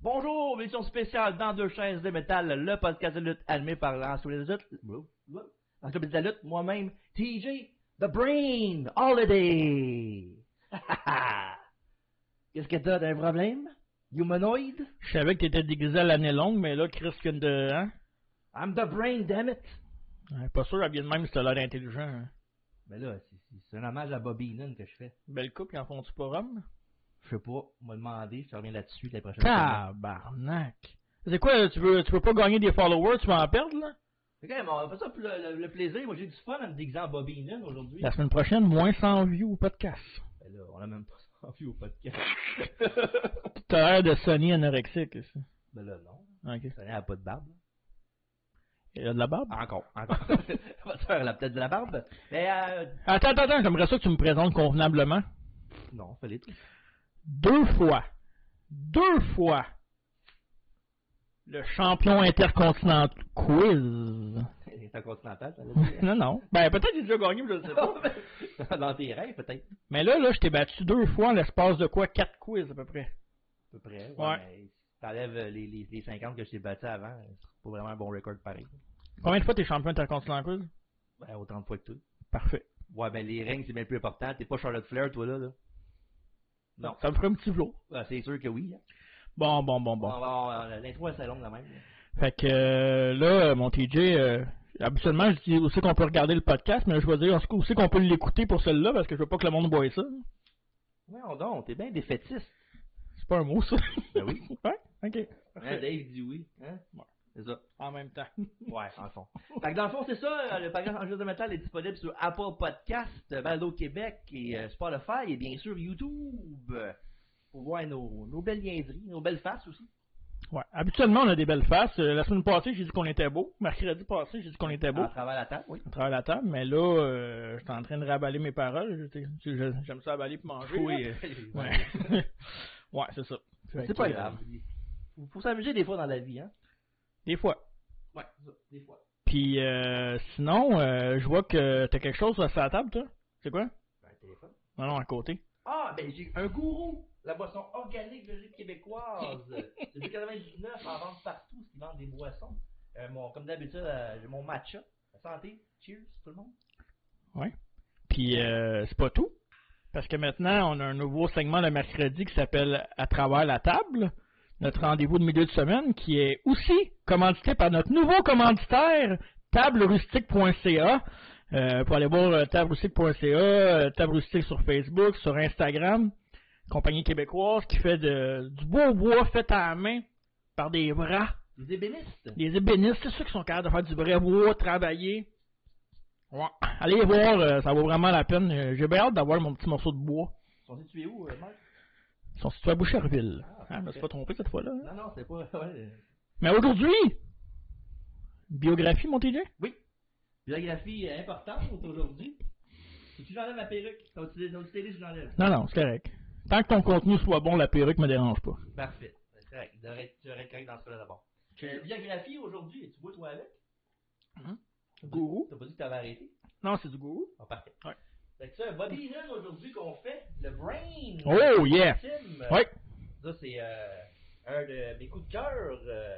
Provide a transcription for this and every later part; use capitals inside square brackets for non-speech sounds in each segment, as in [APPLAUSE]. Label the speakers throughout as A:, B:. A: Bonjour, émission spéciale dans deux chaises de métal, le podcast de lutte animé par l'ensemble de la lutte, l'ensemble de la lutte, moi-même, TJ, The Brain, Holiday. [LAUGHS] Qu'est-ce que t'as, t'as un problème? Humanoid?
B: Je savais que t'étais déguisé à l'année longue, mais là, Chris vient de. Hein?
A: I'm the brain, damn it!
B: Ouais, Pas sûr, elle vient de même si t'as l'air intelligent. hein.
A: Ben là, c'est- c'est- c'est un hommage à Bobby Heenan que je fais.
B: Belle coupe, ils en font-tu pas Rome?
A: Je sais pas, on m'a demandé, je te reviens là-dessus la prochaine fois.
B: Tabarnak! C'est quoi, tu veux, tu veux pas gagner des followers, tu vas en perdre, là?
A: C'est quand même, on a fait ça pour le, le- le plaisir. Moi, j'ai du fun en me déguisant en Bobby Heenan aujourd'hui.
B: La semaine prochaine, moins 100 views au podcast.
A: Ben là, on a même pas envie au [LAUGHS] podcast.
B: T'as l'air de Sony anorexique, ici.
A: ben là, non.
B: Ok.
A: Ça n'a pas de barbe.
B: Il a de la barbe?
A: Encore, [LAUGHS] encore. Ma soeur, elle a peut-être de la barbe. Mais, euh,
B: Attends, attends, attends, j'aimerais ça que tu me présentes convenablement.
A: non, fallait tout.
B: Deux fois. Deux fois. Le champion intercontinental quiz. [LAUGHS]
A: C'est un continental, ça
B: non, non. Ben, peut-être qu'il a déjà gagné, mais je le sais pas.
A: là. [LAUGHS] Dans tes rêves, peut-être. À
B: Mais là, là, je t'ai battu deux fois en l'espace de quoi? Quatre quiz, à peu près.
A: peu près.
B: Ouais.
A: mais T'enlèves euh, les, les, les 50 que je t'ai battu avant. C'est pas vraiment un bon record pareil.
B: Combien de fois t'es champion intercontinental quiz?
A: Ben, autant de fois que tout.
B: Parfait.
A: Ouais, ben, les rings, c'est bien plus important. T'es pas Charlotte Flair, toi, là. là. Non.
B: Ça me ferait un petit vlog.
A: Ben, c'est sûr que oui. hein.
B: Bon, bon, bon, bon.
A: On va- on va- euh, L'intro, elle, c'est longue, la même. là.
B: Fait que euh, là, euh, mon TJ, euh, habituellement, je dis aussi qu'on peut regarder le podcast, mais là, je vais dire aussi qu'on peut l'écouter pour celle-là, parce que je veux pas que le monde voie ça.
A: Ouais, donc, t'es bien défaitiste.
B: C'est pas un mot, ça.
A: Ben oui.
B: [LAUGHS] ouais, ok.
A: Hein, Dave dit oui. Hein?
B: Ouais.
A: C'est ça.
B: En même [LAUGHS] temps.
A: Ouais, en fond. [LAUGHS] fait que dans le fond, c'est ça. euh, Le podcast en jeu de métal est disponible sur Apple Podcast, euh, Balado Québec et euh, Spotify et bien sûr YouTube. euh, Pour voir nos, nos belles niaiseries, nos belles faces aussi.
B: Ouais. Habituellement, on a des belles faces. Euh, la semaine passée, j'ai dit qu'on était beau. Mercredi passé, j'ai dit qu'on était beau.
A: À travers la table, oui.
B: à travers la table, mais là, euh, j'étais en train de raballer mes paroles. J'étais- tu- je- J'aime ça aballer pour manger.
A: [LAUGHS]
B: là.
A: Ouais.
B: Ouais, [LAUGHS] Ouais, c'est ça. Fait
A: C'est
B: que,
A: pas
B: euh,
A: grave. Faut, faut s'amuser des fois dans la vie, hein.
B: Des fois.
A: Ouais, c'est ça, des fois.
B: Puis euh, sinon, euh, je vois que t'as quelque chose sur la table, toi. C'est quoi?
A: Ben, téléphone.
B: Non, non, à côté.
A: Ah, ben j'ai un gourou, la boisson organique logique québécoise. [LAUGHS] Depuis 99, en vente partout, ils vendent des boissons. Euh, mon, comme d'habitude, euh, j'ai mon matcha. Santé, cheers tout le monde.
B: Puis euh, c'est pas tout. Parce que maintenant, on a un nouveau segment le mercredi qui s'appelle À travers la table, notre rendez-vous de milieu de semaine, qui est aussi commandité par notre nouveau commanditaire, tablerustique.ca. Euh, pour aller voir euh, tablerustique.ca, euh, tablerustique sur Facebook, sur Instagram, compagnie québécoise qui fait de- du beau bois fait à la main par des bras
A: Les ébénistes.
B: les ébénistes, c'est ceux qui sont capables de faire du vrai bois, travailler. Ouais. Allez voir, euh, ça vaut vraiment la peine. Euh, J'ai bien hâte d'avoir mon petit morceau de bois.
A: Sont situés où, euh, Marc?
B: Ils sont situés à Boucherville.
A: Ah,
B: Ah, je me suis pas trompé cette fois-là. hein.
A: Non, non, c'est pas. [LAUGHS] ouais.
B: Mais aujourd'hui, biographie, mon TJ?
A: Biographie euh, importante aujourd'hui. Si tu j'enlève ma perruque, quand tu dans le télé, je l'enlève.
B: Non, non, c'est correct. Tant que ton contenu soit bon, la perruque me dérange pas.
A: Parfait. C'est correct. Tu devrais tu devrais être correct dans ce cas-là d'abord. Euh, Biographie aujourd'hui, tu bois toi avec?
B: Mhm.
A: T'as pas dit-
B: Gourou.
A: T'as pas dit que t'avais arrêté?
B: Non, c'est du goût.
A: Ah, parfait.
B: Ouais.
A: Fait que ça, Bobby Heenan aujourd'hui qu'on fait, le Brain.
B: Oh, yeah.
A: Tim.
B: Ouais.
A: Ça, c'est euh, un de mes coups de cœur euh, euh,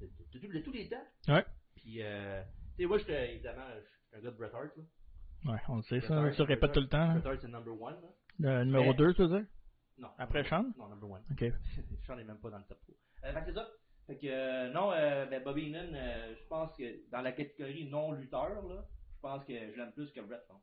A: de, de- de- de tous les temps.
B: Ouais.
A: Puis, euh, tu sais, moi, je suis, euh, évidemment, je suis un gars de Bret Hart. Là.
B: Ouais, on le sait,
A: Bret
B: ça.
A: Hart,
B: Tu
A: Bret
B: répètes
A: Hart,
B: tout le temps. hein.
A: Bret Hart, c'est number one. Là.
B: Le numéro
A: Mais-
B: 2, tu veux dire?
A: Non.
B: Après
A: number-
B: Sean?
A: Non, number one. [LAUGHS]
B: Ok.
A: Sean est même pas dans le top pro. Euh, fait que c'est ça. Fait que, euh, non, euh, ben, Bobby Heenan, euh, je pense que dans la catégorie non-lutteur, là, je pense que je l'aime plus que Bret. non.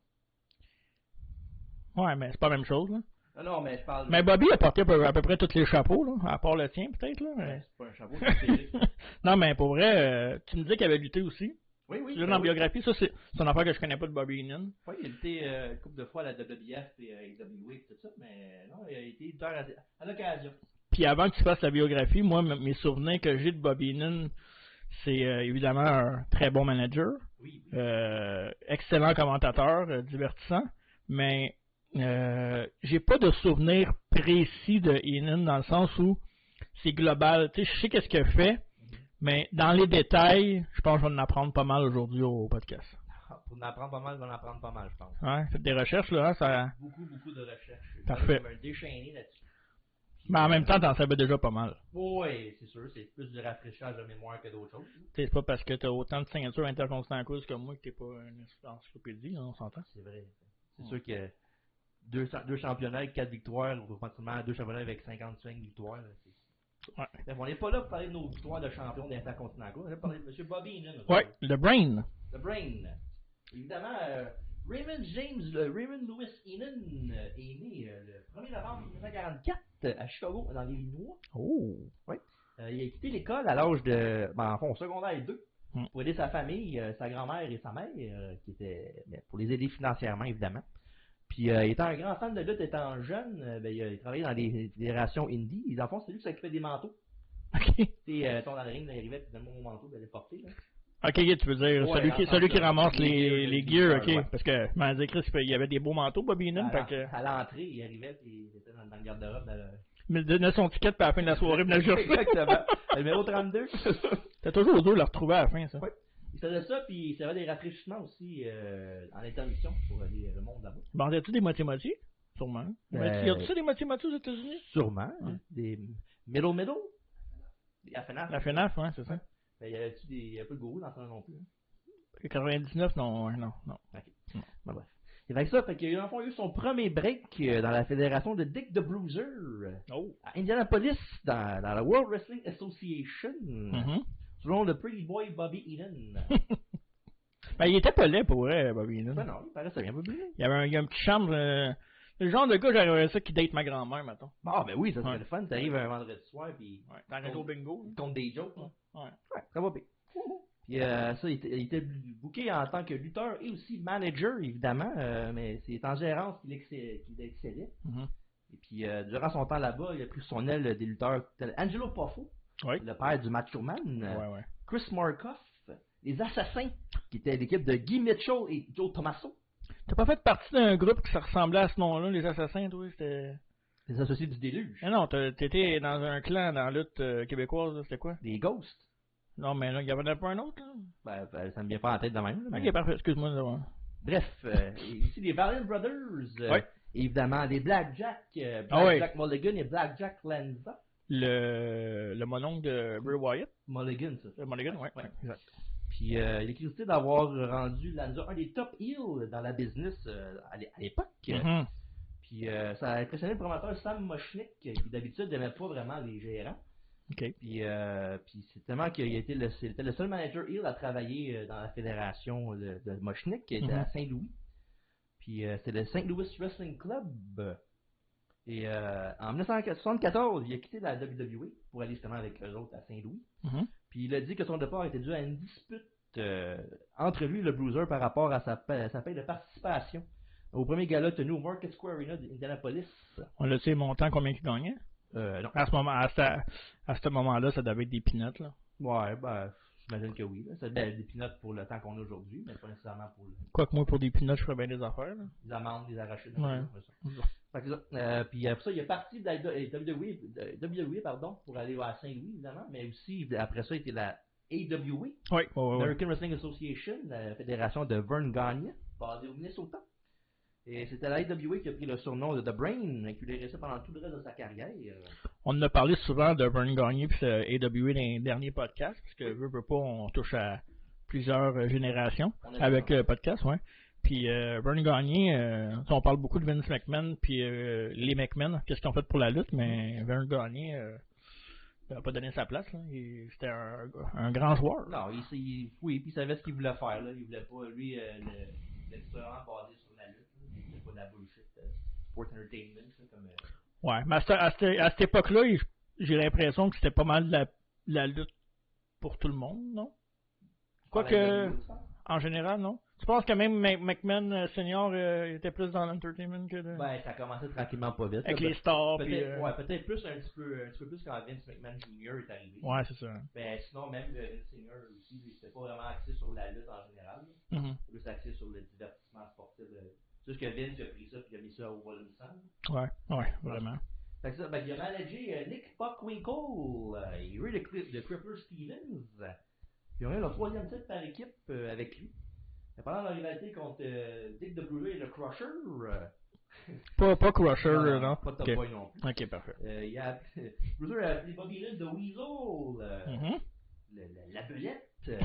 B: Ouais, mais c'est pas la même chose, là.
A: Non, non, mais je parle.
B: Mais Bobby a porté à peu, à peu près tous les chapeaux, là. À part le tien, peut-être, là. mais-
A: Ouais, c'est pas un chapeau, c'est une
B: [LAUGHS]
A: perruque.
B: non, mais pour vrai, euh, tu me dis qu'il avait lutté aussi.
A: Oui, oui.
B: Tu l'as
A: ben
B: dans la
A: oui.
B: biographie, ça, c'est c'est une affaire que je connais pas de Bobby Heenan.
A: Oui, il a été euh, une couple de fois à la WWF et euh, AEW et tout ça, mais non, il a été lutteur à, à l'occasion.
B: Puis avant que tu fasses la biographie, moi, m- mes souvenirs que j'ai de Bobby Heenan, c'est euh, évidemment un très bon manager,
A: Oui, oui.
B: euh, excellent commentateur, euh, divertissant, mais euh, j'ai pas de souvenirs précis de Heenan dans le sens où c'est global. Tu sais, je sais qu'est-ce qu'il a fait, mais dans les détails, je pense que je vais en apprendre pas mal aujourd'hui au podcast.
A: Ah, Pour en apprendre pas mal, on en apprendre pas mal, je pense.
B: Ouais, faites des recherches, là, hein, ça...
A: Beaucoup, beaucoup de recherches.
B: Parfait.
A: Je vais me déchaîner là-dessus. Puis,
B: Mais en même temps, t'en savais déjà pas mal.
A: Oui, c'est sûr, c'est plus du rafraîchissage de mémoire que d'autres choses.
B: Tu sais, C'est pas parce que t'as autant de signatures intercontinentales en cause que moi que t'es pas une encyclopédie, là, on s'entend.
A: C'est vrai. C'est sûr que deux, cha- deux championnats avec 4 victoires, ou pratiquement deux championnats avec 55 victoires. là, c'est-
B: Ouais.
A: Bref, on n'est pas là pour parler de nos victoires de champions d'intercontinentaux. On va parler de M. Bobby Heenan. aujourd'hui.
B: Ouais, le brain.
A: The Brain. Évidemment, euh, Raymond James, le Raymond Lewis Heenan euh, est né euh, le 1er novembre 1944 à Chicago, dans l'Illinois.
B: Oh.
A: Euh, il a quitté l'école à l'âge de, ben, en fond, secondaire 2
B: Mm.
A: pour aider sa famille, euh, sa grand-mère et sa mère, euh, qui étaient, ben, pour les aider financièrement, évidemment. Puis, euh, étant un grand fan de lutte, étant jeune, euh, ben, il a travaillé dans des fédérations indie. Les enfants, c'est lui qui s'occupait des manteaux.
B: Ok.
A: Tu sais, euh, ton dans le ring, il arrivait, puis donne-moi mon manteau, ben, il le porter. Là.
B: Ok, tu veux dire
A: Ouais,
B: celui,
A: en
B: qui,
A: tant
B: celui
A: que-
B: qui ramasse
A: les
B: les,
A: gears,
B: les
A: les
B: gears, Ah. ok.
A: gears, ouais.
B: Parce que, m'en dire, Chris, il y avait des beaux manteaux, Bobby Heenan, fait
A: à
B: que...
A: à l'entrée, il arrivait, puis il était dans, dans le garde-robe. dans le-
B: Mais donnait son ticket, puis à la fin de la soirée, il venait le chercher.
A: Exactement.
B: [LAUGHS]
A: Le numéro 32.
B: T'as toujours deux de le retrouver à la fin, ça.
A: Ouais. Il faisait ça, puis il servait des rafraîchissements aussi euh, en intermission pour aller le monde là-bas.
B: Vendais-tu des moitié-moitié? Sûrement. Mais
A: Ben-
B: tu- y a-tu ça des moitié-moitié aux États-Unis?
A: Sûrement.
B: hein.
A: Des middle middle. La FNAF.
B: La FNAF, ouais, c'est ça.
A: Mais Ben, y avait-tu des. y avait pas de gourou dans ça non plus. hein?
B: 99, non, ouais, non, non.
A: Ben bref. Et fait que ça, fait qu'il a eu son premier break euh, dans la fédération de Dick the Bruiser euh,
B: Oh.
A: à Indianapolis, dans, dans la World Wrestling Association, Mm-hmm.
B: Mm-hmm.
A: sous le nom de Pretty Boy Bobby Heenan. [LAUGHS]
B: Ben, il était pas laid pour vrai, Bobby Heenan.
A: ben non, il paraissait bien Bobby Heenan.
B: Il y avait un, il y a un petit charme. euh, le genre de gars, j'arriverais ça qui date ma grand-mère, mettons.
A: Ah ben oui, ça serait
B: Ouais.
A: le fun, t'arrives un vendredi soir, puis
B: Ouais. Dans
A: Réseau
B: bingo. hein.
A: compte des jokes, là.
B: Ouais.
A: Ouais, ça va bien. Puis euh, ça, il était, il était booké en tant que lutteur et aussi manager, évidemment, euh, mais c'est en gérance qu'il excellait. qu'il excellait.
B: Mhm.
A: Et puis, euh, durant son temps là-bas, il a pris son aile des lutteurs tels Angelo Poffo,
B: Oui.
A: le père du Macho Man, euh,
B: Ouais, ouais.
A: Chris Markoff, les Assassins, qui était l'équipe de Guy Mitchell et Joe Tommaso,
B: T'as pas fait partie d'un groupe qui se ressemblait à ce nom-là, les assassins, toi? C'était...
A: les associés du Déluge,
B: Ah non, t'as- t'étais dans un clan dans la lutte euh, québécoise, là, c'était quoi?
A: des Ghosts.
B: Non, mais là, il y en avait pas un autre, là?
A: Ben, ben, ça me vient pas en tête de même. là, mais-
B: Ok, parfait, excuse-moi d'avoir...
A: Bref,
B: [LAUGHS]
A: euh, et ici les Valiant Brothers, euh,
B: Ouais.
A: évidemment, les Blackjack, euh,
B: Ah ouais.
A: Blackjack Mulligan et Blackjack Lanza.
B: Le, le mononcle de Bray Wyatt,
A: Mulligan, ça.
B: le Mulligan, ouais.
A: Ouais.
B: ouais, exact.
A: Puis euh, il est crédité d'avoir rendu Lanza un des top heels dans la business euh, à l'é- à l'époque.
B: Mhm.
A: Puis euh, ça a impressionné le promoteur Sam Moshnick, qui d'habitude n'aimait pas vraiment les gérants.
B: Ok.
A: Puis, euh, puis c'est tellement qu'il était le, c'était le seul manager heel à travailler euh, dans la fédération de, de Moshnick, qui était à
B: Mhm.
A: Saint-Louis. Puis euh, c'est le Saint-Louis Wrestling Club. Et euh, en 1974, il a quitté la WWE pour aller justement avec eux autres à Saint-Louis.
B: Mhm.
A: Puis il a dit que son départ était dû à une dispute euh, entre lui et le Bruiser par rapport à sa, pa- sa paye de participation au premier gala tenu au Market Square Arena d'Indianapolis.
B: On le sait, montant combien il gagnait?
A: Euh, non.
B: À ce moment, à ce, à ce moment-là, ça devait être des pinottes, là.
A: Ouais, ben, j'imagine que oui. là. C'est ben, des pinottes pour le temps qu'on a aujourd'hui, mais pas nécessairement pour
B: Quoique moi, pour des pinottes, je ferais bien des affaires, là.
A: les amandes, les arachides.
B: Ouais.
A: tout ça. Fait que ça, euh, puis après ça, il est parti de la E, WWE, de- WWE, E, pardon, pour aller à Saint-Louis, évidemment, mais aussi, après ça, il était la AWA,
B: Oui, oui, oui.
A: American Wrestling Association, la fédération de Vern Gagne, basée au Minnesota. Et c'était la AWA qui a pris le surnom de The Brain, et qui lui est resté pendant tout le reste de sa carrière.
B: On en a parlé souvent de Vern Gagné puis c'est AWA dans les derniers podcasts, parce que veut, veut pas, on touche à plusieurs euh, générations
A: On a
B: avec
A: dit-
B: le podcast, ouais. Puis euh, Vern Gagné, euh, on parle beaucoup de Vince McMahon puis euh, les McMahon, qu'est-ce qu'ils ont fait pour la lutte, mais Vern Gagné euh, n'a pas donné sa place. là. Il- C'était un, un grand joueur. là.
A: Non, il, s'est- il- oui, puis il savait ce qu'il voulait faire. Là. Il voulait pas, lui, euh, le- il voulait vraiment basé sur la lutte. là. Il voulait pas de la bullshit. euh, sport entertainment, là, comme, euh,
B: Ouais, mais à, cette- à cette- à cette époque-là, il- j'ai l'impression que c'était pas mal la, la lutte pour tout le monde, non? Quoique-
A: par la WWE, ça.
B: En général, non? Tu penses que même Mac- McMahon euh, Senior euh, était plus dans l'entertainment que de...
A: Ben, ça a commencé tranquillement pas vite. là.
B: avec
A: ben.
B: les stars, puis...
A: Peut-être
B: euh,
A: ouais, peut-être plus un petit peu un petit peu plus quand Vince McMahon Jr. est arrivé.
B: ouais, c'est ça.
A: Ben, sinon, même le Vince Senior aussi, lui, c'était pas vraiment axé sur la lutte en général. là.
B: Mhm.
A: C'était plus axé sur le divertissement sportif. euh. C'est juste que Vince il a pris ça puis il a mis ça au Wall Sun.
B: Ouais, ouais, vraiment.
A: Fait que ça, ben, il a managé euh, Nick Buckwinkle, euh, et Ray the, Cri- the Cripper Stevens. Ils ont eu leur troisième titre par équipe euh, avec lui. Mais pendant leur rivalité contre euh, Dick the Brewer et le Crusher, euh,
B: Pas, pas Crusher,
A: Non,
B: là,
A: non,
B: non?
A: Pas de Top
B: Ok.
A: Boy non plus.
B: Ok, parfait.
A: Euh, il y a... [LAUGHS] Bruce Wayne a appelé Bobby Lynn The Weasel. euh,
B: Mhm.
A: le- la, la
B: [LAUGHS]
A: belette. Euh,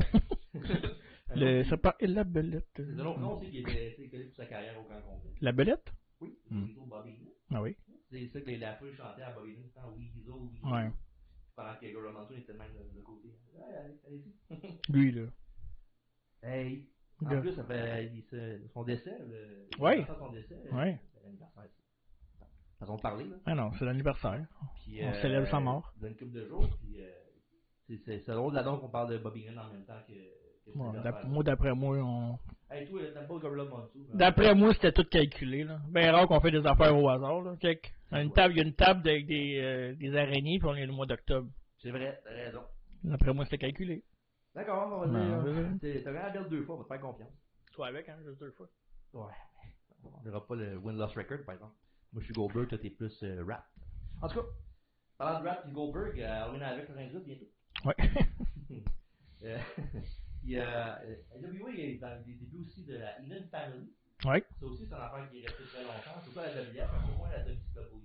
B: Le serpent et la belette. euh,
A: C'est un autre nom, c'est qu'il était c'est connu pour sa carrière au grand complet.
B: La belette?
A: Oui, The
B: Mm.
A: Weasel Bobby Lynn.
B: Ah oui.
A: C'est ça que les lapins chantaient à Bobby Lynn, c'est en Weasel, Weasel.
B: Ouais.
A: Pendant que Gordon Monsoon était de même de, de côté. Ouais, allez, allez-y.
B: Lui, là.
A: Hey. En
B: Gars.
A: plus, ça fait il se- son décès. Le,
B: Ouais.
A: l'anniversaire de Son décès. euh,
B: Ouais.
A: c'est L'anniversaire. c'est- Façon de parler, là.
B: Ah non, c'est l'anniversaire.
A: Puis, euh,
B: On célèbre sa mort.
A: Dans une couple de jours. Puis, euh, c'est, c'est, c'est drôle de la donc qu'on parle de Bobby Lynn en même temps que. que son
B: Ouais,
A: anniversaire.
B: d'ap- moi, d'après moi, on...
A: Hey, toi, t'as pas le Gorilla Monsoon. hein?
B: D'après moi, c'était tout calculé, là. Ben rare qu'on fait des affaires au hasard, là. Check. Une table, il y a une table avec des, euh, des araignées, puis on est le mois d'octobre.
A: C'est vrai, t'as raison.
B: D'après moi, c'était calculé.
A: D'accord, on va
B: Non,
A: dire.
B: je
A: euh,
B: sais.
A: t'es- T'as gagné la belle deux fois, on va te faire confiance.
B: Toi avec, hein, juste deux fois.
A: Ouais. On verra pas le win-loss record, par exemple. Moi, je suis Goldberg, toi, t'es plus euh, rap. En tout cas, parlant de rap et Goldberg, euh, on est avec le 98 bientôt.
B: Ouais.
A: [LAUGHS] Euh, puis, euh, euh, NWA est dans les débuts aussi de la Inner Family.
B: ouais.
A: Ça aussi, c'est une affaire qui est restée très longtemps. Surtout à la WF, parce que moi, la WCW.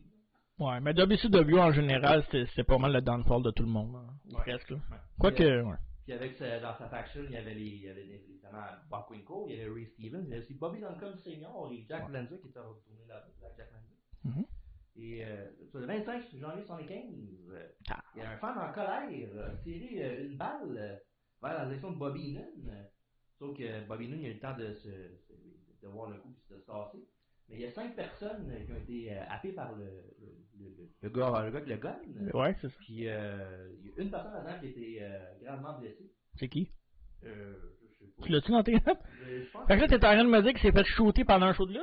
B: Ouais, mais WCW en général, c'était c'était pas mal le downfall de tout le monde. hein. Ou
A: Ouais.
B: Presque, là.
A: Ouais. Puis, euh,
B: Quoique, ouais.
A: Puis avec sa- dans sa faction, il y avait, les, il y avait les- évidemment Bob Quinco, il y avait Ray Stevens, il y avait aussi Bobby Duncombe Senior et Jack Lanza qui était retourné là là, Jack Lanza.
B: Mhm.
A: Et euh, sur le 25 janvier 1975, euh,
B: Ah.
A: il y a un fan en colère euh, a tiré euh, une balle euh, vers la direction de Bobby Noon. euh, Sauf que Bobby Noon il a eu le temps de, se, se- de voir le coup et de se tasser. Mais il y a cinq personnes euh, qui ont été euh, happées par le, le, le, le gars, le gars qui le gonne.
B: Ouais, c'est ça.
A: Puis euh, il y a une personne là-dedans qui a été euh, grandement blessée.
B: C'est qui?
A: Euh, je sais pas.
B: Tu l'as-tu noté? fait
A: Euh, je pense
B: que là, t'es en train de me dire qu'il s'est fait shooter pendant un show de lutte?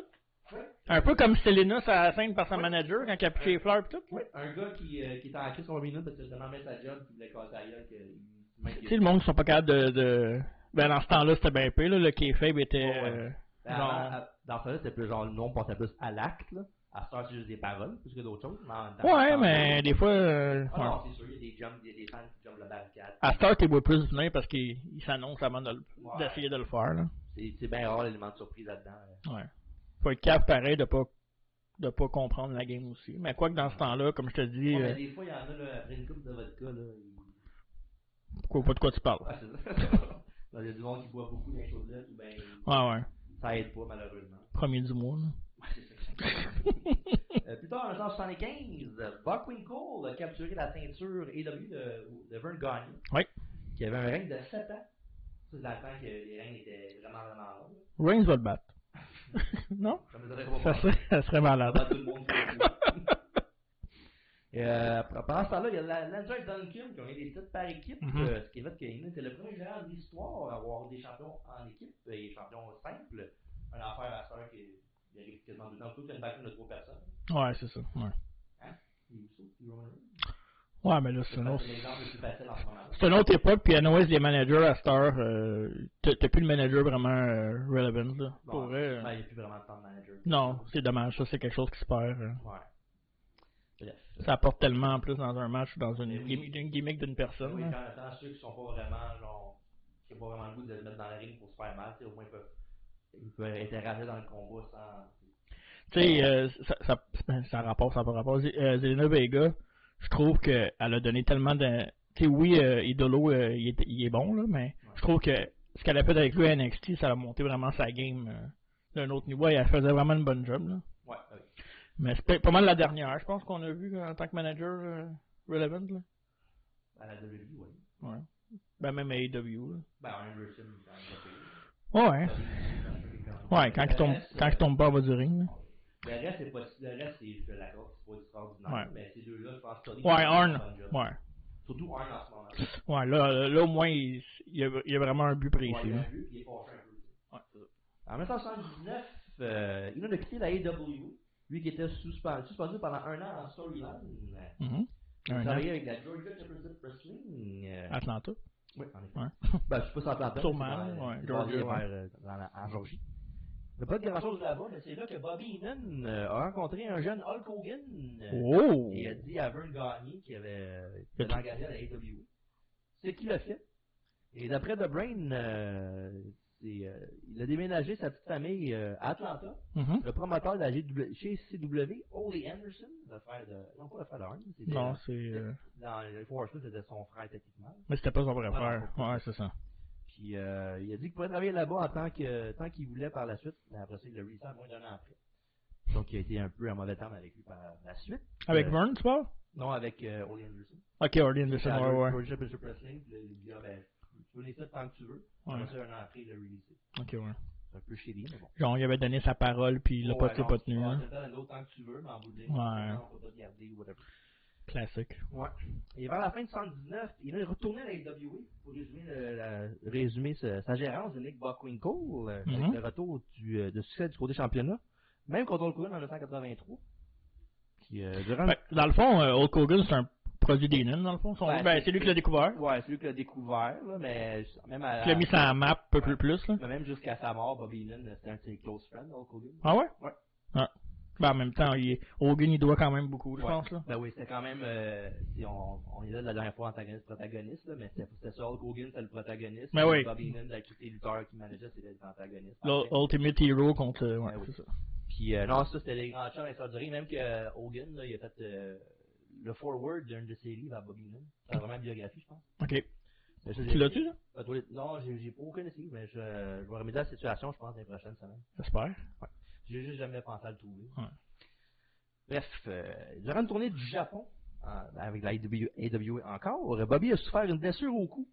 A: que- ouais.
B: Un peu comme Selena sur la scène par son
A: Ouais.
B: manager quand il a piqué les fleurs et tout.
A: Ouais, un gars qui, euh, qui était en crise contre Bobby Noon parce qu'il a tellement aimé sa job qu'il voulait casser la gueule que il- même
B: Tu
A: qu'il-
B: sais, le monde qui sont pas capables de, de- Ben, dans ce temps-là, c'était bien pire, là. Le kayfabe était...
A: Ouais, ouais.
B: euh,
A: Ben,
B: genre-
A: avant, à- Dans ce là c'était plus genre le nom portait plus à l'acte. là. À ce temps, c'est juste des paroles plus que d'autres choses. mais en même temps,
B: Ouais,
A: dans-
B: mais des fois... Ah, euh,
A: Ah
B: ouais.
A: non, c'est sûr, il y a des jumps, il y a des fans qui jumpent la barricade.
B: À cette heure, t'es vois plus venir parce qu'il il s'annonce avant de le-
A: Ouais.
B: d'essayer de le faire, là.
A: C'est c'est bien rare l'élément de surprise là-dedans. euh.
B: Ouais. Faut être capable, pareil, de pas... de pas comprendre la game aussi. Mais quoi que dans ce temps-là, comme je te dis...
A: Ouais,
B: euh,
A: mais des fois, il y en a là, après une coupe de vodka. Là, [LAUGHS] ils-
B: pourquoi pas de quoi tu parles.
A: Ah, c'est ça. [LAUGHS] Là, Il y a du monde qui boit beaucoup dans les choses là, ou ben,
B: Ouais, ouais.
A: ça aide pas malheureusement.
B: Premier du mois, là.
A: Ouais, c'est ça.
B: [LAUGHS]
A: Euh, plus tard, en 1975, Buck Winkle a capturé la ceinture AW de, de Vern Gagne.
B: Ouais.
A: Qui avait un règne de 7 ans. Ça, dans le temps que les règnes étaient vraiment, vraiment longs.
B: Reigns va le battre. [LAUGHS] non?
A: Ça me donnerait pas
B: Ça serait, ça serait malade.
A: Pas tout le monde. Et, euh, pendant ce temps-là, il y a la- Landry et Duncan qui ont eu des titres par équipe,
B: Mhm.
A: euh, ce qui fait qu'il était le premier général de l'histoire à avoir des champions en équipe euh, et champions simples. Un affaire à ça qui il arrive quasiment tout le temps, surtout qu'il y a une faction de trois personnes.
B: Ouais, c'est ça. Ouais.
A: Il saute, il Roman Reigns.
B: Ouais, mais là, c'est
A: C'est
B: un autre.
A: l'exemple le plus facile en ce moment.
B: C'est une autre époque, puis à Noël, les managers à cette heure, euh, t'as t'as plus le manager vraiment euh, relevant, là.
A: Bon,
B: Pour vrai, euh,
A: ben, il n'y a plus vraiment de temps de manager.
B: Non, c'est dommage, ça, c'est quelque chose qui se perd. euh.
A: Ouais. Bref.
B: Ça apporte tellement en plus dans un match, dans
A: Eh
B: une,
A: oui.
B: gimmick- une gimmick d'une personne.
A: Oui,
B: là.
A: puis en attendant, ceux qui sont pas vraiment, genre, qui n'ont pas vraiment le goût de le mettre dans la ring pour se faire mal, tu sais, au moins ils peuvent, ils peuvent interagir dans le combat sans.
B: Tu sais, euh, ça, ça, ça a rapport, ça a pas rapport. Z- euh, Zelena Vega, je trouve qu'elle a donné tellement de. Tu sais, oui, euh, Idolo, euh, il, est, il est bon, là, mais je trouve que ce qu'elle a fait avec lui à NXT, ça a monté vraiment sa game euh, d'un autre niveau et elle faisait vraiment une bonne job, là.
A: Ouais, oui.
B: Mais c'est pas- pas mal la dernière, je pense, qu'on a vu en tant que manager euh, relevant, là.
A: À la WWE, oui.
B: Ouais. Ben, même à AEW, là.
A: Ben, Anderson, dans le
B: Ouais, hein.
A: côté.
B: Ouais, quand il tombe, quand il tombe pas en bas du ring, là.
A: Le reste, c'est pas. Le reste, c'est, je te l'accorde, c'est pas extraordinaire.
B: Ouais.
A: Mais ces deux-là, je pense que Tony
B: Ouais,
A: fait un
B: Arn.
A: bon job.
B: Ouais.
A: Surtout Arn en ce moment.
B: Ouais, là, là, au moins, il, il y a, il y a vraiment un but précis,
A: Ouais, hein. il
B: là.
A: a vu, puis il est fâché un peu. En 1979, euh, il a quitté la AEW, lui qui était suspendu, suspendu pendant un an en storyline.
B: Mhm.
A: Il
B: Un an.
A: travaillait avec la Georgia Championship Wrestling. euh,
B: Atlanta.
A: Oui, en effet.
B: Ouais.
A: Ben, je sais pas si ça t'entend.
B: Sûrement,
A: c'est dans-
B: ouais,
A: c'est basé
B: Georgia,
A: vers, euh, dans la- en Georgie. Il n'y a pas de grand-chose là-bas, mais c'est là que Bobby Heenan euh, a rencontré un jeune Hulk Hogan. euh,
B: Oh!
A: et a dit à Vern Gagné qu'il avait
B: Le
A: été engagé à la AEW. C'est qui l'a fait. Et d'après The Brain, euh, c'est, euh, il a déménagé sa petite famille euh, à Atlanta.
B: Mhm.
A: Le promoteur de la GW chez CW, Ole Anderson, le frère de. Non, pas le frère de Hearn, c'était-
B: Non, c'est.
A: hein.
B: euh,
A: Dans les Force c'était son frère techniquement.
B: Mais c'était pas son vrai
A: Ouais,
B: frère.
A: non,
B: Ouais, c'est ça.
A: Puis euh, il a dit qu'il pouvait travailler là-bas en tant que tant qu'il voulait par la suite, mais après ça, il l'a resigné moins d'un an après. Donc il a été un peu en mauvais terme avec lui par la suite.
B: Avec
A: Euh,
B: Vern, tu parles?
A: Non, avec euh, Ole Anderson.
B: Ok, Orly Anderson,
A: Puis,
B: ouais, ouais.
A: George Bishop Wrestling, puis il dit ah, ben, tu veux laisser ça tant que tu veux.
B: Ouais.
A: Après ça, un an après, il l'a releasé.
B: Ok, ouais.
A: C'est un peu shitty, mais bon.
B: Genre, il avait donné sa parole, puis il l'a pas, il l'a pas tenu. hein.
A: L'autre tant que tu veux, mais en bout de ligne,
B: Ouais.
A: non, on peut pas te garder ou whatever.
B: Classique.
A: Ouais. Et vers la fin de 79, il est retourné à la WWE E, pour résumer, le- la- résumer ce- sa gérance de Nick Bockwinkel euh,
B: Mhm.
A: avec le retour du, euh, de succès du côté championnat, même contre Hulk Hogan en 1983. Puis, euh, durant
B: Ben, dans le fond, euh, Hulk Hogan, c'est un produit des nuns, dans le fond. Son-
A: Ouais,
B: ben,
A: c'est-
B: c'est lui qui l'a découvert.
A: Ouais, c'est lui qui l'a découvert, là, mais même à,
B: Qui l'a mis sur la map, peu plus plus, là.
A: mais même jusqu'à sa mort, Bobby Lynn, c'était un de ses close friends, Hulk Hogan.
B: Ah ouais?
A: Ouais.
B: Ah. Ben, en même temps, il... Hogan, il doit quand même beaucoup, je
A: Ouais.
B: pense, là.
A: Ben oui, c'était quand même, euh, si on, on est là de la dernière fois antagoniste-protagoniste, là, mais c'était c'était ça, Hulk Hogan, c'était le protagoniste.
B: Ben oui.
A: Bobby Lynn, la quitté lutteur qui manageait, c'était l'antagoniste.
B: L'Ul- Ultimate Hero contre. euh, Ouais,
A: Ben Ah, oui.
B: c'est ça.
A: Puis euh, non, ça c'était les grands chants et ça durait même que euh, Hogan, là, il a fait euh, le forward d'un de ses livres à Bobby Lynn. C'est vraiment une biographie, je pense.
B: Ok.
A: Mais ça, j'ai-
B: Tu l'as-tu, là?
A: Ah, toi, les- Non, j'ai j'ai pas aucun essai, mais je, je vais remédier à la situation, je pense, dans les prochaines semaines.
B: J'espère.
A: J'ai juste jamais pensé à le trouver.
B: Ouais.
A: Bref, euh, durant une tournée du Japon, en- avec la AW AWA encore, euh, Bobby a souffert une blessure au cou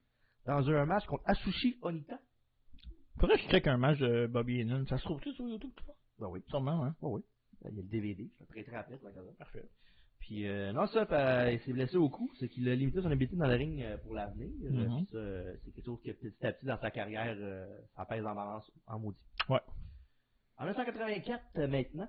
A: dans un match contre Asushi Onita. Euh,
B: Faudrait que je check un match de Bobby Heenan. Ça se trouve-tu sur YouTube, tu vois?
A: Ben oui,
B: Sûrement, hein.
A: ben oui. Il y a le DVD, je le prêterai après, c'est l'occasion.
B: Parfait.
A: Puis euh, non, ça, pa- il s'est blessé au cou, ce qui l'a limité son habileté dans le ring euh, pour l'avenir. Euh,
B: Mhm.
A: puis ça, euh, c'est quelque chose que petit à petit dans sa carrière, euh, ça pèse en balance en maudit.
B: Ouais.
A: En 1984 euh, maintenant,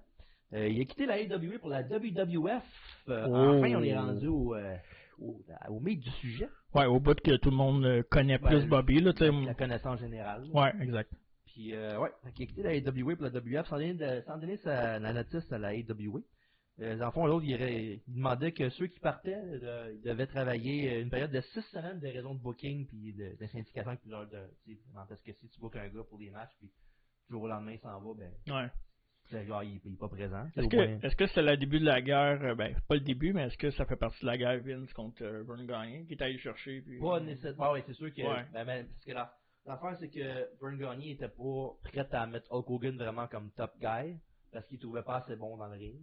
A: euh, il a quitté la AWA pour la WWF. Euh,
B: Oh.
A: Enfin, on est rendu au, euh, au, au mythe du sujet,
B: Ouais, au bout que tout le monde euh, connaît
A: Ben,
B: plus Bobby, là, tu sais.
A: la connaissance générale.
B: Ouais, exact.
A: Puis, euh, ouais, fait qu'il a quitté la AWA pour la WF sans donner, de- sans donner sa, la notice à la AWA. Euh, dans le fond, l'autre, il, ré- il demandait que ceux qui partaient euh, ils devaient travailler euh, une période de six semaines de raisons de booking puis de, de syndication avec plusieurs. De, tu sais, non, parce que si tu bookes un gars pour des matchs, puis du jour au lendemain, il s'en va, ben,
B: Ouais.
A: c'est genre, il n'est pas présent.
B: Est-ce
A: Au moins-
B: que est-ce que c'est le début de la guerre euh, Ben, pas le début, mais est-ce que ça fait partie de la guerre Vince contre euh, Vern Gagné qui est allé chercher puis... euh,
A: Pas nécessairement. Ah Ouais, c'est sûr que.
B: Ouais.
A: ben, ben, parce que la- l'affaire, c'est que Vern Gagné était pas prêt à mettre Hulk Hogan vraiment comme top guy parce qu'il trouvait pas assez bon dans le ring.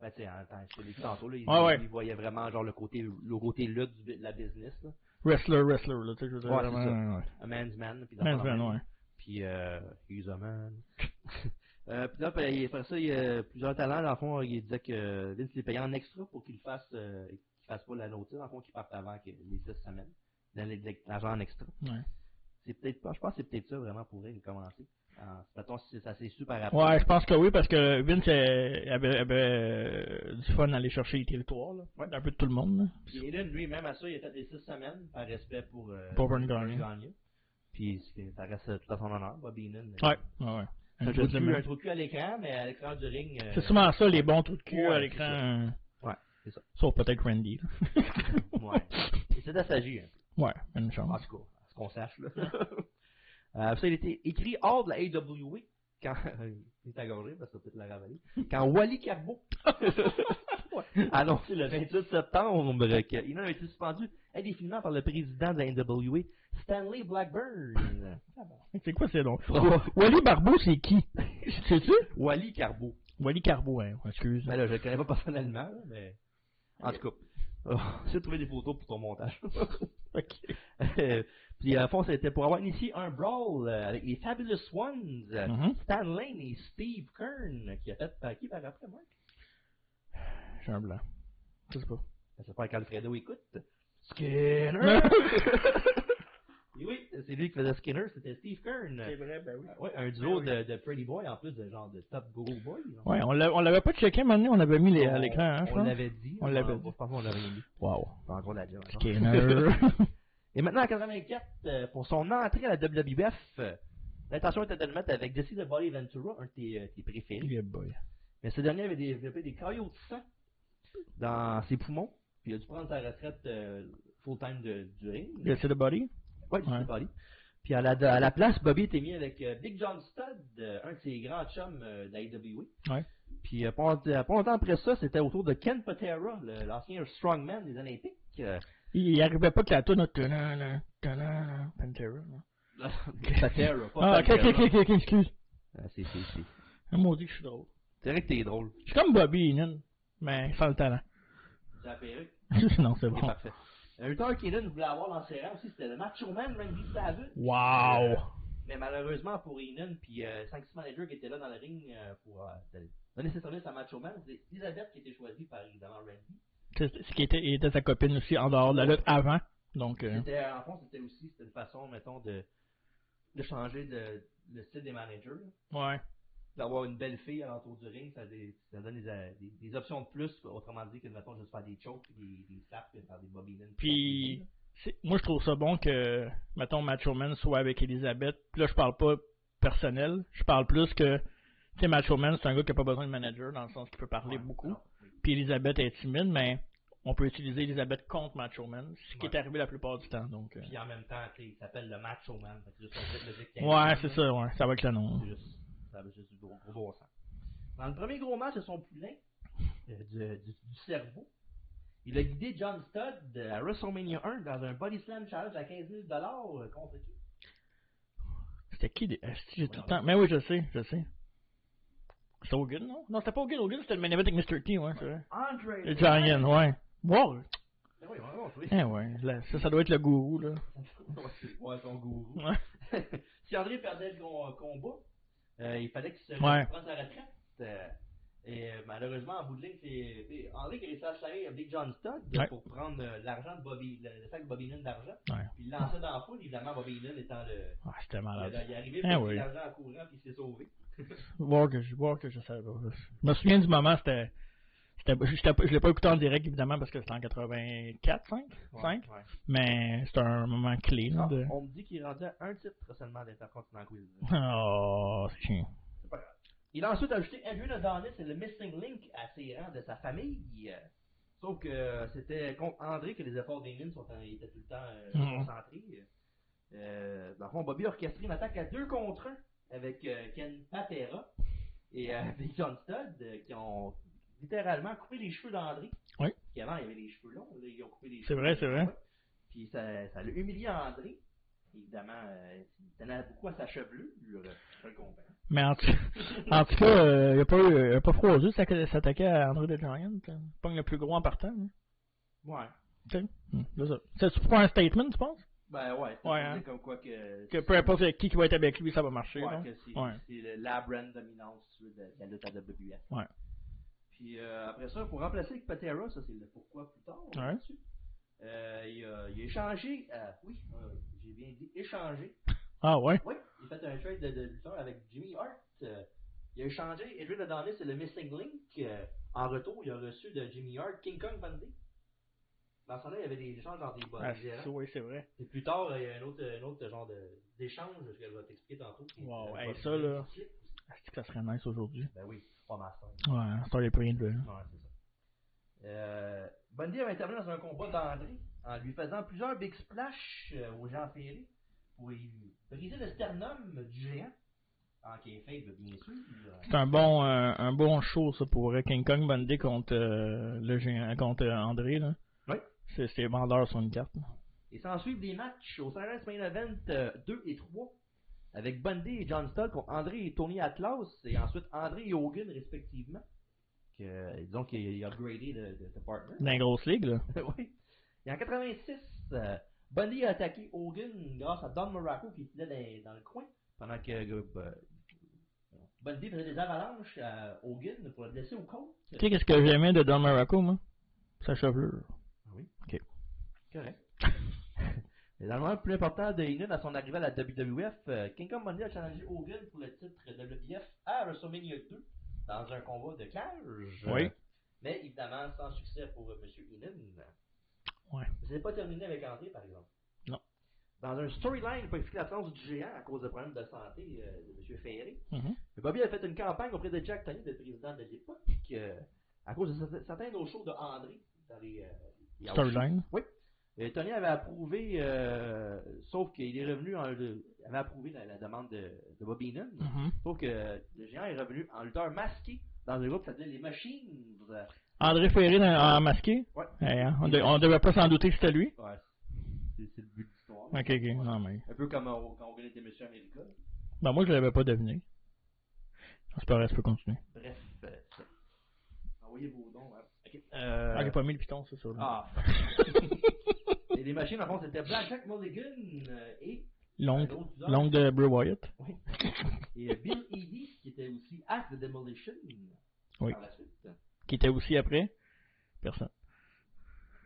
A: Ben, tu sais, en temps, je te l'ai dit tantôt, là, il,
B: Ouais, ouais.
A: il voyait vraiment genre le côté, le côté lutte du- de la business, là.
B: Wrestler, wrestler, là, tu sais, je veux dire,
A: Ouais,
B: vraiment,
A: c'est ça.
B: ouais, ouais.
A: Un man's man. Puis
B: Man's man, ouais.
A: Puis, euh, he's a man. [LAUGHS] Euh, puis là, ben, il- après ça, il y a plusieurs talents. Dans le fond, il disait que Vince les payait en extra pour qu'il fasse, euh, qu'il fasse pas la notice. Dans le fond, qu'il parte avant que les six semaines. Dans les- de l'argent en extra.
B: Ouais.
A: C'est peut-être pas, je pense que c'est peut-être ça vraiment pour elle commencer. En- Mettons, si ça s'est super rapide.
B: Ouais, je pense que oui, parce que Vince euh, avait, avait, euh, du fun à aller chercher les territoires, là.
A: Ouais.
B: Un peu de tout le monde, là.
A: Puis Hélène, lui, même à ça, il a fait les six semaines par respect pour, euh,
B: Pour Vern
A: Vern
B: Gagne.
A: Gagne. Puis c'est- ça reste euh, tout à son honneur, Bobby Heenan.
B: Ouais, ouais, ouais. Un
A: Un
B: trou
A: trou
B: de
A: de cul-
B: main.
A: un trou de cul à l'écran, mais à l'extérieur du ring. euh,
B: C'est souvent ça, les bons trous de cul
A: Ouais,
B: à
A: c'est
B: l'écran.
A: ça.
B: euh,
A: Ouais, c'est ça.
B: Sauf peut-être Randy, là.
A: Ouais. Et c'est d'assagir.
B: Ouais, une
A: En
B: chance.
A: tout cas, à ce qu'on sache, là. [LAUGHS] Euh, ça, il était écrit hors de la AWA quand. [LAUGHS] il est agorgé parce que ça peut te la ravaler. Quand Wally Carbo a annoncé le 28 septembre qu'il avait été suspendu indéfiniment par le président de la NWA, Stanley Blackburn.
B: C'est quoi
A: [LAUGHS]
B: ces noms?
A: Oh.
B: Wally Barbeau,
A: [LAUGHS]
B: c'est qui? C'est ça?
A: Wally Carbo.
B: Wally Carbo, hein, excuse.
A: Ben là, je le connais pas personnellement, là, mais. En tout cas, Oh, j'ai trouvé des photos pour ton montage.
B: Ok.
A: Euh, Puis à fond, c'était pour avoir initié un brawl euh, avec les Fabulous Ones, euh,
B: Mhm.
A: Stan Lane et Steve Kern, qui a fait par qui par après, moi
B: J'ai un blanc. Je sais pas.
A: J'espère qu'Alfredo écoute.
B: [LAUGHS]
A: Skinner! [LAUGHS] Et oui, c'est lui qui faisait Skinner, c'était Steve Kern.
B: vrai, ben oui.
A: Euh, Ouais, un duo de, de Pretty Boy en plus de genre de Top Guru Boy. là.
B: Ouais, on l'a- on l'avait pas checké, un moment donné, on avait mis les, à l'écran, hein, je
A: On
B: pense.
A: l'avait dit. hein.
B: On l'avait
A: Je pense qu'on l'avait dit.
B: Wow.
A: [LAUGHS] C'est encore la job. [LAUGHS]
B: Skinner.
A: Et maintenant, en 84, euh, pour son entrée à la WWF, euh, l'intention était de le mettre avec Jesse de Body Ventura, un de tes, euh, tes préférés.
B: Yeah, boy.
A: Mais ce dernier avait développé des caillots de sang dans ses poumons. Puis il a dû prendre sa retraite euh, full-time de, du ring.
B: Yes, c'est the body?
A: Ouais, Jesse
B: Ouais.
A: Body. Puis à la, à la place, Bobby était mis avec euh, Big John Studd, euh, un de ses grands chums euh, de la AWA.
B: Ouais.
A: Puis euh, pas, longtemps- pas longtemps après ça, c'était autour de Ken Patera, le- l'ancien strongman des Olympiques. Euh, [LAUGHS]
B: Il arrivait pas que la tourne. Tadana, tadana, Pantera. non?
A: Patera, pas
B: Ah, ok,
A: Patera.
B: ok, ok, ok, excuse.
A: Ah, c'est, c'est, c'est.
B: Ah, Maudit que je suis drôle.
A: C'est vrai que t'es drôle.
B: Je suis comme Bobby Heenan, mais sans le talent. [LAUGHS]
A: C'est la perruque.
B: non, c'est
A: C'est
B: bon.
A: parfait. Un lutteur qu'Eden voulait avoir dans ses rangs aussi, c'était le Macho Man Randy Savage.
B: Wow!
A: Mais malheureusement pour Enon puis euh, Sanctus Manager qui était là dans le ring euh, pour euh, de- donner ses services à Macho Man, c'est Elisabeth qui était choisie par évidemment Randy.
B: C'est ce qui était, il était sa copine aussi en dehors de la lutte avant. Donc, euh,
A: C'était, en fond, c'était aussi c'était une façon, mettons, de, de changer de, le style des managers. là.
B: ouais.
A: D'avoir une belle fille alentour du ring, ça, dé- ça donne des, euh, des- des options de plus, quoi. autrement dit que, mettons, juste faire des chokes, des, des slaps, puis faire des Bobby Enon.
B: Puis, c'est- moi, je trouve ça bon que, mettons, Macho Man soit avec Elisabeth. Puis là, je parle pas personnel. Je parle plus que, tu sais, Macho Man, c'est un gars qui a pas besoin de manager, dans le sens qu'il peut parler
A: Ouais,
B: beaucoup.
A: non.
B: Puis Elisabeth est timide, mais on peut utiliser Elisabeth contre Macho Man, ce qui
A: Ouais.
B: est arrivé la plupart du temps. Donc, euh,
A: Puis en même temps, tu sais, il s'appelle le Macho Man. Fait que juste un titre de Dick
B: ouais,
A: Kennedy,
B: c'est
A: là.
B: ça, ouais, ça va avec le nom.
A: C'est juste, ça avait juste du gros, gros bon sens. Dans le premier gros match de son poulain, euh, du, du- du cerveau, il a guidé John Studd euh, à WrestleMania 1 dans un Body Slam Challenge à 15 000 euh, contre qui
B: C'était qui des... Asti, j'ai tout le temps... Mais oui, je sais, je sais. C'était Hogan, non? Non, c'était pas Hogan, Hogan, c'était le main event avec Mr. T, ouais, c'est vrai.
A: Andre
B: Le Giant, ouais. Wow!
A: Ah Oui, vraiment, oui.
B: Eh ouais, là, ça, ça doit être le gourou, là.
A: [LAUGHS] Ouais, son gourou.
B: Ouais.
A: [LAUGHS] si André perdait le con- combat, euh, il fallait qu'il se
B: Ouais.
A: prenne sa retraite. euh, et euh, malheureusement, en bout de ligne, c'est c'est André qui a réussi à se charrer à Big John Studd euh,
B: Ouais.
A: pour prendre euh, l'argent de Bobby, le, le sac de Bobby Lynn d'argent.
B: Ouais.
A: Puis il lançait dans la foule, évidemment, Bobby Lynn étant le.
B: Ah, c'était
A: Il
B: malade.
A: est arrivé,
B: Ah
A: il a
B: oui.
A: pris l'argent en courant, puis il s'est sauvé.
B: Voir que je, voir que je savais pas. Je me souviens du moment, c'était... c'était- j'étais pas- Je l'ai pas écouté en direct, évidemment, parce que c'était en 84, 5? 5?
A: Ouais.
B: Mais c'était un moment clé, là,
A: Ah,
B: de...
A: On me dit qu'il est rendu à un titre seulement d'Intercontinental Quiz.
B: Oh, c'est chiant.
A: C'est pas grave. Il a ensuite ajouté Adrian Adonis et le Missing Link à ses rangs de sa famille. Sauf que c'était contre André que les efforts des mines sont étaient tout le temps euh,
B: Mhm.
A: concentrés. Euh, dans le fond, Bobby a orchestré une attaque à deux contre un avec euh, Ken Patera et euh, [LAUGHS] avec John Studd euh, qui ont littéralement coupé les cheveux d'André.
B: Oui.
A: Parce qu'avant, il avait les cheveux longs. là, ils ont coupé les
B: C'est
A: cheveux.
B: vrai, c'est vrai.
A: Ouais. Puis ça, ça l'a humilié André. Évidemment, euh, il tenait beaucoup à sa chevelure. euh, Je le comprends.
B: Mais en, tout- en tout cas, euh, il a pas, eu- il a pas froid aux yeux de s'atta- s'attaquer à André the Giant. hein. Pogne le plus gros en partant. hein.
A: Ouais.
B: Tu sais, hum, c'est ça. C'est- C'est pour un statement, tu penses?
A: Ben ouais, c'est
B: Ouais,
A: pour
B: hein.
A: dire comme quoi que.
B: Que peu importe qui qui va être avec lui, ça va marcher.
A: Ouais,
B: là.
A: que c'est
B: Ouais.
A: c'est le- la brand dominante si tu veux, de de la lutte à WWF.
B: Ouais.
A: Puis euh, après ça, pour remplacer Patera, ça c'est le pourquoi plus tard.
B: Ouais.
A: là-dessus, euh, il, a, il a échangé, euh, oui, euh, j'ai bien dit échangé.
B: Ah ouais?
A: Oui, il a fait un trade de, de lutteur avec Jimmy Hart. euh, il a échangé Edwin Adonis et le Missing Link. euh, en retour, il a reçu de Jimmy Hart King Kong Bundy. Dans ce temps-là, il y avait des échanges dans des bonnes.
B: Ah,
A: des rangs.
B: c'est- oui, c'est vrai.
A: Et plus tard, il y a un autre, un autre genre de- d'échange, ce qu'elle va t'expliquer tantôt. qui est-
B: Wow,
A: euh,
B: hey,
A: pas-
B: ça, là.
A: du slip.
B: Ah, c'est que ça serait nice aujourd'hui.
A: Ben oui, c'est pas master.
B: Ouais, hein, ça les prix de.
A: Ouais, c'est ça. Euh, Bundy avait intervenu dans un combat d'André en lui faisant plusieurs big splash euh, aux gens ferrés pour y briser le sternum du géant. En kayfabe, bien sûr.
B: C'est un bon, euh, un bon show, ça, pour euh, King Kong Bundy contre, euh, le géant, contre euh, André, là.
A: Ouais.
B: C'est c'est vendeur sur une carte. là.
A: Et s'en suivent des matchs au Sarah Main Event euh, 2 et 3 avec Bundy et John Stock, contre André et Tony Atlas, et ensuite André et Hogan respectivement. Que, euh, disons qu'il a upgradé le, le- le partner.
B: Dans la grosse ligue, là.
A: [LAUGHS] oui. Et en 86, euh, Bundy a attaqué Hogan grâce à Don Morocco qui était dans, dans le coin pendant que euh, ben, Bundy faisait des avalanches à Hogan pour le blesser au côtes.
B: Tu sais, qu'est-ce que j'aimais de Don Maraco, moi? Sa chevelure.
A: [LAUGHS] Correct. Mais dans le moment le plus important de Heenan à son arrivée à la WWF, euh, King Kong Bundy a challengé Hogan pour le titre WWF à WrestleMania 2 dans un combat de cage.
B: Oui.
A: Euh, Mais évidemment, sans succès pour euh, Monsieur M. Heenan.
B: Ouais.
A: Mais c'est pas terminé avec André, par exemple.
B: Non.
A: Dans un storyline pour expliquer l'absence du géant à cause de problèmes de santé euh, de Monsieur Ferré,
B: Mhm.
A: mais Bobby a fait une campagne auprès de Jack Tony, le président de l'époque, euh, à cause de certains- certains de nos shows de André dans les. euh, les house shows.
B: Storyline.
A: Euh, Tony avait approuvé, euh, sauf qu'il est revenu en. le- avait approuvé la, la demande de, de Bobby Heenan.
B: Mhm.
A: Sauf que le géant est revenu en lutteur masqué dans un groupe, c'est-à-dire les Machines.
B: André Ferré dans- en masqué?
A: Ouais.
B: Eh, hein, on, de- on devait pas s'en douter que c'était lui.
A: Ouais. C'est c'est le but de l'histoire.
B: Ok, ok. Non, mais...
A: Un peu comme on- quand on connaît des Monsieur America.
B: Ben, moi, je l'avais pas deviné. C'est pas vrai, je peux continuer.
A: Bref. euh, ça. Envoyez vos noms. hein. Ok.
B: Ah, j'ai pas mis le piton, c'est ça. là.
A: Ah. [LAUGHS] et les machines, en fond, c'était Blackjack Mulligan euh, et,
B: Longue,
A: un autre leader,
B: longue de Bray Wyatt.
A: et euh, Bill Eady, qui était aussi Act the Demolition
B: Oui.
A: par la suite.
B: Qui était aussi après? Personne. [LAUGHS]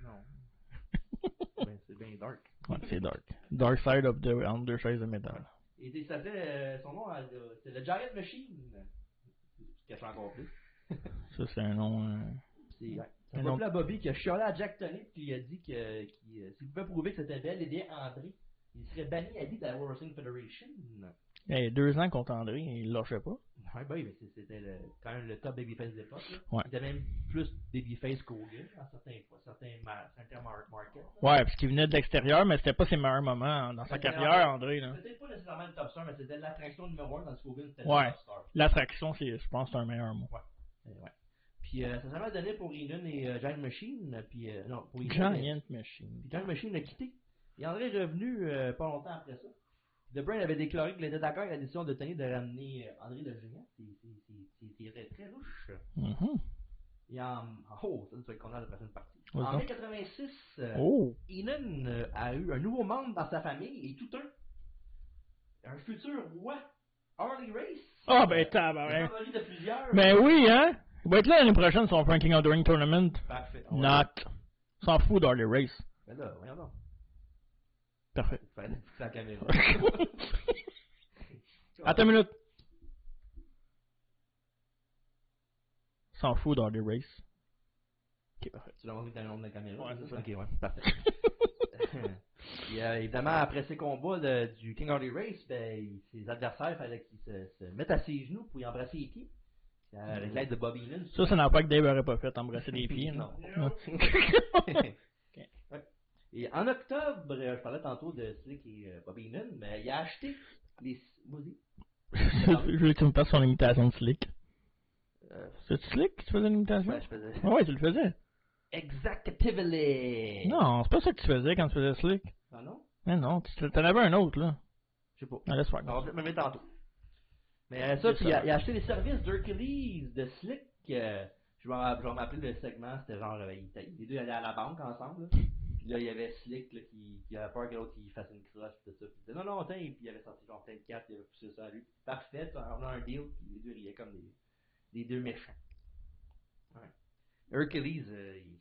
A: Non. Ben, c'est bien dark.
B: Ouais, c'est Dark. Dark Side of the Underside of Metal.
A: Et il s'appelait, euh, son nom, euh, c'est le Giant Machine. Ce cache encore plus.
B: Ça, c'est un nom. euh,
A: C'est
B: Un
A: un
B: nom-
A: peuple à Bobby qui a chialé à Jack Tony puis il a dit que qu'il, euh, s'il pouvait prouver que c'était bel et bien André, il serait banni à vie de la World Wrestling Federation.
B: Eh, deux ans contre André, il lâchait pas.
A: Ouais, ben oui, mais c'est- c'était le- quand même le top babyface de l'époque. là.
B: Ouais.
A: Il était même plus babyface qu'Hogan à certains fois, certains, mar- certains mar- markets. là.
B: Ouais, parce qu'il venait de l'extérieur, mais c'était pas ses meilleurs moments hein, dans sa
A: C'était
B: carrière,
A: en-
B: André. Là.
A: Peut-être pas nécessairement le top star, mais c'était l'attraction numéro 1 dans ce Hogan, c'était
B: Ouais.
A: le top star.
B: L'attraction, c'est, je pense, c'est un meilleur mot.
A: Euh, ouais. Puis euh, ça s'est jamais donné pour Inan et euh, Giant Machine, puis euh, non, pour Heenan et-
B: Giant Machine.
A: Puis John Machine l'a quitté. Et André est revenu euh, pas longtemps après ça. The Brain avait déclaré qu'il était d'accord avec la décision de Tony de ramener euh, André le Géant. C'est- c'est- c'est- c'est- C'est très, très louche.
B: Mhm.
A: Et en... Oh, ça, tu vas être content de la prochaine partie.
B: Vas-y
A: En
B: donc.
A: mai 86, euh,
B: Oh!
A: Heenan, euh, a eu un nouveau membre dans sa famille et tout un... Un futur roi, Harley Race.
B: Ah, ben,
A: Le
B: tabarin.
A: favori de plusieurs.
B: Ben oui, hein? Il va être là l'année prochaine, son Franklin O'Dwayne Tournament.
A: Parfait.
B: Ah
A: On va-
B: Not. S'en fout dans les races.
A: Ben là, voyons donc.
B: Parfait.
A: Il fallait [LAUGHS] pousser la caméra.
B: [LAUGHS] Attends une minute. S'en fout dans les races. Ok, parfait.
A: Tu l'as montré dans le nom de la caméra.
B: Ouais, c'est ça.
A: Ok,
B: [LAUGHS]
A: ouais, parfait. Puis, euh, évidemment, après ces combats de- du King Harley Race, ben, il- ses adversaires, fallait qu'ils se, se mettent à ses genoux pour y embrasser les pieds. Puis, euh, Avec l'aide de Bobby Lynn.
B: Mm. Ça, c'est l'emploi que Dave aurait pas fait, embrasser les pieds.
A: [LAUGHS] Non.
B: [LAUGHS] Ok.
A: Ouais. Et en octobre, euh, je parlais tantôt de Slick et euh, Bobby Lynn, mais il a acheté les. Vas-y.
B: je voulais que tu me fasses son imitation de Slick.
A: Euh,
B: C'est Slick qui tu faisais l'imitation?
A: ouais, je faisais.
B: Ah ouais, tu le faisais.
A: Exactively!
B: Non, c'est pas ça que tu faisais quand tu faisais Slick.
A: Ah non?
B: Mais non, tu- t'en avais un autre, là.
A: Je sais pas.
B: Ah, laisse faire.
A: On va peut-être me mettre tantôt. Mais euh, ça,
B: Des
A: puis il a,
B: services.
A: il a acheté les services d'Hercules, de Slick. euh, je vais je vais m'appeler le segment, c'était genre, euh, ils étaient- les deux allaient à la banque ensemble. là. Puis là, il y avait Slick là, qui, qui avait peur que l'autre il fasse une crosse, puis tout ça. Puis il disait non, non, attends, puis il avait sorti genre plein de cartes, il avait poussé ça à lui. Parfait, on a un deal, puis les deux riaient comme des, des deux méchants. Ouais. Hercules, euh, il-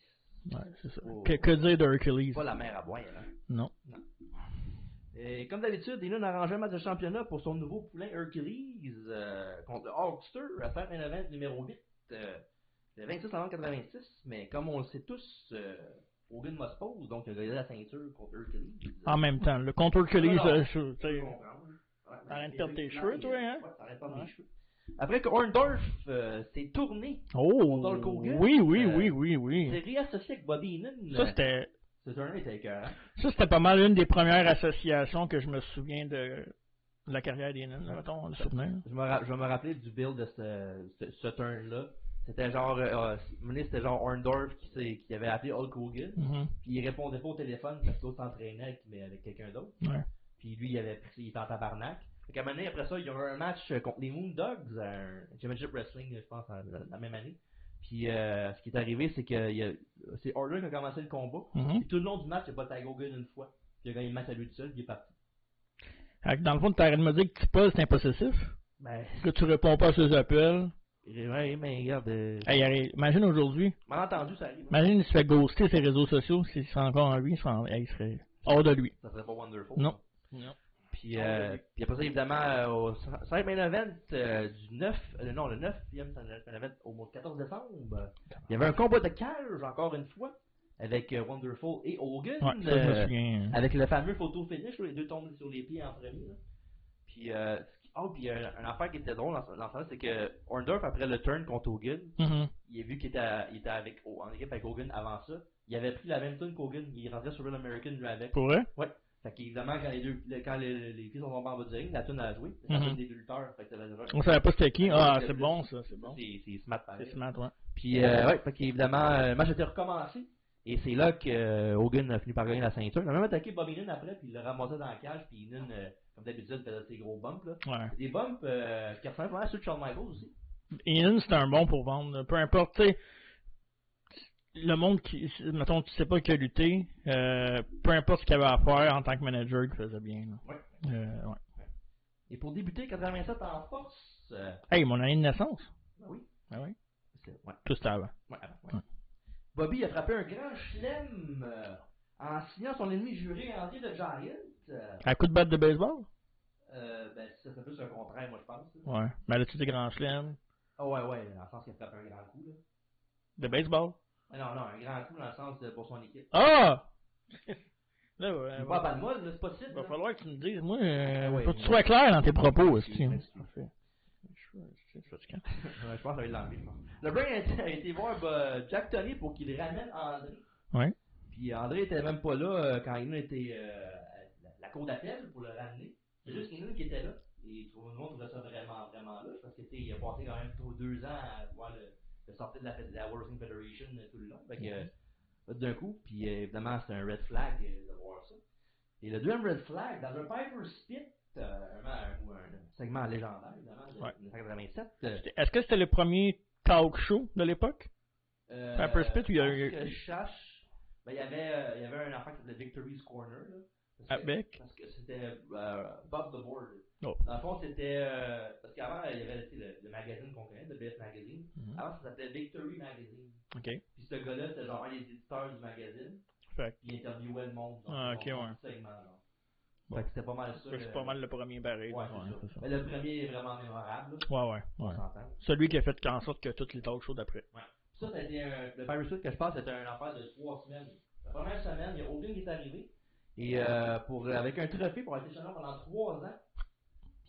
B: Ouais, c'est ça.
A: Oh.
B: Que, que dire de Hercules?
A: c'est pas la mer à boire, hein.
B: Non.
A: Et comme d'habitude, Dylan arrangeait un match de championnat pour son nouveau poulain Hercules euh, contre le Hulkster à faire un event numéro 8 euh, le 26 novembre 86. Mais comme on le sait tous, euh, Hogan must pose, donc il a gagné la ceinture contre Hercules.
B: En même temps, le contre Hercules,
A: Non, non.
B: euh, je- tu
A: Je
B: sais,
A: comprends, hein. Ouais, mais
B: T'arrêtes de perdre tes
A: effectivement,
B: cheveux,
A: il-
B: toi, hein?
A: Ouais, t'arrêtes de perdre mes
B: Ouais.
A: cheveux. Après que Orndorff euh, s'est tourné,
B: Oh!
A: Hulk Hogan,
B: Oui, oui,
A: euh,
B: oui, oui,
A: s'est
B: oui.
A: réassocié avec Bobby Heenan.
B: Ça, c'était
A: Ce tournoi était écœurant.
B: ça, c'était pas mal une des premières associations que je me souviens de de la carrière des nains, mettons, le souvenir.
A: Je me, ra- je vais me rappeler du build de ce, ce, ce turn-là. C'était genre, euh, euh, Meunier, c'était genre Orndorff qui, s'est- qui avait appelé Hulk Hogan,
B: Mhm.
A: puis il répondait pas au téléphone parce que l'autre s'entraînait avec, mais avec quelqu'un d'autre.
B: Ouais.
A: Puis lui, il avait pris, il était en tabarnak. Fait qu'à un moment donné, après ça, il y a eu un match euh, contre les Moondogs, euh, un Championship Wrestling, je pense, en- la, la même année. Puis euh, ce qui est arrivé, c'est que il y a- c'est Orndorff qui a commencé le combat.
B: Mhm.
A: Puis tout le long du match, il a battu Hogan une fois. Puis il a gagné le match à lui tout seul, puis il est parti.
B: Fait que Dans le fond, t'arrêtes de me dire que tu poses, c'est impossessif.
A: Ben, [LAUGHS]
B: Que tu réponds pas à ses appels.
A: ouais, mais regarde. euh,
B: Hey, arrête. imagine aujourd'hui.
A: Malentendu, ça arrive. hein.
B: Imagine, il se fait ghoster ses réseaux sociaux. S'il serait encore en lui, il serait, en- hey, il serait hors de lui.
A: Ça serait pas wonderful.
B: Non.
A: Puis, euh, puis après ça, évidemment, euh, au 5 main event euh, du 9, euh, non, le 9 e main event au mois de 14 décembre, euh, il y avait un combat de cage, encore une fois, avec euh, Wonderful et Hogan,
B: Ouais, ça, je me
A: euh,
B: souviens.
A: avec le fameux photo finish où les deux tombent sur les pieds en premier. là. Puis, euh, ce qui- Oh, puis euh, un affaire qui était drôle dans ce- dans ce sens, c'est que Orndorff, après le turn contre Hogan,
B: Mhm.
A: il a vu qu'il était, à- il était avec, au- en équipe avec Hogan avant ça. Il avait pris la même tune qu'Hogan, il rentrait sur Real American lui avec.
B: Pour eux?
A: Fait qu'évidemment, quand les deux, le- quand les, les filles sont tombées en bas du ring, la tune a joué. C'est la
B: Mhm.
A: tune des deux lutteurs. Fait que ça faisait-
B: On savait pas c'était qui. Ah, c'est bon, ça, c'est bon.
A: C'est c'est smart pareil.
B: C'est smart, ouais.
A: Puis, euh, ouais, fait qu'évidemment, euh, le match a été recommencé. Et c'est là que euh, Hogan a fini par gagner la ceinture. Il a même attaqué Bobby Lynn après, puis il l'a ramassé dans la cage, puis Lynn, euh, comme d'habitude, faisait ses gros bumps. Là.
B: Ouais.
A: Des bumps euh, qui ressemblent vraiment à ceux de Shawn Michaels aussi.
B: Ian, c'est un bon pour vendre. là. Peu importe, tu sais, le monde qui, mettons, tu sais pas qui a lutté, euh, peu importe ce qu'il avait à faire en tant que manager, il faisait bien. là.
A: Ouais.
B: Euh, ouais.
A: Et pour débuter 87 en force, euh,
B: Hey, mon année de naissance.
A: ben oui,
B: Ah oui?
A: c'est- ouais,
B: Tout c'était avant.
A: ouais, avant, ouais.
B: Ouais.
A: Bobby a frappé un grand chelem euh, en signant son ennemi juré André le Giant. Euh,
B: À coup de batte de baseball?
A: euh, ben, ça, c'est plus un contraire, moi, je pense. là.
B: Ouais. Mais là, tu des grands chelems.
A: Ah ouais, ouais, dans le sens qu'il a frappé un grand coup. Là.
B: De baseball?
A: Mais non, non, un grand coup dans le sens de, pour son équipe. [LAUGHS]
B: Ah! là, ouais,
A: Il
B: ouais.
A: va pas de molle, là, c'est pas
B: Il
A: possible.
B: Euh, va
A: là.
B: falloir que tu me dises, moi, euh,
A: Ah ouais,
B: faut que tu
A: ouais.
B: sois clair dans tes propos, est-ce que
A: Excuse,
B: tu-
A: excuse.
B: Je suis fatigué.
A: Ouais, je pense qu'il l'a enlevé, je pense. LeBron a été, a été voir bah, Jack Tony pour qu'il ramène André.
B: Ouais.
A: Puis André était même pas là euh, quand England était euh, à la, la cour d'appel pour le ramener. C'est juste England qui était là. Et tout le monde trouvait ça vraiment, vraiment là. Parce qu'il a passé quand même tout deux ans à voir le, le sortir de la, de la World Wrestling Federation euh, tout le long. Fait que,
B: Mhm.
A: euh, d'un coup, puis euh, évidemment, c'est un red flag euh, de voir ça. Et le deuxième red flag, dans un Piper Spit, euh, un, ou un segment légendaire, évidemment, de
B: Ouais.
A: 1987. euh,
B: Est-ce que c'était le premier talk show de l'époque?
A: euh,
B: Pepper Spit ou il y a eu-
A: parce que je cherche, ben, il y avait, euh, il y avait un enfant qui s'appelait Victory's Corner. Là, parce que-
B: Avec?
A: Parce que c'était euh, Bob the Board.
B: Oh.
A: Dans le fond, c'était. euh, parce qu'avant, il y avait tu sais, le, le magazine qu'on connaît, le BS Magazine.
B: Mhm.
A: Avant, ça s'appelait Victory Magazine.
B: Ok.
A: Puis ce gars-là, c'était genre un des éditeurs du magazine.
B: Fait que-
A: Puis il interviewait le monde. dans
B: Ah,
A: son-
B: ok,
A: dans
B: ouais.
A: son segment, genre.
B: Bon.
A: Fait que c'était pas mal ça. euh,
B: Fait que C'est pas mal le premier barré.
A: Ouais,
B: là.
A: c'est ça.
B: c'est ça.
A: Mais le premier est vraiment mémorable. là.
B: Ouais, ouais,
A: On
B: ouais.
A: s'entend.
B: Celui qui a fait en sorte que toutes les talk shows d'après.
A: Ça, c'était un, le Pirate Suite que je pense, c'était un affaire de trois semaines. La première semaine, il y a Hogan qui est arrivé. Et euh, pour, avec un trophée pour être champion pendant trois ans.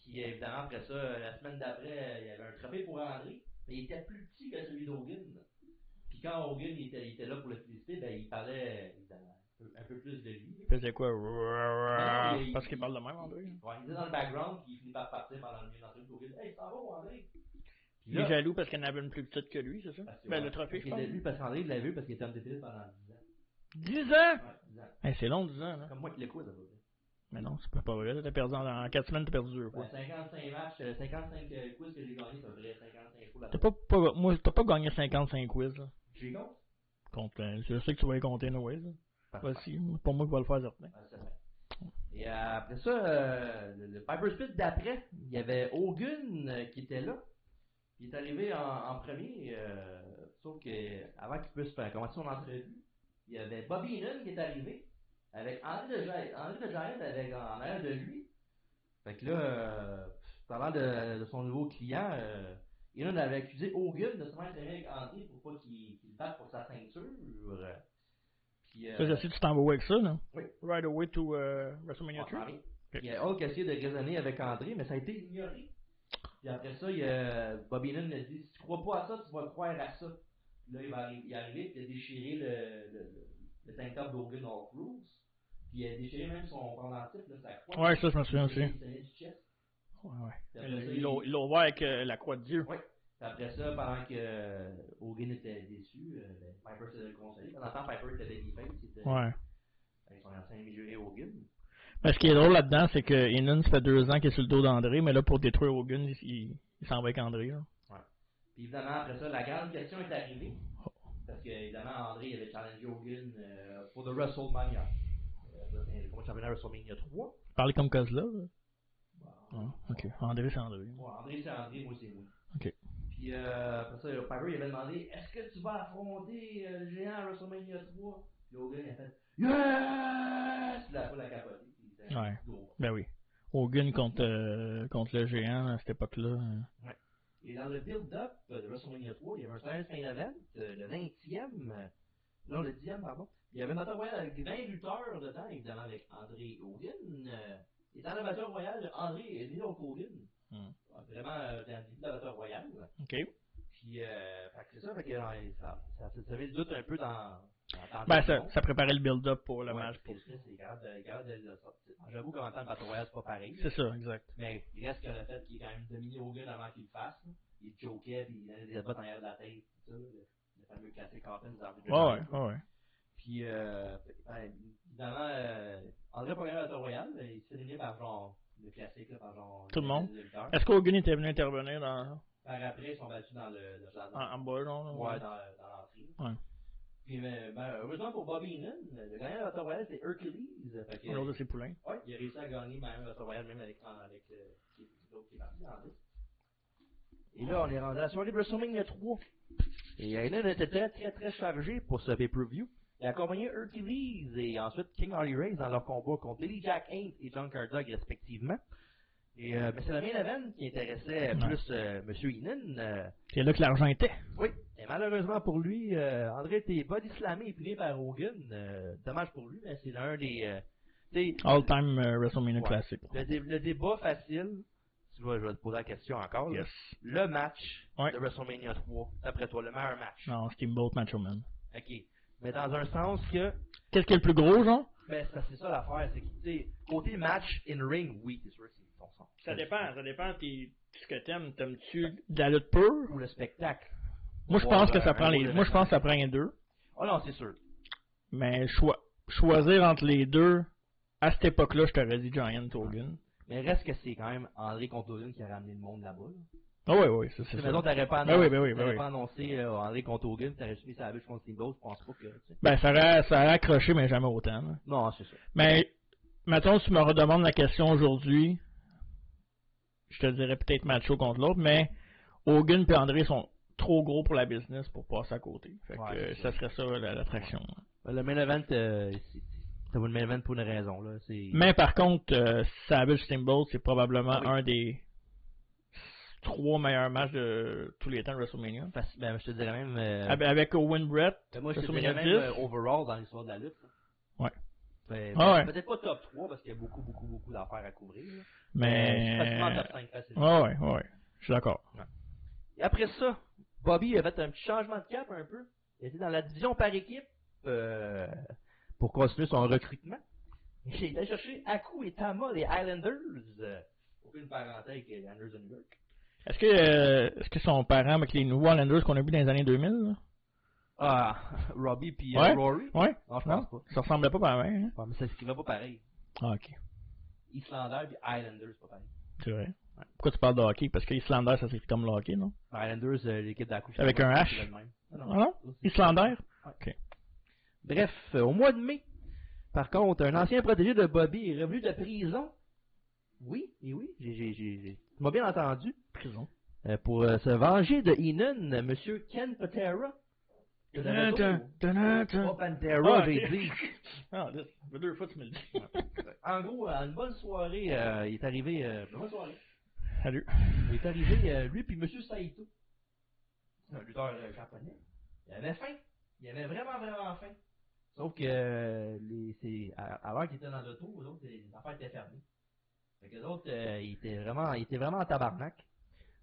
A: Puis évidemment, après ça, euh, la semaine d'après, euh, il y avait un trophée pour André. Mais il était plus petit que celui d'Hogan. Puis quand Hogan il était, il était là pour le féliciter, ben, il parlait évidemment, un peu- un peu plus de lui.
B: Il faisait quoi?
A: Non, il-
B: Parce qu'il parle de même, André. hein.
A: Ouais, il était dans le background, puis il finit par partir pendant le milieu d'entrée. Hogan, hey, ça va, André? Puis
B: Il est jaloux parce qu'il en avait une plus petite que lui, c'est ça?
A: parce que-
B: Ben, le trophée,
A: Ah, parce
B: je
A: qu'il était-
B: pense.
A: Lui, parce qu'André l'avait vu parce qu'il était en déficit pendant 10 ans.
B: 10 ans!
A: Ouais, 10 ans.
B: Hey, c'est long, 10 ans, là.
A: Comme moi qui l'écoute, à peu près.
B: Mais non, c'est pas vrai. T'as perdu en, en 4 semaines, t'as perdu deux fois.
A: Ben, 55 matchs, euh, 55 euh, quiz que j'ai gagné, ça vrai 55 fois
B: T'as
A: là-dedans.
B: pas, pas- moi, t'as pas gagné 55 quiz, là.
A: J'ai compte?
B: Compte, euh, je sais que tu vas les compter, Noé, là. Voici, pour moi, je vais le faire certain.
A: Ah, c'est vrai. Et euh, après ça, euh, le, le Piper Spit d'après, il y avait Hogan euh, qui était là. Il est arrivé en, en premier, euh, sauf que avant qu'il puisse faire commencer son entrevue, il y avait Bobby Heenan qui est arrivé avec Henry de Giant, Henry de Giant avec en arrière de lui. Fait que là, euh, parlant de, de son nouveau client, euh, Heenan avait accusé Hogan de se mettre avec Henry pour pas qu'il qu'il le batte pour sa ceinture. Euh, Puis, euh,
B: Ça, je sais que tu t'en vas où avec ça, là.
A: Oui.
B: Right away to euh, WrestleMania
A: on
B: 3.
A: s'en vient. Il y a Hulk qui a essayé de raisonner avec André, mais ça a été ignoré. Puis après ça, il y a Bobby Lynn a dit Si tu crois pas à ça, tu vas croire à ça. Puis là, il, va arri- il est arrivé, puis il a déchiré le, le, le, le tank top d'Hogan All Rules. Puis il a déchiré même son pendentif, là, sa croix.
B: Ouais, ça, je me souviens
A: Il
B: aussi.
A: s'est mis du chest.
B: Ouais, ouais.
A: Après
B: Euh, Ils
A: ça,
B: l'ont- Ils l'ont ouvert avec euh, la croix de Dieu.
A: Puis après ça, pendant que euh, Hogan était déçu, euh, ben, Piper s'est consolé. Pendant le temps, Piper était babyface, il était
B: Ouais.
A: avec son ancien juré Hogan.
B: Mais ce qui est drôle là-dedans, c'est que Inan, ça fait deux ans qu'il est sur le dos d'André, mais là, pour détruire Hogan, il, il- il s'en va avec André. là.
A: Puis évidemment, après ça, la grande question est arrivée.
B: Oh.
A: Parce que, évidemment, André il avait challengé Hogan euh, pour The WrestleMania. Euh, ça, c'est le combat de championnat WrestleMania 3.
B: Parler comme Kozlov. là.
A: Bon,
B: Ah, ok. André, c'est André.
A: bon, André, c'est André, moi, c'est moi.
B: Ok.
A: Puis euh, après ça, le Pyro, il avait demandé Est-ce que tu vas affronter euh, le géant à WrestleMania 3 Puis Hogan, il a fait Yes Puis la foule a capoté. Puis il était
B: Ouais.
A: gros.
B: Ben oui. Hogan contre, euh, contre le géant à cette époque-là. euh.
A: Et dans le build-up euh, de WrestleMania 3, il y avait un Saturday Night Event, euh, le 20e, euh, non, le 10e, pardon. Il y avait un batteur royal avec 20 lutteurs dedans, évidemment, avec André Hogan. euh, et dans le batteur royal, André est né donc Hogan.
B: Hmm.
A: Vraiment euh, dans le Battle Royale.
B: OK.
A: Puis, euh, fait que c'est ça, fait que, euh, ça, ça, ça, ça met le doute un peu dans. dans- dans tout
B: Ben,
A: le
B: ça,
A: monde.
B: ça préparait le build-up pour le
A: Ouais,
B: match.
A: Pour ça, c'est grave de, grave de le sortir. J'avoue qu'en tant que Battle Royale, c'est pas pareil.
B: C'est ça, exact.
A: Mais il reste que Ben, le fait qu'il est quand même dominé au gun avant qu'il le fasse. là. Il choquait, puis il avait des bottes en arrière de la tête, tout ça. là. Le, le fameux classique Hoffman, vous en avez déjà
B: Ouais,
A: entendu.
B: ouais, ouais.
A: Puis, euh, ben, évidemment, euh, André Poirier de Royal, ben, il s'est éliminé par genre le classique, là, par genre.
B: Tout le monde.
A: les lutteurs.
B: Est-ce qu'Hogan était venu intervenir dans,
A: Par après, ils sont battus dans le, le jardin.
B: en, en bas, là, là?
A: Ouais, dans, dans l'entrée.
B: Ah. Ouais.
A: Puis, ben, ben, heureusement pour Bobby Heenan, le gagnant de Royal, c'est Hercules. Fait que,
B: Un autre de ses poulains.
A: ouais, il a réussi à gagner même Battle Royal, même avec, en- avec euh, qui- l'autre qui est parti en liste. Et là, on est rendu à la soirée WrestleMania 3. Et Heenan était très, très, très chargé pour ce pay-per-view. Il a accompagné Hercules et ensuite King Harley Race dans leur combat contre Billy Jack Haynes et John Cardog respectivement. Et euh, ben, c'est le main event qui intéressait
B: Ouais.
A: plus euh, M. Heenan. euh,
B: C'est là que l'argent était.
A: oui, et malheureusement pour lui, euh, André était body slammé et plié par Hogan. euh, dommage pour lui, mais c'est l'un des. euh, tu sais,
B: All-time euh, WrestleMania
A: Ouais.
B: Classic.
A: le, dé- le débat facile, tu vois, je vais te poser la question encore. là.
B: Yes.
A: Le match
B: Ouais.
A: de WrestleMania 3, d'après toi, le meilleur match.
B: Non, Steamboat Macho Man.
A: OK. Mais dans un sens que.
B: Qu'est-ce qui est le plus gros, genre?
A: Ben, c'est c'est ça l'affaire, c'est que, tu sais, côté match in-ring, oui, c'est sûr que c'est ton sens.
B: Ça dépend, ça dépend. Puis, ce que t'aimes, t'aimes-tu de la lutte pure?
A: Ou le spectacle.
B: Moi, je
A: Ou
B: pense que
A: un-
B: ça
A: un
B: prend les,
A: gros
B: moi, je pense que ça
A: événement.
B: prend les deux.
A: Oh non, c'est sûr.
B: Mais choi- choisir entre les deux, à cette époque-là, je t'aurais dit Giant Hogan.
A: Mais reste que c'est quand même André Contoline qui a ramené le monde là-bas. là.
B: Ah ouais, ouais, ça, c'est
A: Mais
B: ça.
A: non, t'aurais pas
B: Ben
A: annoncé,
B: oui, ben oui, ben
A: t'aurais
B: oui.
A: pas annoncé euh, André contre Hogan, t'aurais juste mis sa bûche contre Steamboat, je pense pas que. tu sais.
B: Ben, ça aurait, ça aurait accroché, mais jamais autant. là.
A: Non, c'est ça.
B: Mais, mettons, si tu me redemandes la question aujourd'hui, je te dirais peut-être Macho contre l'autre, mais Hogan et André sont trop gros pour la business pour passer à côté. Fait que
A: Ouais,
B: euh,
A: c'est
B: ça serait ça la- l'attraction.
A: Ben, Le main event, euh, c'est- c'est pas le main event pour une raison, là. C'est.
B: Mais par contre, euh, Savage Steamboat, c'est probablement
A: Ah oui.
B: un des trois meilleurs matchs de tous les temps de WrestleMania.
A: Faci- ben, je te dirais même. euh,
B: Avec- Avec Owen Brett.
A: ben, moi, je te dirais
B: WrestleMania
A: même
B: 10.
A: euh, overall dans l'histoire de la lutte. là.
B: Ouais.
A: Ben,
B: Ah
A: ben,
B: ouais.
A: Peut-être pas top 3 parce qu'il y a beaucoup, beaucoup, beaucoup d'affaires à couvrir. là.
B: Mais.
A: Euh, facilement top 5 facilement.
B: Ouais, ouais, ouais. Je suis d'accord.
A: Et après ça, Bobby a fait un petit changement de cap un peu. Il était dans la division par équipe euh, pour continuer son recrutement. Et Il a cherché Aku et Tama, les Islanders. Euh, Aucune parenté avec les Islanders de New York.
B: Est-ce que, euh, est-ce que son parent avec les nouveaux Islanders qu'on a vu dans les années 2000, là?
A: Ah, [LAUGHS] Robbie puis euh,
B: Ouais.
A: Rory.
B: Ouais?
A: Non, je
B: Non?
A: pense pas.
B: Ça ressemblait pas pas mal, hein?
A: Ouais, mais ça s'écrivait pas pareil.
B: Ah, ok.
A: Islanders puis Islanders, pas pareil.
B: C'est vrai. Pourquoi tu parles de hockey? Parce que Islander, ça s'écrit comme le hockey, non?
A: Islanders, euh, l'équipe d'Aku.
B: Avec un H?
A: Non,
B: Ah non?
A: Ça, c'est-
B: Islander?
A: Bref, euh, au mois de mai, par contre, un ancien protégé de Bobby est revenu de prison. Oui, et oui, j'ai, j'ai, j'ai, j'ai- tu m'as bien entendu.
B: Prison.
A: Euh, pour euh, se venger de Heenan, euh, Monsieur Ken Patera. de
B: Tadadun,
A: retour.
B: tadadun.
A: Pas Pantera,
B: Hein, Ah,
A: j'ai
B: ok.
A: dit.
B: Ah, là, ça fait deux fois que tu me le dis.
A: En gros, à une bonne soirée, euh, il est arrivé. euh, bonne soirée.
B: Salut.
A: Il est arrivé, euh, lui puis Monsieur Saito. C'est un lutteur euh, japonais. Il avait faim. Il avait vraiment, vraiment faim. Sauf que, euh, les, c'est, à, à l'heure qu'il était dans l'auto, les autres, les affaires étaient fermées. Fait que les autres, euh, ils étaient vraiment, ils étaient vraiment en tabarnak.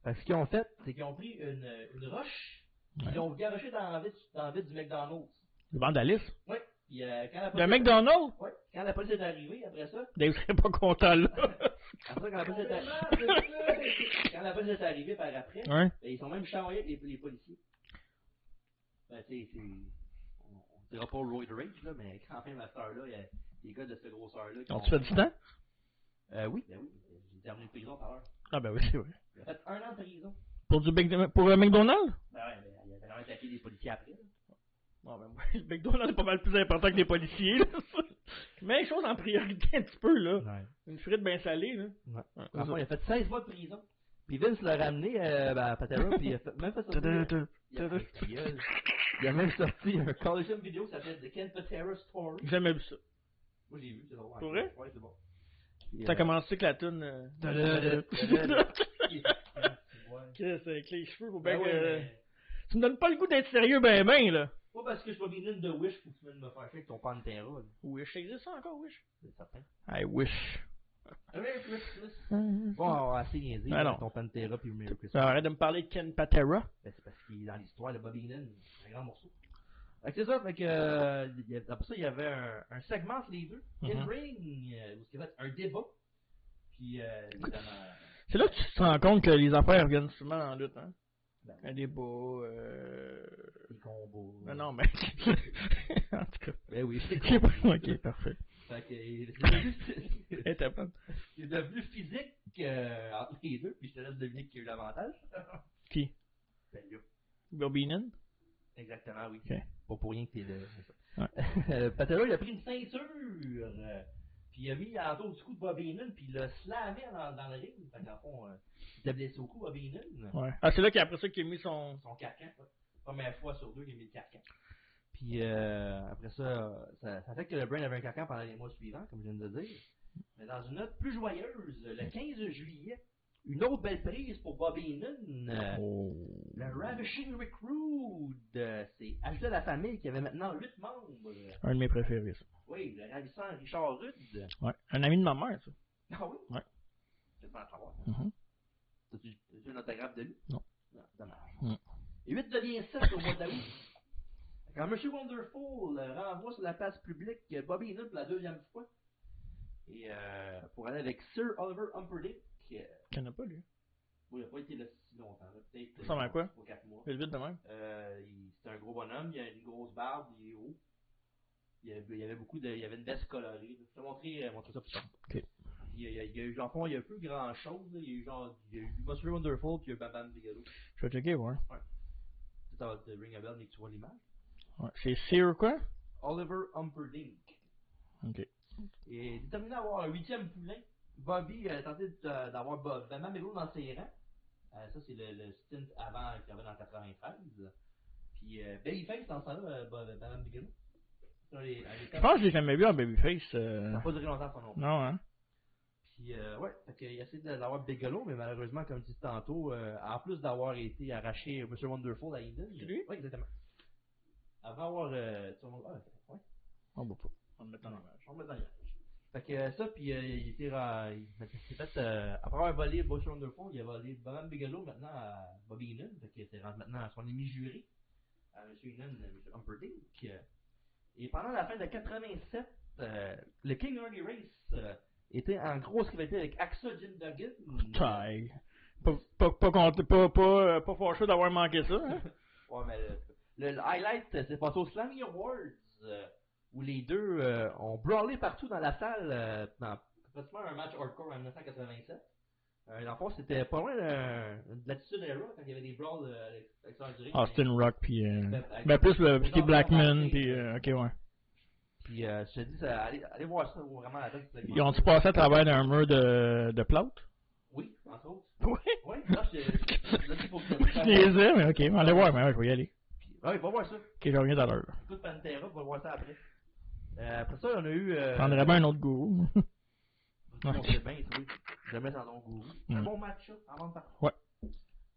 A: Fait que ce qu'ils ont fait, c'est qu'ils ont pris une, une roche, ils
B: Ouais.
A: l'ont garoché dans la vide, dans la vide du McDonald's.
B: Le vandalisme.
A: Ouais. Puis, euh, quand la
B: Le
A: police,
B: McDonald's?
A: ouais, quand la police est arrivée, après ça,
B: Dave serait pas content, là.
A: après ça, quand la police est arrivée, [LAUGHS] quand la police est arrivée par après,
B: Ouais.
A: Ben, ils sont même charriés avec les, les policiers. Ben, tu sais, c'est. On, on dira pas Roy Rage, là, mais quand même, à cette heure-là, il y a des gars de cette grosseur-là. qui
B: On
A: ont-
B: tu fait du temps?
A: Euh, oui, ben oui. J'ai terminé de prison tout à l'heure.
B: Ah, ben oui, c'est vrai.
A: Il a fait un an de prison.
B: Pour du Mc- pour euh, McDonald's?
A: Ben ouais, ben, il a vraiment attaqué des policiers après. là.
B: Bon, ben, moi, le McDonald's est pas mal plus important que les policiers, là. [LAUGHS] Mais chose en priorité un petit peu, là. Une frite bien salée, là. Ah,
A: Dans le fond, il a fait 16 mois de prison. Puis Vince l'a ramené euh, ben, à Patera, puis il a fait, même fait sortir- il a fait- gueule. Il a même sorti un collection vidéo qui s'appelle The Ken Patera Story.
B: J'ai Jamais vu ça.
A: Moi, j'ai vu, c'est drôle.
B: Pour vrai?
A: Ouais, c'est bon. Puis,
B: Ça
A: euh,
B: commence avec la toune. euh,
A: Tadadun, tadadun. Ouais.
B: [LAUGHS] Chris, avec les cheveux, au
A: Ben
B: bec,
A: ouais,
B: euh,
A: mais
B: Tu me donnes pas le goût d'être sérieux, ben, ben, là.
A: Pas parce que je suis une de Wish pour que tu viennes me faire chier avec ton Pantera, là.
B: Wish, ça existe ça encore, Wish?
A: C'est certain.
B: I wish.
A: Merry Christmas. Bon, assez niaisé.
B: Ben non.
A: Ton Pantera puis Merry Christmas.
B: Arrête de me parler de Ken Patera.
A: Ben, c'est parce qu'il est dans l'histoire de Bobby Heenan, c'est un grand morceau. Fait que c'est ça, fait que, euh, il y a- après ça, il y avait un, un segment entre les deux,
B: Mhm.
A: In-Ring, euh, où il y avait un débat. Puis, euh, évidemment,
B: C'est là que tu te rends compte que les affaires viennent souvent en lutte. Hein?
A: Ben.
B: Un débat. Euh...
A: les combos.
B: Non, non, mais. [LAUGHS] en tout cas.
A: Ben oui, c'est
B: Je sais pas. [LAUGHS] Ok, parfait.
A: Fait que, [LAUGHS] il- c'est devenu-
B: Elle était bonne.
A: c'est devenu physique euh, entre les deux, puis je te laisse deviner qui a eu l'avantage.
B: Qui
A: Ben, là,
B: Bobby Heenan?
A: Exactement, oui.
B: Ok.
A: Pas pour rien que t'es le.
B: Ouais.
A: Euh, Patella, il a pris une ceinture, euh, puis il a mis autour du cou de Bobby Heenan, puis il l'a slamé dans, dans le ring. Fait qu'en fond, euh, il t'a blessé au cou, Bobby Heenan.
B: Ouais. Ah, c'est là qu'après ça qu'il a mis son.
A: Son carcan, ouais. première fois sur deux, il a mis le carcan. Puis euh, après ça, ça, ça fait que le Brain avait un carcan pendant les mois suivants, comme je viens de le dire. Mais dans une note plus joyeuse, le 15 juillet, une autre belle prise pour Bobby Heenan. Euh, le Ravishing Recruit, euh, c'est ajouté à la famille qui avait maintenant 8 membres.
B: Un de mes préférés, ça.
A: Oui, le ravissant Richard Rude.
B: Ouais. Un ami de ma mère, ça.
A: Ah oui?
B: Ouais.
A: Je vais pas le savoir.
B: Mhm.
A: T'as-tu t'as-tu un autographe de lui? Ah,
B: Non.
A: dommage.
B: Mm.
A: Et 8 devient 7 au mois d'août. Quand M. Wonderful euh, renvoie sur la place publique euh, Bobby Heenan pour la deuxième fois, et euh, pour aller avec Sir Oliver Humperdinck, euh,
B: Qu'il n'y en a pas, lui.
A: bon, il n'a pas été là si longtemps, là, peut-être
B: Ça va quoi?
A: 4 mois.
B: Vite, vite de même.
A: Euh, il- c'est un gros bonhomme, il a une grosse barbe, il est haut. Il y avait, il y avait beaucoup de. Il y avait une veste colorée. là. Je te montrer, euh, montrer ça plus tard.
B: Ok.
A: Il, y a- il y a- il y a eu, en fond, il y a plus grand chose. Il y a eu genre. Il y a eu Monsieur Wonderful puis il y a eu Babam Bigelow.
B: Je vais checker, ouais.
A: Tu t'en te ring a bell mais que tu vois l'image.
B: ouais. C'est Sear quoi?
A: Oliver Humperdinck.
B: Ok.
A: Et déterminé à avoir un huitième poulain, Bobby a tenté de- euh, d'avoir Bob Babam Bigelow dans ses rangs. Euh, ça, c'est le, le stint avant qu'il y avait dans 93. Puis euh, Babyface, dans ce temps-là, euh, Bob- Babam Bigelow. Dans les- à l'époque-
B: Je pense que je l'ai jamais vu en Babyface. euh,
A: Ça n'a pas duré longtemps son nom.
B: Non, hein?
A: Puis, euh, ouais, fait qu'il essaie de l'avoir Bigelow, mais malheureusement, comme dit tantôt, euh, en plus d'avoir été arraché Monsieur Wonderful à Eden.
B: C'est lui?
A: Oui, exactement. Après avoir. Euh, tu- ah, ouais.
B: On va pas.
A: On le met en image. On le met dans l'image. Fait que euh, ça, puis euh, il était. ra- il [LAUGHS] s'est fait. euh, après avoir volé Monsieur Wonderful, il a volé Bob Bigelow maintenant à Bobby Heenan. Fait qu'il était rendu maintenant à son ami juré, à Monsieur Heenan, à Monsieur Humperdinck. Euh, Et pendant la fin de 87, euh, le King Early Race euh, était en grosse rivalité avec AXA Jim Duggan.
B: Taille. Pas, pas, pas, content- pas, pas, euh, pas fâcheux d'avoir manqué ça, [LAUGHS] hein?
A: Ouais, mais le, le- le highlight, euh, c'est passé au Slammy Awards, euh, où les deux euh, ont brawlé partout dans la salle, euh, dans pratiquement un match hardcore en 1987. Euh, dans le fond, c'était pas loin de, de l'attitude era, quand il y avait des brawls euh, à l'extérieur du ring.
B: Austin Rock, puis. Euh...
A: Ben, avec-
B: Ben, plus Ah, le
A: Mais
B: Steve
A: non,
B: Blackman,
A: non,
B: puis. euh, Ok, ouais.
A: Puis, euh, je te dis, ça- allez, allez voir ça, vaut vraiment la peine. c'est
B: Ils ont-tu passé à travers un mur de, de plâtre?
A: Oui, entre autres.
B: [LAUGHS] Ouais.
A: Oui, non, je te- je te dis,
B: [LAUGHS]
A: faut que tu-
B: Je niaisais, mais ok, on va voir, mais ouais, je vais y aller.
A: Puis- Ouais, va voir ça.
B: Ok, je reviens tout à l'heure.
A: Écoute Pantera, va voir ça après. Euh, après ça, on a eu... euh,
B: Je prendrais bien un autre [LAUGHS] gourou.
A: On
B: Ouais.
A: sait bien, tu sais. Jamais dans long gourou. Un
B: Mm.
A: bon match-up avant de partir.
B: Ouais.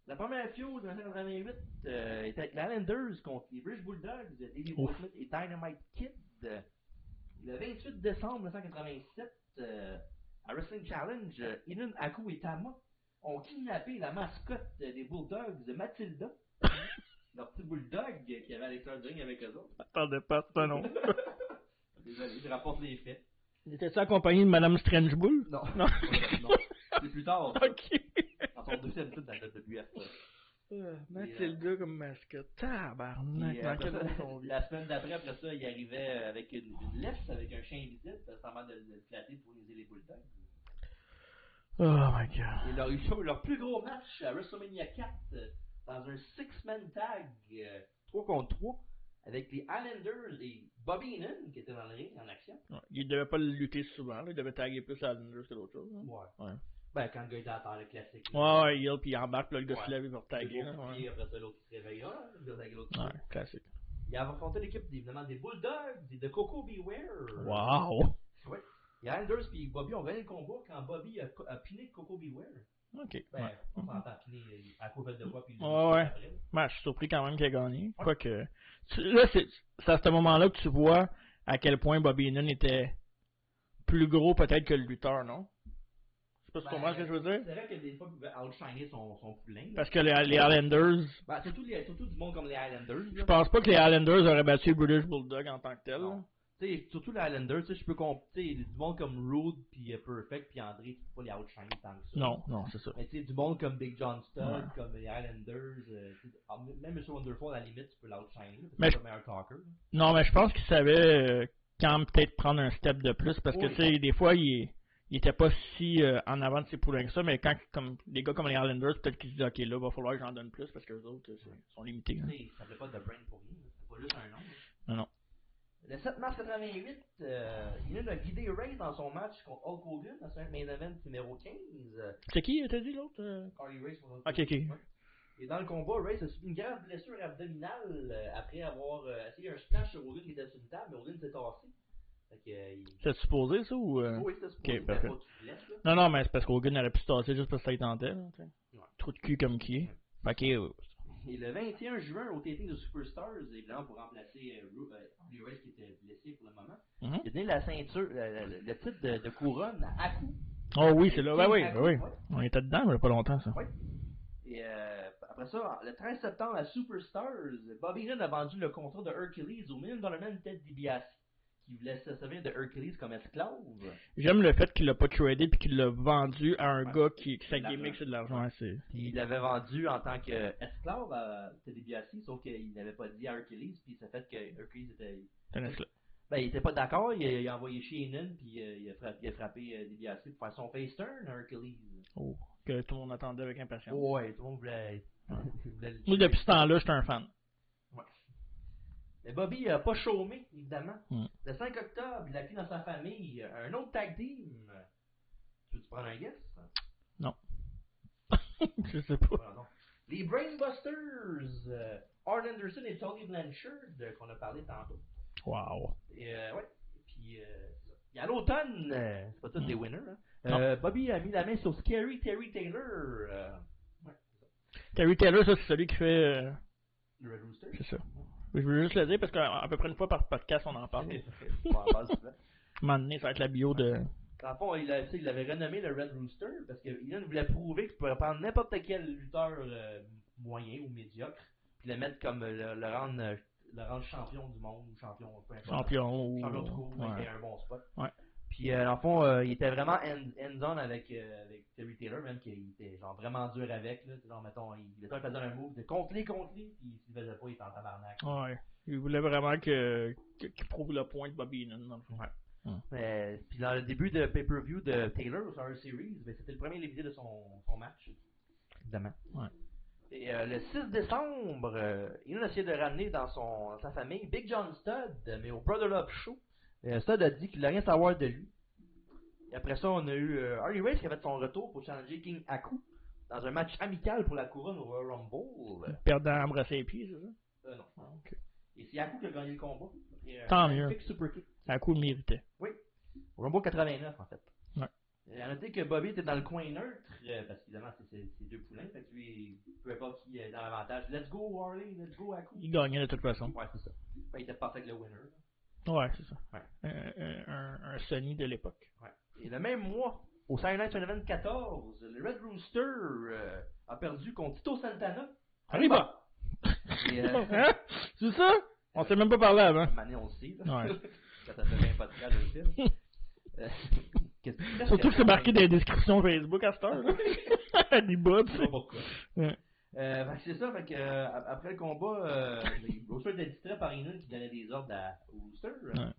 A: La première feud de 1988 euh, était avec l'Islanders contre les British Bulldogs, de Davey
B: Ouf.
A: Whitman et Dynamite Kid. Le 28 décembre 1987, euh, à Wrestling Challenge, euh, Inun Aku et Tama ont kidnappé la mascotte euh, des Bulldogs, de
B: [LAUGHS]
A: Matilda. leur petit bulldog euh, qui avait Alexandre Ring avec eux autres.
B: Attendez pas, c'est un nom.
A: Désolé, je rapporte les faits.
B: Était-tu accompagné de Madame Strangebull?
A: Non.
B: Non.
A: non. C'est plus tard. ça.
B: [LAUGHS] Ok.
A: Dans son deuxième titre dans la WF. ça.
B: Euh, Mathilda comme mascotte. Tabarnak,
A: Puis, euh,
B: dans
A: après
B: quel monde
A: ça,
B: on vit?
A: la semaine d'après, après ça, il arrivait euh, avec une, une laisse, avec un chien invisible, semblant de le flatter pour niaiser les bulldogs.
B: [LAUGHS] Oh my god.
A: Et leur, ils ont eu leur plus gros match à WrestleMania 4, euh, dans un six-man tag, 3 contre 3, avec les Islanders et Bobby Heenan, qui était dans le ring, en action.
B: Ouais, Il devait pas le lutter souvent, là. il devait taguer plus à Islanders que l'autre chose. là. Ouais.
A: Ben, quand le gars était à terre, le classique.
B: Ouais, ouais, il, puis il embarque, puis là, le gars
A: Ouais.
B: se lève, il va taguer.
A: Le
B: là,
A: gros coup de
B: Ouais.
A: pied, après ça, l'autre qui se réveille, ah, le gars tague l'autre.
B: ouais, classique.
A: Il a affronté l'équipe, évidemment, des Bulldogs et de Coco Beware.
B: Wow!
A: Ouais. Et Anders et Bobby ont gagné le combat quand Bobby a, a piné Coco Beware.
B: Ok. Ouais.
A: Ben, on s'entend piner euh, à cause de quoi, puis le-
B: Ouais, ouais.
A: après.
B: Ben, je suis surpris quand même qu'il a gagné. Quoique. tu- Là, c'est c'est à ce moment-là que tu vois à quel point Bobby Heenan était plus gros peut-être que le lutteur, non? sais pas si tu
A: Ben,
B: comprends ce que je veux dire.
A: C'est vrai que des fois, il pouvait outshiner son, son poulain. là.
B: Parce que les, les Highlanders,
A: Ben, surtout, les- surtout du monde comme les Highlanders.
B: je
A: là.
B: pense pas que les Highlanders auraient battu les British Bulldog en tant que tel.
A: Non. Tu sais, surtout les Highlanders, tu sais, je peux comprendre. Tu sais, du monde comme Rude, puis euh, Perfect, puis André, tu peux pas les outshiner tant que ça.
B: Non, non, c'est ça.
A: Mais tu sais, du monde comme Big John Studd,
B: Ouais.
A: comme les Highlanders, euh, tu sais, ah, m- même sur Wonderful, à la limite, tu peux l'outshiner. là,
B: Mais
A: Parce
B: je-
A: que c'est un meilleur talker. là.
B: Non, mais je pense qu'il savait euh, quand peut-être prendre un step de plus parce que
A: Oui.
B: tu sais, des fois il, il était pas si euh, en avant de ses poulains que ça, mais quand comme des gars comme les Highlanders, peut-être qu'ils se disent ok là, va falloir que j'en donne plus parce que les autres euh, c'est- sont limités. hein.
A: Tu sais, ça s'appelait pas The Brain pour rien. là. C'est pas juste un nom. là.
B: Non, non.
A: Le 7 mars 88, euh, il a guidé Ray dans son match contre Hulk Hogan, dans son main event numéro 15. euh,
B: C'est qui euh, t'as dit l'autre euh?
A: Harley Race pour Hulk
B: Ok,
A: Hogan,
B: ok.
A: ouais. Et dans le combat, Ray a subi une grave blessure abdominale euh, après avoir euh, essayé un splash sur Hogan qui était sur une table, mais Hogan s'est tassé. Fait que, euh, il...
B: C'est supposé ça ou euh?
A: Oui, c'était supposé, mais
B: parfait.
A: pas qu'il se blesse, là.
B: Non, non, mais c'est parce qu'Hogan aurait pu se tasser juste parce que ça y tentait. Là, tu sais.
A: Ouais.
B: Trou de cul comme qui est. Fait que, euh,
A: Et le 21 juin, au taping de Superstars, évidemment pour remplacer euh, Ru- euh, Harley Race qui était blessé pour le moment,
B: Mhm.
A: il a donné la ceinture, euh, le, le titre de, de couronne à Aku.
B: Oh oui, c'est là. Ben oui,
A: King
B: ben
A: Aku,
B: oui.
A: ouais.
B: On était dedans, mais il y a pas longtemps ça.
A: Ouais. Et euh, après ça, le 13 septembre à Superstars, Bobby Lynn a vendu le contrat de Hercules au million dollar man Ted DiBiase, qui voulait se servir de Hercules comme esclave.
B: J'aime le fait qu'il l'a pas tradé puis qu'il l'a vendu à un
A: Ouais.
B: gars qui, qui sa
A: De l'argent.
B: gimmick c'est de l'argent. Ouais, c'est-
A: Il l'avait vendu en tant qu'esclave à Ted DiBiase, sauf qu'il n'avait pas dit à Hercules, puis ça fait que Hercules était...
B: c'est un esclave.
A: Ben, il était pas d'accord, il, a- il a envoyé Sheenan, puis euh, il, a frappé, il a frappé euh, DiBiase pour faire son face turn à Hercules.
B: Oh, que tout le monde attendait avec impatience.
A: Ouais, tout le monde voulait... [LAUGHS] voulait le tuer.
B: Moi, depuis ce temps-là, j'étais un fan. [LAUGHS]
A: Mais Bobby n'a pas chômé, évidemment.
B: Mm.
A: Le 5 octobre, il a pris dans sa famille euh, un autre tag team. Tu veux-tu prendre un guess?
B: je sais pas.
A: Ah, non. Les Brainbusters, euh, Art Anderson et Tony Blanchard, euh, qu'on a parlé tantôt.
B: Wow.
A: Et, euh, ouais. Puis, euh, il y a l'automne, euh, c'est pas tous
B: Mm.
A: des winners. hein.
B: Non.
A: Euh, Bobby a mis la main sur Scary Terry Taylor, euh,
B: Terry Taylor, ça, c'est celui qui fait. euh,
A: le Red Rooster.
B: C'est ça. Je veux juste le dire parce qu'à à peu près une fois par podcast, on
A: [LAUGHS]
B: en parle. À
A: On en parle souvent.
B: un moment donné, ça va être la bio de.
A: Dans le fond, il, a- tu sais, il l'avait renommé le Red Rooster parce qu'il voulait prouver qu'il pouvait prendre n'importe quel lutteur euh, moyen ou médiocre, puis le mettre comme euh, le, le rendre, euh, le rendre champion du monde ou champion, peu importe.
B: Champion ou. euh,
A: Champion de troupe,
B: Ouais.
A: mais qui a un bon spot.
B: Ouais.
A: Puis, euh, dans le fond, euh, il était vraiment end- end-zone avec, euh, avec Terry Taylor, même qu'il était genre vraiment dur avec. Là, genre, mettons, il, mettons, il faisait un move de contre-les, contre-les, puis s'il le faisait pas, il était en tabarnak.
B: Ouais. Il voulait vraiment que, que- qu'il prouve le point de Bobby Heenan, dans le fond.
A: Mais, Euh, puis dans le début de pay-per-view de Taylor au Survivor Series, ben, c'était le premier éliminé de son, son match. Évidemment.
B: Ouais.
A: Et euh, le 6 décembre, euh, il a essayé de ramener dans, son, dans sa famille Big John Studd, mais au Brother Love Show. Euh, Studd a dit qu'il n'a rien à savoir de lui. Et après ça, on a eu euh, Harley Race qui a fait son retour pour challenger King Aku dans un match amical pour la couronne au Royal Rumble.
B: Euh, Perdant à brasser les pieds, c'est ça?
A: Euh, non.
B: Ah, ok.
A: Et c'est Aku qui a gagné le combat. Et, euh,
B: Tant
A: un
B: mieux.
A: kick super kick.
B: À coup, il méritait.
A: Au Rumble 89, en fait.
B: Ouais.
A: Euh, à noter que Bobby était dans le coin neutre, euh, parce qu'évidemment, c'est c'est- c'est deux poulains, fait que lui, peu importe qui est dans l'avantage. Let's go, Harley, let's go, à coup.
B: Il gagnait de toute façon.
A: Ouais, c'est ça. Ben, il était parfait avec le winner.
B: Ouais, c'est ça.
A: Ouais.
B: Un- un- un, un Sony de l'époque.
A: Et le même mois, au Saturday Night Tournament 14, le Red Rooster euh, a perdu contre Tito Santana.
B: Arriba!
A: Et, euh,
B: [LAUGHS] Hein? C'est ça? On s'est même pas parlé avant.
A: Mané, on le sait, là.
B: Ouais.
A: [LAUGHS] Quand t'as fait un podcast, je le sais, là. Euh, [LAUGHS] qu'est-ce que tu fais?
B: Surtout que c'est marqué dans les descriptions Facebook à cette heure. là. [LAUGHS] Des bots.
A: Je sais pas pourquoi.
B: Ouais.
A: Euh, fait que c'est ça, fait que, euh, ap- après le combat, euh, les- Rooster était distrait par Inun qui donnait des ordres à au Rooster.
B: Ouais.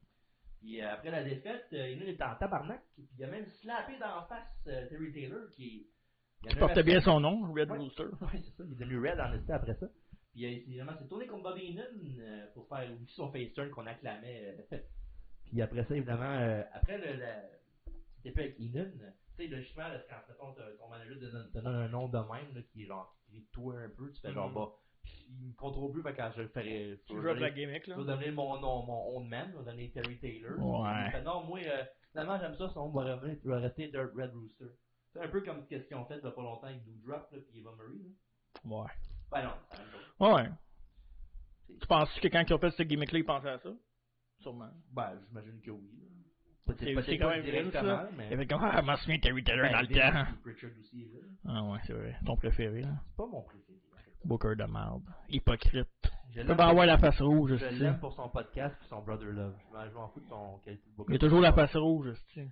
A: Puis euh, après la défaite, euh, Inun était en tabarnak, puis il a même slappé d'en face euh, Terry Taylor qui. il y en a
B: Qui
A: un
B: portait
A: après-
B: bien son nom, Red
A: Ouais.
B: Rooster.
A: [LAUGHS] Ouais, c'est ça, il est devenu Red en restant après ça. Puis euh, finalement, c'est tourné contre Bobby Inun pour faire aussi son face turn qu'on acclamait. euh. [LAUGHS] puis après ça, évidemment, euh, après le. la- C'était avec Inun. Tu sais, logiquement, là, quand mettons, ton- ton manager te donne, te donne un nom de même, là, qui est genre, qui crie de toi un peu, tu fais genre,
B: Mhm.
A: bah, il me contrôle plus, fait que quand je le ferai.
B: Tu joues avec la gimmick, là.
A: Je vais donner mon nom, mon own man, je vais donner Terry Taylor.
B: Ouais.
A: Il fait, non, moi, euh, finalement, j'aime ça, sinon, on va revenir- je vais rester Dirt Red Rooster. C'est un peu comme ce qu'ils ont fait il y a pas longtemps avec Do Drop, là, puis Eva Marie. Là.
B: Ouais.
A: Ben non, c'est la même chose.
B: Ouais. Tu penses que quand ils ont fait ce gimmick-là, ils pensaient à ça? Sûrement.
A: Ben, j'imagine Bah, que oui. là.
B: C'est
A: Peut-être
B: c'est
A: peut-être
B: quand
A: pas
B: même
A: directement,
B: Vince, là.
A: mais... Bah,
B: Il fait comme, ah, je m'en souviens, Terry Taylor dans le temps.
A: Richard aussi, là.
B: Ah ouais, c'est vrai. Ton préféré, là.
A: C'est pas mon préféré. en fait.
B: Booker de merde. Hypocrite.
A: Je
B: Il
A: l'aime
B: peut pas avoir Ah bah la face rouge,
A: pour-
B: je
A: je
B: sais.
A: l'aime pour son podcast et son Brother Love. Je m'en- je m'en fous de son qualité de
B: Il a toujours la face rouge, je sais. Un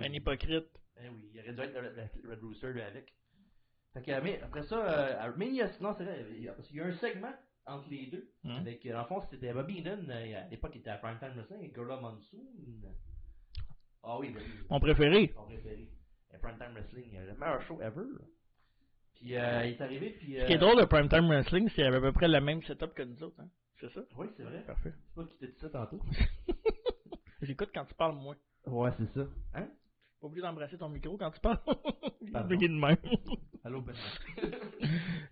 A: Ben oui,
B: hypocrite.
A: ben oui, il aurait dû être le, le- le Red Rooster lui, avec. Fait que, mais après ça, euh, à- mais il y a, non, c'est vrai, il y a, parce qu'il y a un segment entre les deux.
B: Hein?
A: Avec, euh, en fond, c'était Bobby Eden, euh, à l'époque, il était à Primetime Wrestling, et Gorilla Monsoon. Ah oui, ben oui.
B: Mon préféré.
A: Son préféré. Euh, Primetime Wrestling, euh, le meilleur show ever. Puis euh, il est arrivé, puis.
B: Ce qui est
A: euh,
B: drôle de Primetime Wrestling, c'est qu'il y avait à peu près le même setup que nous autres, hein. C'est ça?
A: Oui, c'est vrai.
B: Parfait.
A: C'est toi qui t'as dit ça tantôt.
B: J'écoute quand tu parles moins.
A: Ouais, c'est ça. Hein?
B: Pas obligé d'embrasser ton micro quand tu parles. [LAUGHS] Il est
A: Pardon.
B: bugué de même. [LAUGHS]
A: Allô, Ben.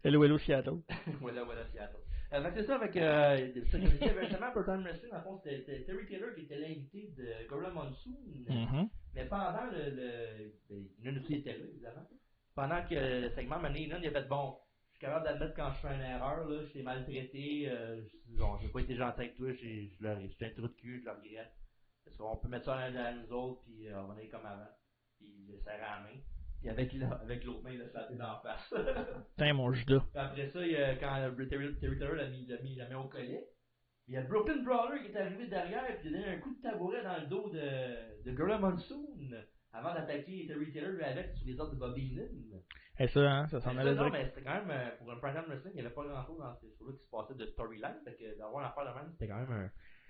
B: Hello, hello, Seattle.
A: [LAUGHS] voilà, voilà, Seattle. Euh, fait que c'est ça, avec. Euh, c'est que c'était récemment Proton Wrestling, en fond, c'était- c'était Terry Taylor qui était l'invité de Gorilla Monsoon.
B: Mhm.
A: Mais pendant le. le ben, Nunn aussi était là, évidemment. Pendant que le segment mené, Nunn, il avait fait bon. Je suis capable d'admettre quand je fais une erreur, là, je t'ai maltraité, euh, je- bon, j'ai pas été gentil avec toi, j'ai- je leur ai- j'étais un trou de cul, je le regrette. Parce qu'on peut mettre ça à nous autres, puis euh, on va aller comme avant. Puis il le serrait à la main. Puis avec la- avec l'autre main, il l'a frappé dans la face. [LAUGHS]
B: Putain, mon Judas.
A: Puis après ça, il y a- quand le Terry Terry Taylor l'a mis, l'a mis, l'a mis au collet, il y a le Broken Brawler qui est arrivé derrière et qui a donné un coup de tabouret dans le dos de, de Gorilla Monsoon avant d'attaquer Terry Taylor lui, avec sur les ordres de Bobby Heenan.
B: Et ça, hein, ça s'en
A: Mais
B: allait
A: ça, non,
B: direct.
A: mais c'était quand même, euh, pour un programme wrestling, il n'y avait pas grand chose dans ces shows-là qui se passait de storyline, fait que d'avoir une affaire de même, c'était quand même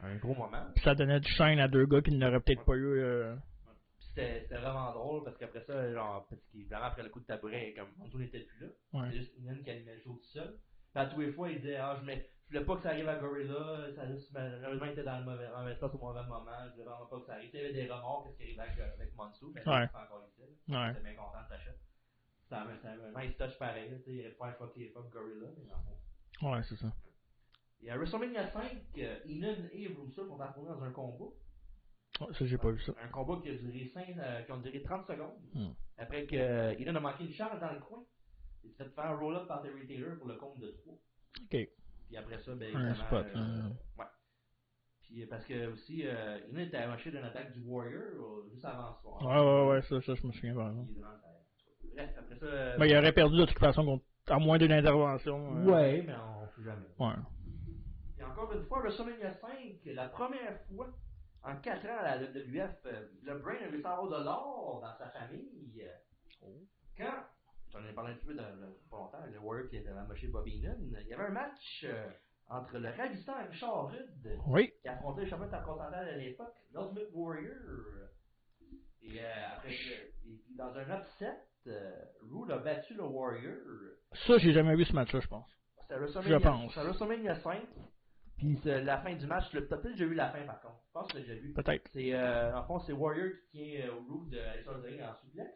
A: un, un gros moment.
B: Puis ça donnait du shine à deux gars qui n'auraient peut-être pas eu. euh,
A: Puis c'était c'était vraiment drôle parce qu'après ça, genre, parce qu'évidemment, après le coup de tabouret, comme Monsoon n'était plus là,
B: Ouais.
A: C'est juste une qui animait le show tout seul. Puis à tous les fois, il disait Ah, je, mets- je voulais pas que ça arrive à Gorilla. Ça, malheureusement, il était dans le mauvais en espace au mauvais moment. Je voulais vraiment pas que ça arrive. Tu sais, Il y avait des remords qu'est-ce qui arrivait avec, avec Monsoon, mais
B: Ouais.
A: là, c'est encore ici. là.
B: Ouais.
A: J'étais bien content de s'acheter. C'était un, c'était un nice touch pareil. là, tu sais, Il n'y avait pas un fuck les fuck Gorilla, mais dans le fond.
B: Ouais, c'est ça.
A: Et à WrestleMania 5, euh, Inan et Russo sont affrontés dans un combat.
B: Ouais, Oh, ça, j'ai pas vu ça.
A: Un combat qui a duré, cinq, euh, qui a duré 30 secondes.
B: Hmm.
A: Après que euh, Inan a manqué une charge dans le coin. Il s'est fait faire roll-up par Terry Taylor pour le compte de 3.
B: Ok.
A: Puis après ça, ben,
B: Un
A: évidemment,
B: spot,
A: euh,
B: hein.
A: ouais. Puis euh, parce que aussi, euh, il était amoché d'une attaque du Warrior euh, juste avant le soir.
B: Ouais, ouais, ouais, ça, ça, je me souviens pas.
A: Il est devant sa- Bref, après ça. euh,
B: Mais Ben, il aurait perdu de toute façon, contre- à moins d'une intervention. euh,
A: Ouais, mais on ne jamais.
B: Ouais.
A: Et encore une fois, WrestleMania 5, la première fois en 4 ans à la WWF, euh, le Brain a réussi à avoir de l'or dans sa famille. Quand, j'en ai parlé un petit peu dans le, pas longtemps, le Warrior qui était amoché Bobby Heenan, il y avait un match euh, entre le ravissant Richard Rude
B: Oui.
A: qui affrontait le champion intercontinental à l'époque, l'Ultimate Warrior. Et euh, après, que- et puis dans un upset, euh, Rude a battu le Warrior.
B: Ça, j'ai jamais vu ce match-là, je pense.
A: C'était à WrestleMania-
B: Je pense.
A: c'était à WrestleMania 5. Puis c'est la fin du match, le peut-être que j'ai vu la fin par contre. Je pense que j'ai vu.
B: Peut-être.
A: C'est, euh, en fond, c'est Warrior qui tient euh, Rude de Alexander Ring en suplex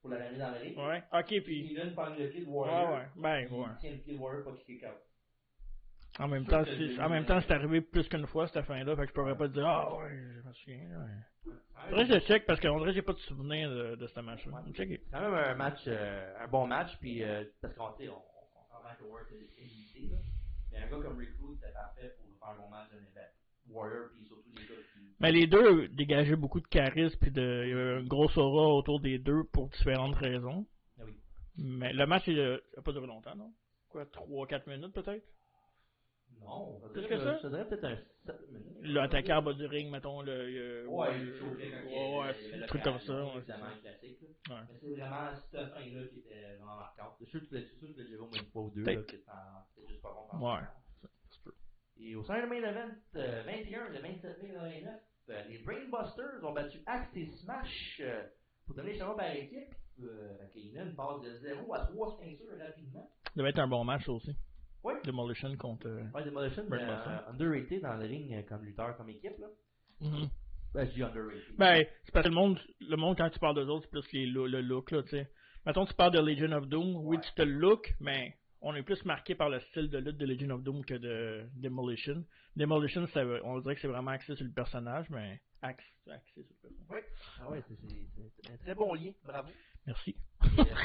A: pour la ramener dans le ring.
B: Ouais. Ok,
A: Puis
B: puis.
A: il donne par le pied de
B: Ouais,
A: Warrior.
B: ouais. Ben,
A: Il
B: ouais.
A: tient le pied de Warrior pour qu'il kick out.
B: En même
A: Ça,
B: temps,
A: c'est-
B: c'est, en même temps, c'est arrivé plus qu'une fois, cette fin-là, fait que je pourrais pas te dire, ah, ouais, je me souviens, là. Faudrait que je check, parce qu'on dirait que j'ai pas de souvenir de, de ce match-là.
A: Ouais.
B: Checker.
A: C'est quand même un match, euh, un bon match, puis euh, parce qu'on sait, on, on comprend que Warrior est limité, là. Mais un gars comme Rick Rude, c'était parfait pour faire un bon match d'un événement. Warrior, puis surtout les gars qui.
B: Mais les deux dégageaient beaucoup de charisme puis de il y avait une grosse aura autour des deux pour différentes raisons.
A: Ah oui.
B: Mais le match il a il a pas duré longtemps, non? Quoi, 3-4 minutes peut-être?
A: Non, ça
B: Plus
A: dirait-
B: que ça?
A: ça dirait peut-être un 7 minutes.
B: L'attaquant à bas du ring, mettons, le. le-
A: Ouais,
B: le-
A: il chauffait quand il y
B: ouais,
A: avait-
B: ouais,
A: il y
B: c'est
A: avait
B: un
A: le
B: truc comme ça.
A: carillon,
B: ouais, c'est
A: évidemment,
B: ça.
A: un classique, là.
B: Ouais.
A: Mais c'est vraiment cette fin-là qui était vraiment marquante. Je suis sûr que tu l'as- je suis sûr que tu l'as déjà vu au moins une fois ou deux,
B: Peut-être.
A: là, que t'en- c'est juste pas bon. t'en
B: Ouais.
A: parles. Et au sein du main event euh, 21 le 27 mai 2009, euh, les Brainbusters ont battu Axe et Smash euh, pour donner le champion par équipe. Euh, fait que Heenan passe de 0 à 3 ceintures rapidement.
B: Ça devait être un bon match aussi.
A: Ouais.
B: Demolition contre. euh,
A: Ouais, Demolition, mais,
B: Brainbuster.
A: euh, underrated dans le ring euh, comme lutteur, comme équipe. Là.
B: mhm.
A: Ben, je dis underrated.
B: Ben, c'est parce que le monde, le monde, quand tu parles d'eux autres, c'est plus les loo- le look, là, tu sais. Mettons, tu parles de Legion of Doom, oui,
A: Ouais.
B: tu te le look, mais on est plus marqué par le style de lutte de Legion of Doom que de Demolition. Demolition, ça, veut- on dirait que c'est vraiment axé sur le personnage, mais axe- axé sur le personnage.
A: Ah ouais, c'est- c'est c'est un très bon lien. Bravo.
B: Merci.
A: Et, euh,
B: [LAUGHS]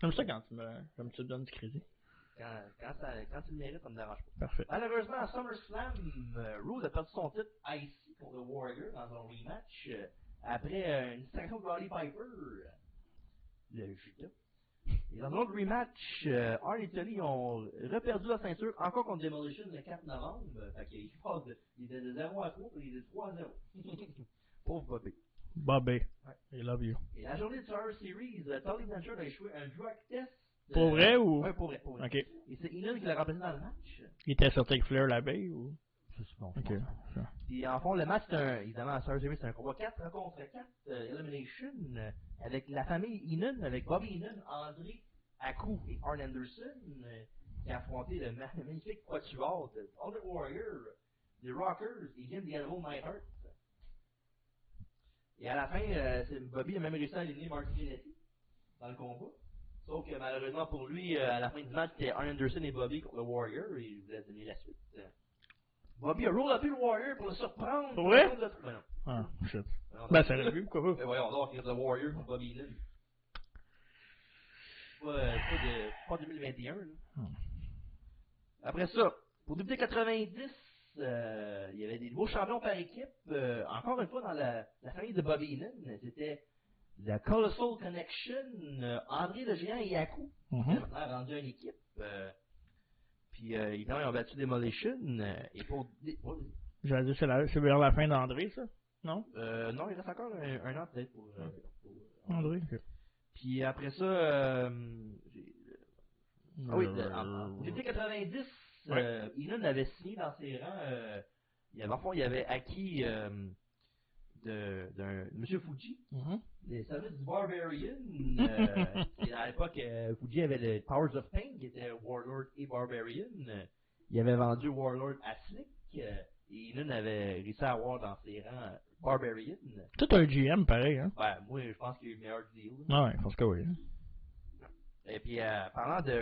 B: J'aime ça quand tu me, comme tu me donnes du crédit.
A: quand, quand, ça, quand tu le mérites, ça me dérange pas.
B: Parfait.
A: Malheureusement, à SummerSlam, euh, Rose a perdu son titre IC contre Warrior dans un rematch euh, après euh, une distraction de Roddy Piper, euh, le Judas. Et dans notre rematch, euh, Arn et Tully ont reperdu leur ceinture encore contre Demolition le 4 novembre. Fait qu'il passe de, il était de 0 à 3, puis il est de 3 à 0.
B: [LAUGHS]
A: Pauvre Bobby.
B: Bobby, I love you.
A: Et la journée de Survivor Series, euh, Tully Blanchard a échoué un drug test. euh,
B: Pour vrai ou?
A: Ouais, pour vrai, pour vrai.
B: Ok.
A: Et c'est Inan qui l'a remplacé dans le match.
B: Il était sur Take Flair la veille ou?
A: Je suppose.
B: Ok.
A: Puis en fond, le match, c'est un, évidemment, à Survivor Series, c'est un combat 4 contre 4, euh, Elimination, euh, avec la famille Inan, avec Bobby Inan, André Akou et Arn Anderson, euh, qui a affronté le ma- magnifique quatuor de Under Warrior, les Rockers et Jim Diallo Nightheart. Et à la fin, euh, c'est- Bobby a même réussi à éliminer Martin Kennedy dans le combat. Sauf que malheureusement pour lui, euh, à la fin du match, c'était Arn Anderson et Bobby contre le Warrior, et il voulait donner la suite. euh. Bobby a roll up le Warrior pour le surprendre.
B: Pour vrai?
A: Ben non.
B: Ah, shit.
A: Ben non,
B: Ben,
A: ça-
B: ça aurait pu, pourquoi
A: [LAUGHS] Ben
B: pas?
A: voyons donc, il y a le Warrior contre Bobby Lynn. Pas, euh, pas de, pas 2021. là.
B: Hmm.
A: Après ça, pour débuter 90, euh, il y avait des nouveaux champions par équipe. euh, encore une fois, dans la, la famille de Bobby Lynn, c'était la Colossal Connection, euh, André le Géant et Yaku.
B: Mhm.
A: On a rendu une équipe. euh, puis euh, évidemment, ils ont battu Demolition. euh, et pour. dé-
B: J'allais dire, c'est la- c'est vers la fin d'André, ça? Non?
A: Euh, non, il reste encore un, un an peut-être pour, euh, pour-
B: André? Ok.
A: Puis après ça, euh, j'ai- ah oui, de- en- en
B: Euh,
A: 90, euh, Inan avait signé dans ses rangs. euh, il y avait, en fond, il avait acquis euh, de, d'un Monsieur Fuji,
B: mhm.
A: les services du Barbarian. euh, et à l'époque, euh, Fuji avait le Powers of Pain, qui était Warlord et Barbarian. Il avait vendu Warlord à Slick. euh, et Inan avait réussi à avoir dans ses rangs Barbarian.
B: Tout un GM, pareil, hein?
A: Ouais, moi, je pense qu'il y a eu le meilleur deal. là.
B: Ah ouais, je pense que oui.
A: Et puis, euh, parlant de, de, de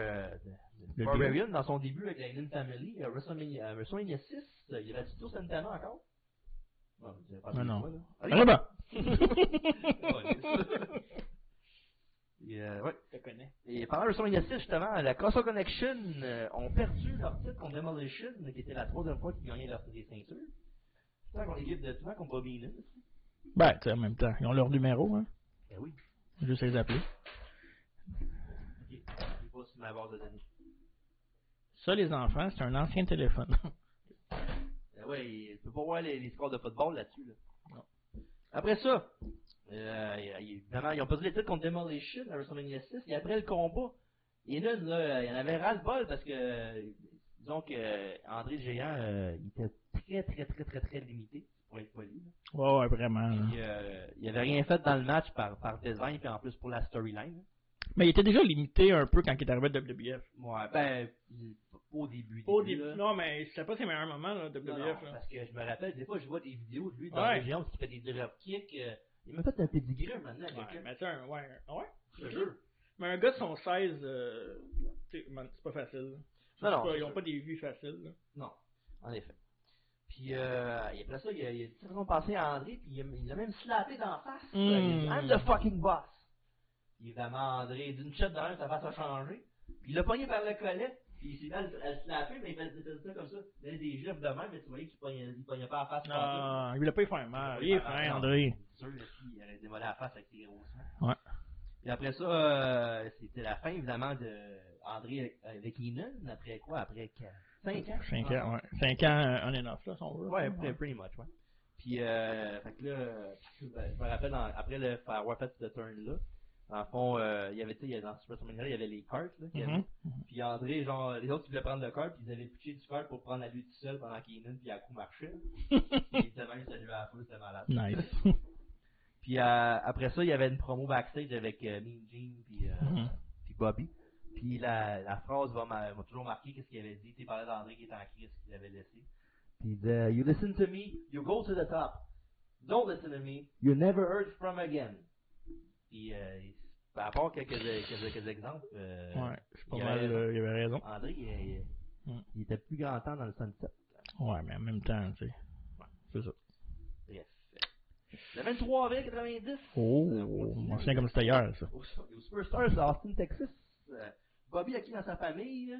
B: Le
A: Barbarian, dans son début avec la Alien Family, euh, WrestleMania, euh, WrestleMania 6, euh, il y avait Tito Santana encore. Non, je dirais pas
B: Ah non.
A: quoi, là. Allez,
B: Ah [LAUGHS] ben!
A: [LAUGHS] Et, euh, ouais.
B: Je te connais.
A: Et pendant WrestleMania 6, justement, la Costco Connection euh, ont perdu leur titre contre Demolition, qui était la troisième fois qu'ils gagnaient leur des ceintures. Tant qu'on équipe de souvent qu'on Bobby Heenan.
B: Ben, tu sais, en même temps, ils ont leur numéro, hein?
A: Ben oui.
B: Juste les appeler.
A: Ok. Je sais pas si ma barre de données.
B: Ça, les enfants, c'est un ancien téléphone.
A: Euh, ouais, il- tu peux pas voir les, les scores de football là-dessus. Là. Après ça, euh, il- il- évidemment, ils ont perdu les titres contre Demolition à WrestleMania 6, et après le combat, et là, là, il y en avait ras-le-bol parce que, euh, disons que euh, André le Géant, euh, il était très, très, très, très, très limité, pour être poli. là.
B: [LAUGHS] ouais, ouais, vraiment. là.
A: Puis, euh, il avait rien fait dans le match par, par design, puis en plus pour la storyline. là.
B: Mais il était déjà limité un peu quand il est arrivé à WWF.
A: Ouais, ben, il- au début.
B: Au
A: début,
B: début.
A: là.
B: Non, mais c'était pas ses meilleurs moments, là,
A: Non,
B: WWF.
A: non,
B: là.
A: parce que je me rappelle, des fois, je vois des vidéos de lui dans
B: hein. Ouais.
A: le géant qui fait des dropkicks. euh, il m'a fait un pedigree maintenant,
B: Ouais,
A: quelqu'un.
B: mais tu sais, un- ouais, un- ah ouais.
A: Je te jure.
B: Mais un gars de son 16, euh, tu sais, man, c'est pas facile.
A: Non, non,
B: C'est pas-
A: c'est
B: ils ont
A: sûr.
B: pas des vies faciles. là.
A: Non, en effet. Puis, euh, et après ça, il a, il a dit qu'ils ont passé à André, puis il a- il l'a même slappé dans la face.
B: Mm.
A: Il a dit, I'm the fucking boss. Puis, évidemment, André, d'une chute dans l'un, sa face a changé. Puis, il l'a pogné par le collet, puis il s'est mis à le- à le slapper, mais il faisait il faisait ça comme ça. Il faisait des gifs de même, mais tu voyais qu'il pognait, il pognait pas la face. pantoute.
B: Non, il voulait pas y faire mal. Il est fin,
A: Non,
B: André.
A: C'est sûr, le fille, il aurait démolé la face avec ses grosses mains.
B: Ouais.
A: Puis après ça, euh, c'était la fin, évidemment, de André avec Inan. Après quoi Après 5 ans
B: 5 ans, ouais. 5 ans euh, on and off, là, si on veut.
A: Ouais,
B: Ouais.
A: pretty, pretty much, ouais. Puis, euh, fait que là, euh, je me rappelle, en- après le faire avoir fait ce turn-là, en fond, euh, il y avait, tu sais, il y avait- dans Super Smackdown, il y avait les cartes, là, qu'il y avait.
B: Mhm.
A: Puis André, genre, les autres, ils voulaient prendre le cart, puis ils avaient pitché du cart pour prendre la lutte seule pendant qu'Inan, puis Yaku marchait. puis évidemment, il s'est levé à la foule, c'était malade. [LAUGHS]
B: [LAUGHS] Nice.
A: Puis euh, après ça, il y avait une promo backstage avec euh, Mean Gene puis, euh,
B: Mhm.
A: puis Bobby. Puis la, la phrase va m'a m'a toujours marqué qu'est-ce qu'il avait dit. Tu parlais d'André qui était en crise, qu'il avait laissé. Puis il disait You listen to me, you go to the top. Don't listen to me, you never heard from again. Puis euh, il- par rapport à quelques, quelques, quelques exemples, euh,
B: Ouais, c'est pas
A: il y
B: mal,
A: avait-
B: euh, il avait raison.
A: André, il, il-
B: Mm.
A: il était plus grand temps dans le sunset.
B: Ouais, mais en même temps, tu sais. C'est ça.
A: Bref. Le 23 avril 90.
B: Oh,
A: euh, on
B: on
A: continue.
B: se tient comme c'était hier, ça.
A: aux, aux Superstars d'Austin, Texas. Euh, Bobby acquis dans sa famille.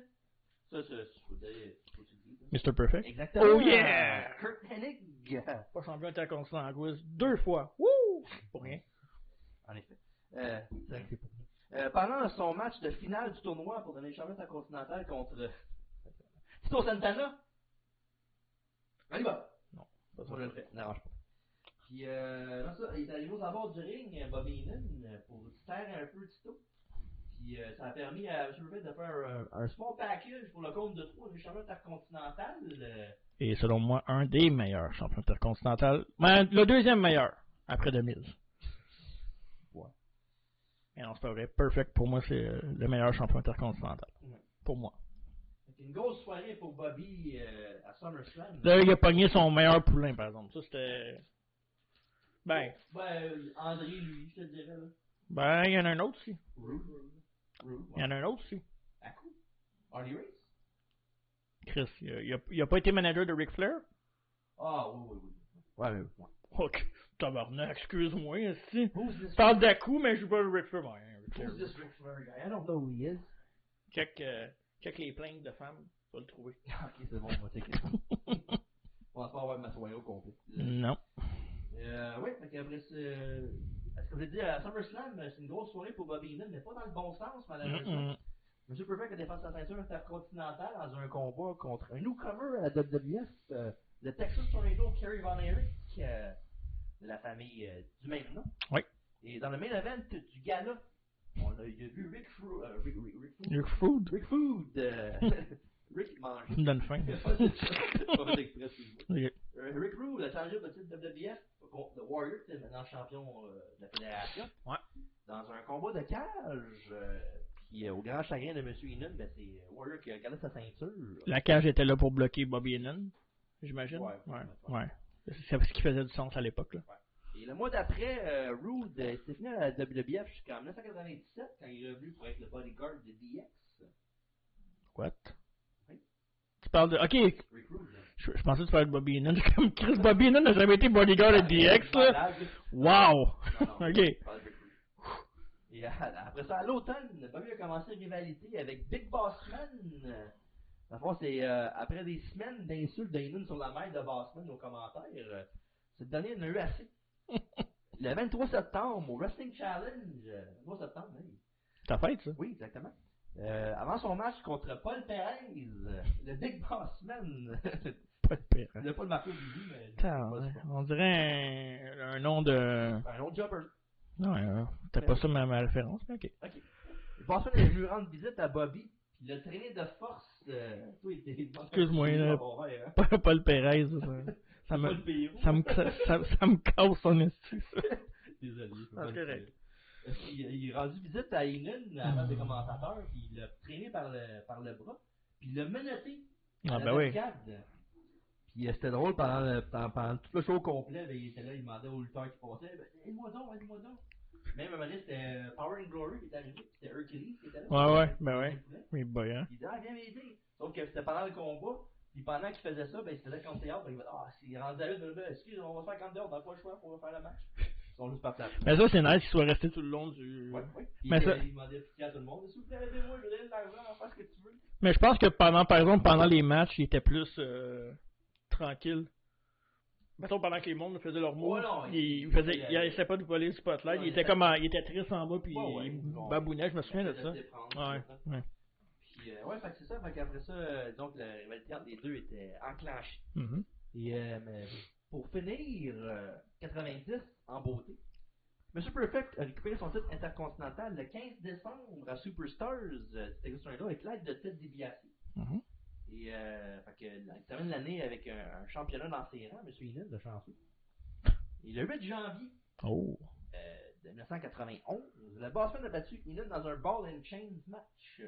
A: Ça, ça, je voudrais- faut que tu le dises, hein.
B: Mr. Perfect.
A: Exactement.
B: Oh, yeah!
A: Kurt Hennig. [LAUGHS]
B: Pas champion intercontinental en quiz deux fois. Wouh! Pour rien.
A: En effet. Euh, euh, pendant son match de finale du tournoi pour donner le championnat continental contre euh, [LAUGHS] Tito Santana. Allez, va.
B: Non,
A: Moi, je le fais. N'arrange pas. Puis, euh, non, ça, il est arrivé aux abords du ring, euh, Bobby Heenan, euh, pour distraire un peu Tito. Puis, euh, ça a permis à M. Ruffin de faire euh, un small package pour le compte de trois du championnat intercontinental. euh,
B: Et selon moi, un des meilleurs champions intercontinental. Ben, le deuxième meilleur, après 2000.
A: Ouais.
B: Mais non, c'est pas vrai. Perfect, pour moi, c'est euh, le meilleur champion intercontinental.
A: Ouais.
B: Pour moi.
A: Fait qu'une grosse soirée pour Bobby euh, à SummerSlam.
B: Là, il a pogné son meilleur poulain, par exemple. Ça, c'était. Ben,
A: Ben, euh, André, lui, je te dirais. Là.
B: ben, il y en a un autre aussi.
A: Rude. Rude,
B: Il y
A: ouais.
B: en a un autre aussi.
A: À coup. Harley Race?
B: Chris, il a, il a- il a pas été manager de Ric Flair?
A: Ah, oui, oui, oui. Ouais, oui, oui.
B: Ok, tabarnak, excuse-moi, si.
A: Who's this
B: Je parle d'un coup, mais je vois le Ric Flair. Ouais, Ric Flair.
A: Who's this Ric Flair guy? I don't know who he is.
B: Check, euh, check les plaintes de femmes, tu vas le trouver.
A: [LAUGHS] ok, c'est bon, on va checker ça.
B: [LAUGHS]
A: On va pas avoir ma soirée au complet.
B: non.
A: Euh, oui, fait qu'après ce. Est-ce que vous avez dit à SummerSlam, euh, c'est une grosse soirée pour Bobby Heenan, mais pas dans le bon sens, malheureusement.
B: Mm-mm.
A: Monsieur Perfect a défendu sa ceinture intercontinentale dans un combat contre un newcomer à la WWF, euh, le Texas Tornado Kerry Von Erich, euh, de la famille euh, du même nom.
B: Oui.
A: Et dans le main event du gala, on a, il y a vu Rick Fru, euh, Rick, Rick, Rick Food.
B: Your food.
A: Rick Food!
B: [LAUGHS]
A: euh, [LAUGHS] Rick mange.
B: Ça me donne [LAUGHS] faim.
A: Pas fait exprès, excuse-moi.
B: Ok.
A: Euh, Rick Rude a changé de titre WWF contre The Warrior, qui est maintenant champion euh, de la fédération.
B: Ouais.
A: Dans un combat de cage. euh, puis euh, au grand chagrin de M. Inan, ben, c'est euh, Warrior qui a gardé sa ceinture.
B: La cage était là pour bloquer Bobby Heenan, j'imagine.
A: Ouais.
B: ouais. ouais. C'est ce qui faisait du sens à l'époque. là.
A: Et le mois d'après, euh, Rude euh, s'est fini à la WWF jusqu'en 1997, quand il est revenu pour être le bodyguard de DX.
B: What?
A: Oui.
B: Tu parles de. Ok,
A: Rick Rude. là.
B: je, je pensais que tu parlais de Bobby Heenan. [LAUGHS] Comme Chris Bobby Heenan n'a jamais été bodyguard à DX, là.
A: Malade.
B: Wow!
A: Non, non,
B: [LAUGHS] Ok.
A: je parle de Rick Rude. Et euh, après ça, à l'automne, Bobby a commencé une rivalité avec Big Boss Man. Euh, Dans le fond, c'est euh, après des semaines d'insultes d'Ainon sur la mère de Bossman aux commentaires, euh, cette dernière en a eu assez. [LAUGHS] Le 23 septembre, au Wrestling Challenge, euh, 23 septembre, hey.
B: T'as fait, ça?
A: oui, exactement. Euh, avant son match contre Paul Perez, euh, le Big Boss Man, [LAUGHS]
B: Pas de pire. hein.
A: il n'a pas le marqué au début, mais
B: Putain,
A: je sais
B: ouais.
A: pas,
B: On dirait un, un nom de.
A: c'est pas- un autre jobber.
B: Non, euh, t'as pas ça ma, ma référence, mais ok.
A: Ok. Bosman est venu rendre visite à Bobby, puis l'a traîné de force. Euh, toi, il était-
B: Excuse-moi,
A: il était
B: là.
A: dans mon verre, hein.
B: [LAUGHS] Pas, pas le Perez, [LAUGHS] ça. Ça
A: Pas
B: me,
A: le Pérou.
B: ça me, ça, ça- ça me casse son esprit, ça.
A: Désolé. je peux
B: Ah,
A: pas le
B: correct. Ah.
A: dire. Puis, Euh, Il, il a rendu visite à Inan, à la table des commentateurs, puis il l'a traîné par le, par le bras, puis il l'a menotté. à
B: Ah,
A: la
B: ben oui.
A: barricade. Puis euh, c'était drôle, pendant, le- pendant, pendant tout le show complet, ben, il était là, il demandait aux lutteurs qui passaient ben, Aide-moi donc, aide-moi donc. Même à un moment donné, c'était euh, Power and Glory qui était arrivé, puis c'était Hercules qui était là.
B: Ouais, ouais, ben ouais.
A: Il voulait.
B: Oui, boy, hein.
A: Il dit, ah, viens m'aider. Sauf que c'était pendant le combat. Puis pendant qu'il faisait ça, ben, il se faisait contre les autres. Ben, il va dire, ah, s'il rendu à une, ben, excuse, on va se faire contre dehors, on n'a pas le choix, on va faire le match. Ils sont juste partis après.
B: Mais ça, c'est nice qu'il soit resté tout le long du.
A: Ouais, ouais. Puis,
B: Mais
A: euh,
B: ça-
A: il demandait pitié à tout le monde. S'il vous plaît, aidez-moi, je vous donne de l'argent, fais ce que tu veux.
B: Mais je pense que pendant, par exemple, pendant les matchs, il était plus euh, tranquille. Mettons, pendant que les mondes faisaient leur mot,
A: Ouais, non,
B: il,
A: il-
B: il faisait,
A: il-
B: il essayait pas de voler le spotlight.
A: Non,
B: il
A: il
B: était
A: était-
B: comme, en- il était triste en bas, puis
A: Ouais, ouais,
B: il
A: bon.
B: babounait, je me souviens de ça.
A: Il faisait prendre,
B: Ouais,
A: tout ça.
B: ouais.
A: Puis, euh, ouais, fait que c'est ça. Fait qu'après ça, euh, donc, la rivalité entre les deux était enclenchée.
B: Mhm.
A: Et, euh, mais pour finir, euh, 90 en beauté. Monsieur Perfect a récupéré son titre intercontinental le 15 décembre à Superstars. euh, C'était sur un gars avec l'aide de Ted DiBiase.
B: Mhm.
A: Et euh, fait que, là, il termine l'année avec un, un championnat dans ses rangs, M. Inès de chanceux. Et le 8 janvier
B: Oh.
A: euh, de 1991, le Bossman a battu Inès dans un Ball and Chains match.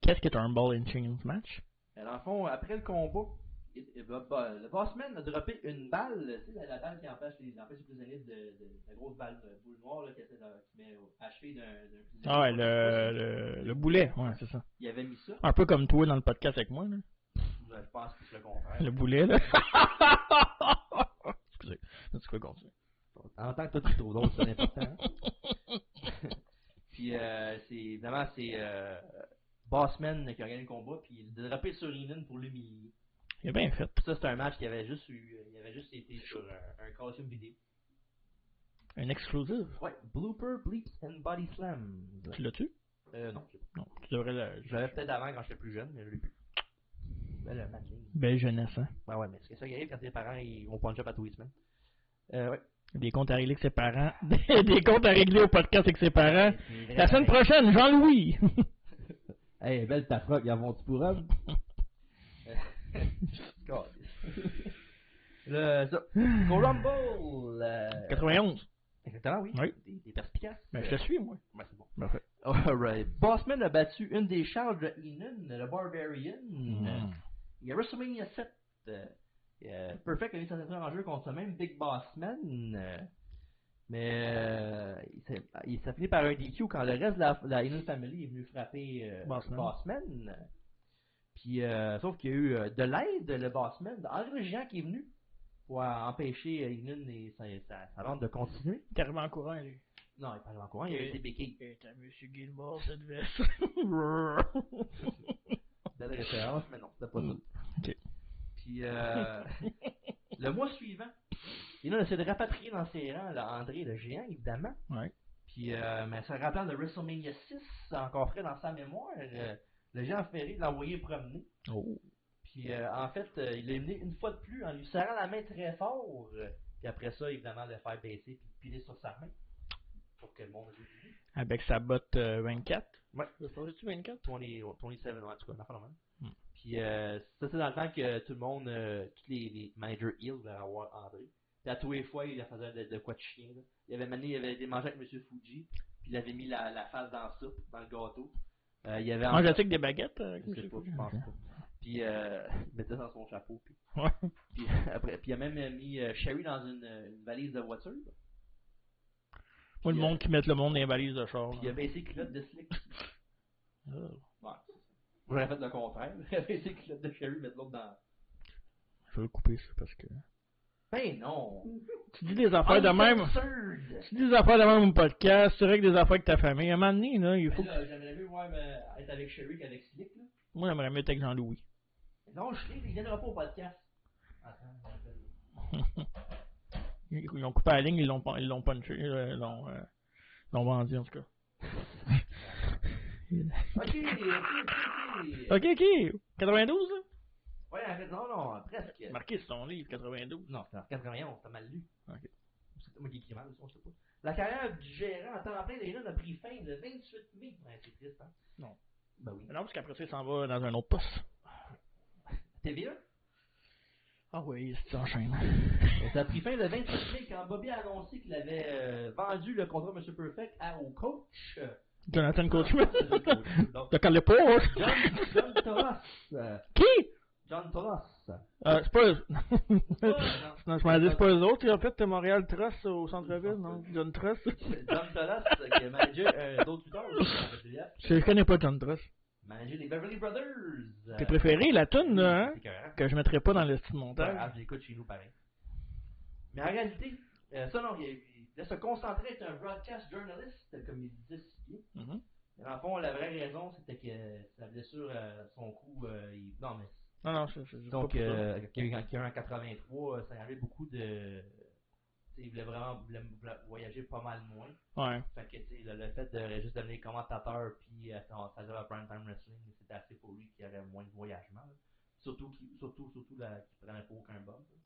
B: Qu'est-ce que t'as un ball and chains match?
A: Mais Ben, dans le fond, après le combat, il- il va- bah, le bossman a droppé une balle, tu sais, la, la balle qui empêche les, empêche les prisonniers de, de- la grosse balle de boule noire là, qui, essaie de- qui met au- à la cheville d'un d'un prisonnier.
B: Ah ouais, le, le, le boulet, ouais, c'est ça.
A: Il avait mis ça,
B: Un peu comme toi dans le podcast avec moi, là.
A: je pense que c'est le contraire.
B: Le boulet, là. [LAUGHS] Excusez. Tu peux continuer.
A: En tant que toi, tu trouves d'autres, c'est important. hein. [LAUGHS] puis, euh, c'est, évidemment, c'est euh, Bossman qui a gagné le combat, puis il a drapé sur Inan pour l'humilier.
B: Il est bien fait.
A: Puis ça, c'est un match qui avait juste eu, il avait juste été sur un, un calcium vidéo.
B: Un exclusive.
A: Ouais, Blooper, Bleeps and Body Slam.
B: Tu l'as-tu?
A: Euh, non, je l'ai pas.
B: Non, tu devrais le...
A: je l'avais peut-être avant quand j'étais plus jeune, mais je l'ai plus. Belle machine.
B: Belle jeunesse, hein?
A: Ben ouais, mais c'est ça qui arrive quand tes parents ils vont punch up à tous les semaines. Euh, ouais.
B: Des comptes à régler avec ses parents. [LAUGHS] Des, des comptes à régler au podcast avec ses parents.
A: Puis,
B: Euh, La semaine
A: vraiment,
B: prochaine, [LAUGHS] Jean-Louis!
C: Hey, belle ta froc, y avons-tu pour elle?
A: [LAUGHS] Câlisse. Euh, Le, ça. Go Rumble! euh,
B: 91.
A: Exactement, oui.
B: Oui.
A: Des, des perspicaces.
B: Ben, je te suis, moi.
A: Ouais, c'est bon.
B: Parfait.
A: Alright. Bossman a battu une des charges de Heenan, le Barbarian.
B: Mm.
A: Il y a WrestleMania 7. euh, euh, Perfect a mis son titre en jeu contre ce même Big Bossman. euh, mais euh, il s'est- il s'est fini par un DQ quand le reste de la, la Heenan Family est venu frapper euh,
B: Bossman.
A: Bossman. Puis, euh, sauf qu'il y a eu euh, de l'aide, le Bossman, André Jean qui est venu pour euh, empêcher euh, Heenan et sa, sa, sa bande de continuer.
B: T'es arrivé en courant, lui.
A: Non, il parle en courant, il y a eu des béquilles.
B: Et t'as Monsieur Gilmore, cette veste. [LAUGHS]
A: belle référence, mais non, c'était pas ça.
B: Hmm. Ok.
A: Puis, euh, [LAUGHS] le mois suivant, il a essayé de rapatrier dans ses rangs là, André le géant, évidemment.
B: Ouais.
A: Puis, euh, mais se rappelant de WrestleMania 6, encore frais dans sa mémoire, euh, le géant Ferry l'a envoyé promener.
B: oh.
A: Puis, euh, en fait, euh, il l'a éliminé une fois de plus en lui serrant la main très fort. euh, Puis après ça, évidemment, le faire baisser puis le piler sur sa main. Pour que le monde joue.
B: Avec sa botte euh, 24.
A: Ouais.
B: C'est-tu 24?
A: 20, ouais, 27, ouais, en tout cas, une affaire de même.
B: Hmm.
A: hein. Puis euh, ça, c'est dans le temps que tout le monde, euh, tous les, les managers Hill voulaient avoir André. Puis à tous les fois, il faisait de, de quoi de chien. là. Il avait mené, il avait des mangettes avec M. Fuji, puis il avait mis la, la face dans la soupe, dans le gâteau. Euh, il avait
B: Mange-tu avec des baguettes? euh,
A: Je sais pas, je pense pas. Puis euh, il mettait ça dans son chapeau. Puis,
B: Ouais.
A: puis, après, puis il a même euh, mis euh, Sherry dans une, une valise de voiture.
B: Moi, le
A: Puis,
B: monde qui met le monde dans les valises de char.
A: Puis il a baissé culotte de slick.
B: Oh.
A: Ouais. J'aurais fait le contraire. [LAUGHS] Il a baissé culotte de Sherry, mettre l'autre dans.
B: Je vais le couper, ça, parce que... Ah,
A: Ben non!
B: Tu dis des affaires de même...
A: Absurde.
B: Tu dis des affaires de même au podcast, tu règles des affaires avec ta famille. À un moment donné, là, il
A: Mais
B: faut...
A: là, J'aimerais mieux voir euh, être avec Sherry qu'avec Slick. Là.
B: Moi, j'aimerais mieux être avec Jean-Louis.
A: Non, Slick, il viendra pas au podcast. Attends, je m'appelle.
B: Ils ils l'ont coupé à la ligne, ils l'ont pun- ils l'ont punché, euh, ils l'ont euh, ils l'ont vendu, en tout cas.
A: Ok, ok, ok, ok.
B: OK, OK. 92, là?
A: Ouais, en fait, non, non, presque.
B: Marqué sur ton livre, 92.
A: Non, c'est en 91, t'as mal lu.
B: Ok.
A: C'est moi qui écris mal, je sais pas. La carrière du gérant en temps plein des jeunes a pris fin le 28 mai. Ouais, c'est triste, hein?
B: Non.
A: Ben oui.
B: Mais non, parce qu'après ça, il s'en va dans un autre poste.
A: TVA?
B: Ah oui, c'est enchaîne.
A: Ça a pris fin le 28 mai quand Bobby a annoncé qu'il avait euh, vendu le contrat de M. Perfect à, au coach. [LAUGHS]
B: Jonathan Coachman. [LAUGHS]
A: Donc,
B: T'as calé pas, hein?
A: John, John [LAUGHS] Thomas. euh,
B: Qui?
A: John Thomas.
B: Euh, c'est pas...
A: non.
B: non, je m'en dis, c'est pas eux autres, qui ont fait le Montréal Trust au centre-ville, non? John Truss.
A: John Thomas, qui a managé euh, d'autres lutteurs aussi, en fait, Juliette.
B: Je connais pas John Truss.
A: Managé les Beverly Brothers.
B: T'es préféré, la toune, là, hein?
A: C'est écœurant.
B: Que je mettrais pas dans le style
A: C'est pas grave,
B: montage.
A: je l'écoute chez nous pareil. Mais en réalité, euh, ça non, il, il devait se concentrer à être un broadcast journalist, comme il disait si bien.
B: Mhm.
A: Mais dans le fond, la vraie raison, c'était que sa blessure, euh, son coup, euh, il... non mais
B: Non, non, c'est... c'est pas
A: Donc,
B: pour ça.
A: euh, qui a eu- qui a eu en 83, euh, ça avait beaucoup de. tu sais, Il voulait vraiment voulait- voulait voyager pas mal moins.
B: Ouais.
A: Fait que, tu sais, le, le fait de juste devenir commentateur puis euh, son- sa job à Prime Time Wrestling, c'était assez pour lui qu'il y avait moins de voyagement. là. Surtout qu'il surtout, surtout la- qu'il prenait pas aucun bump. là.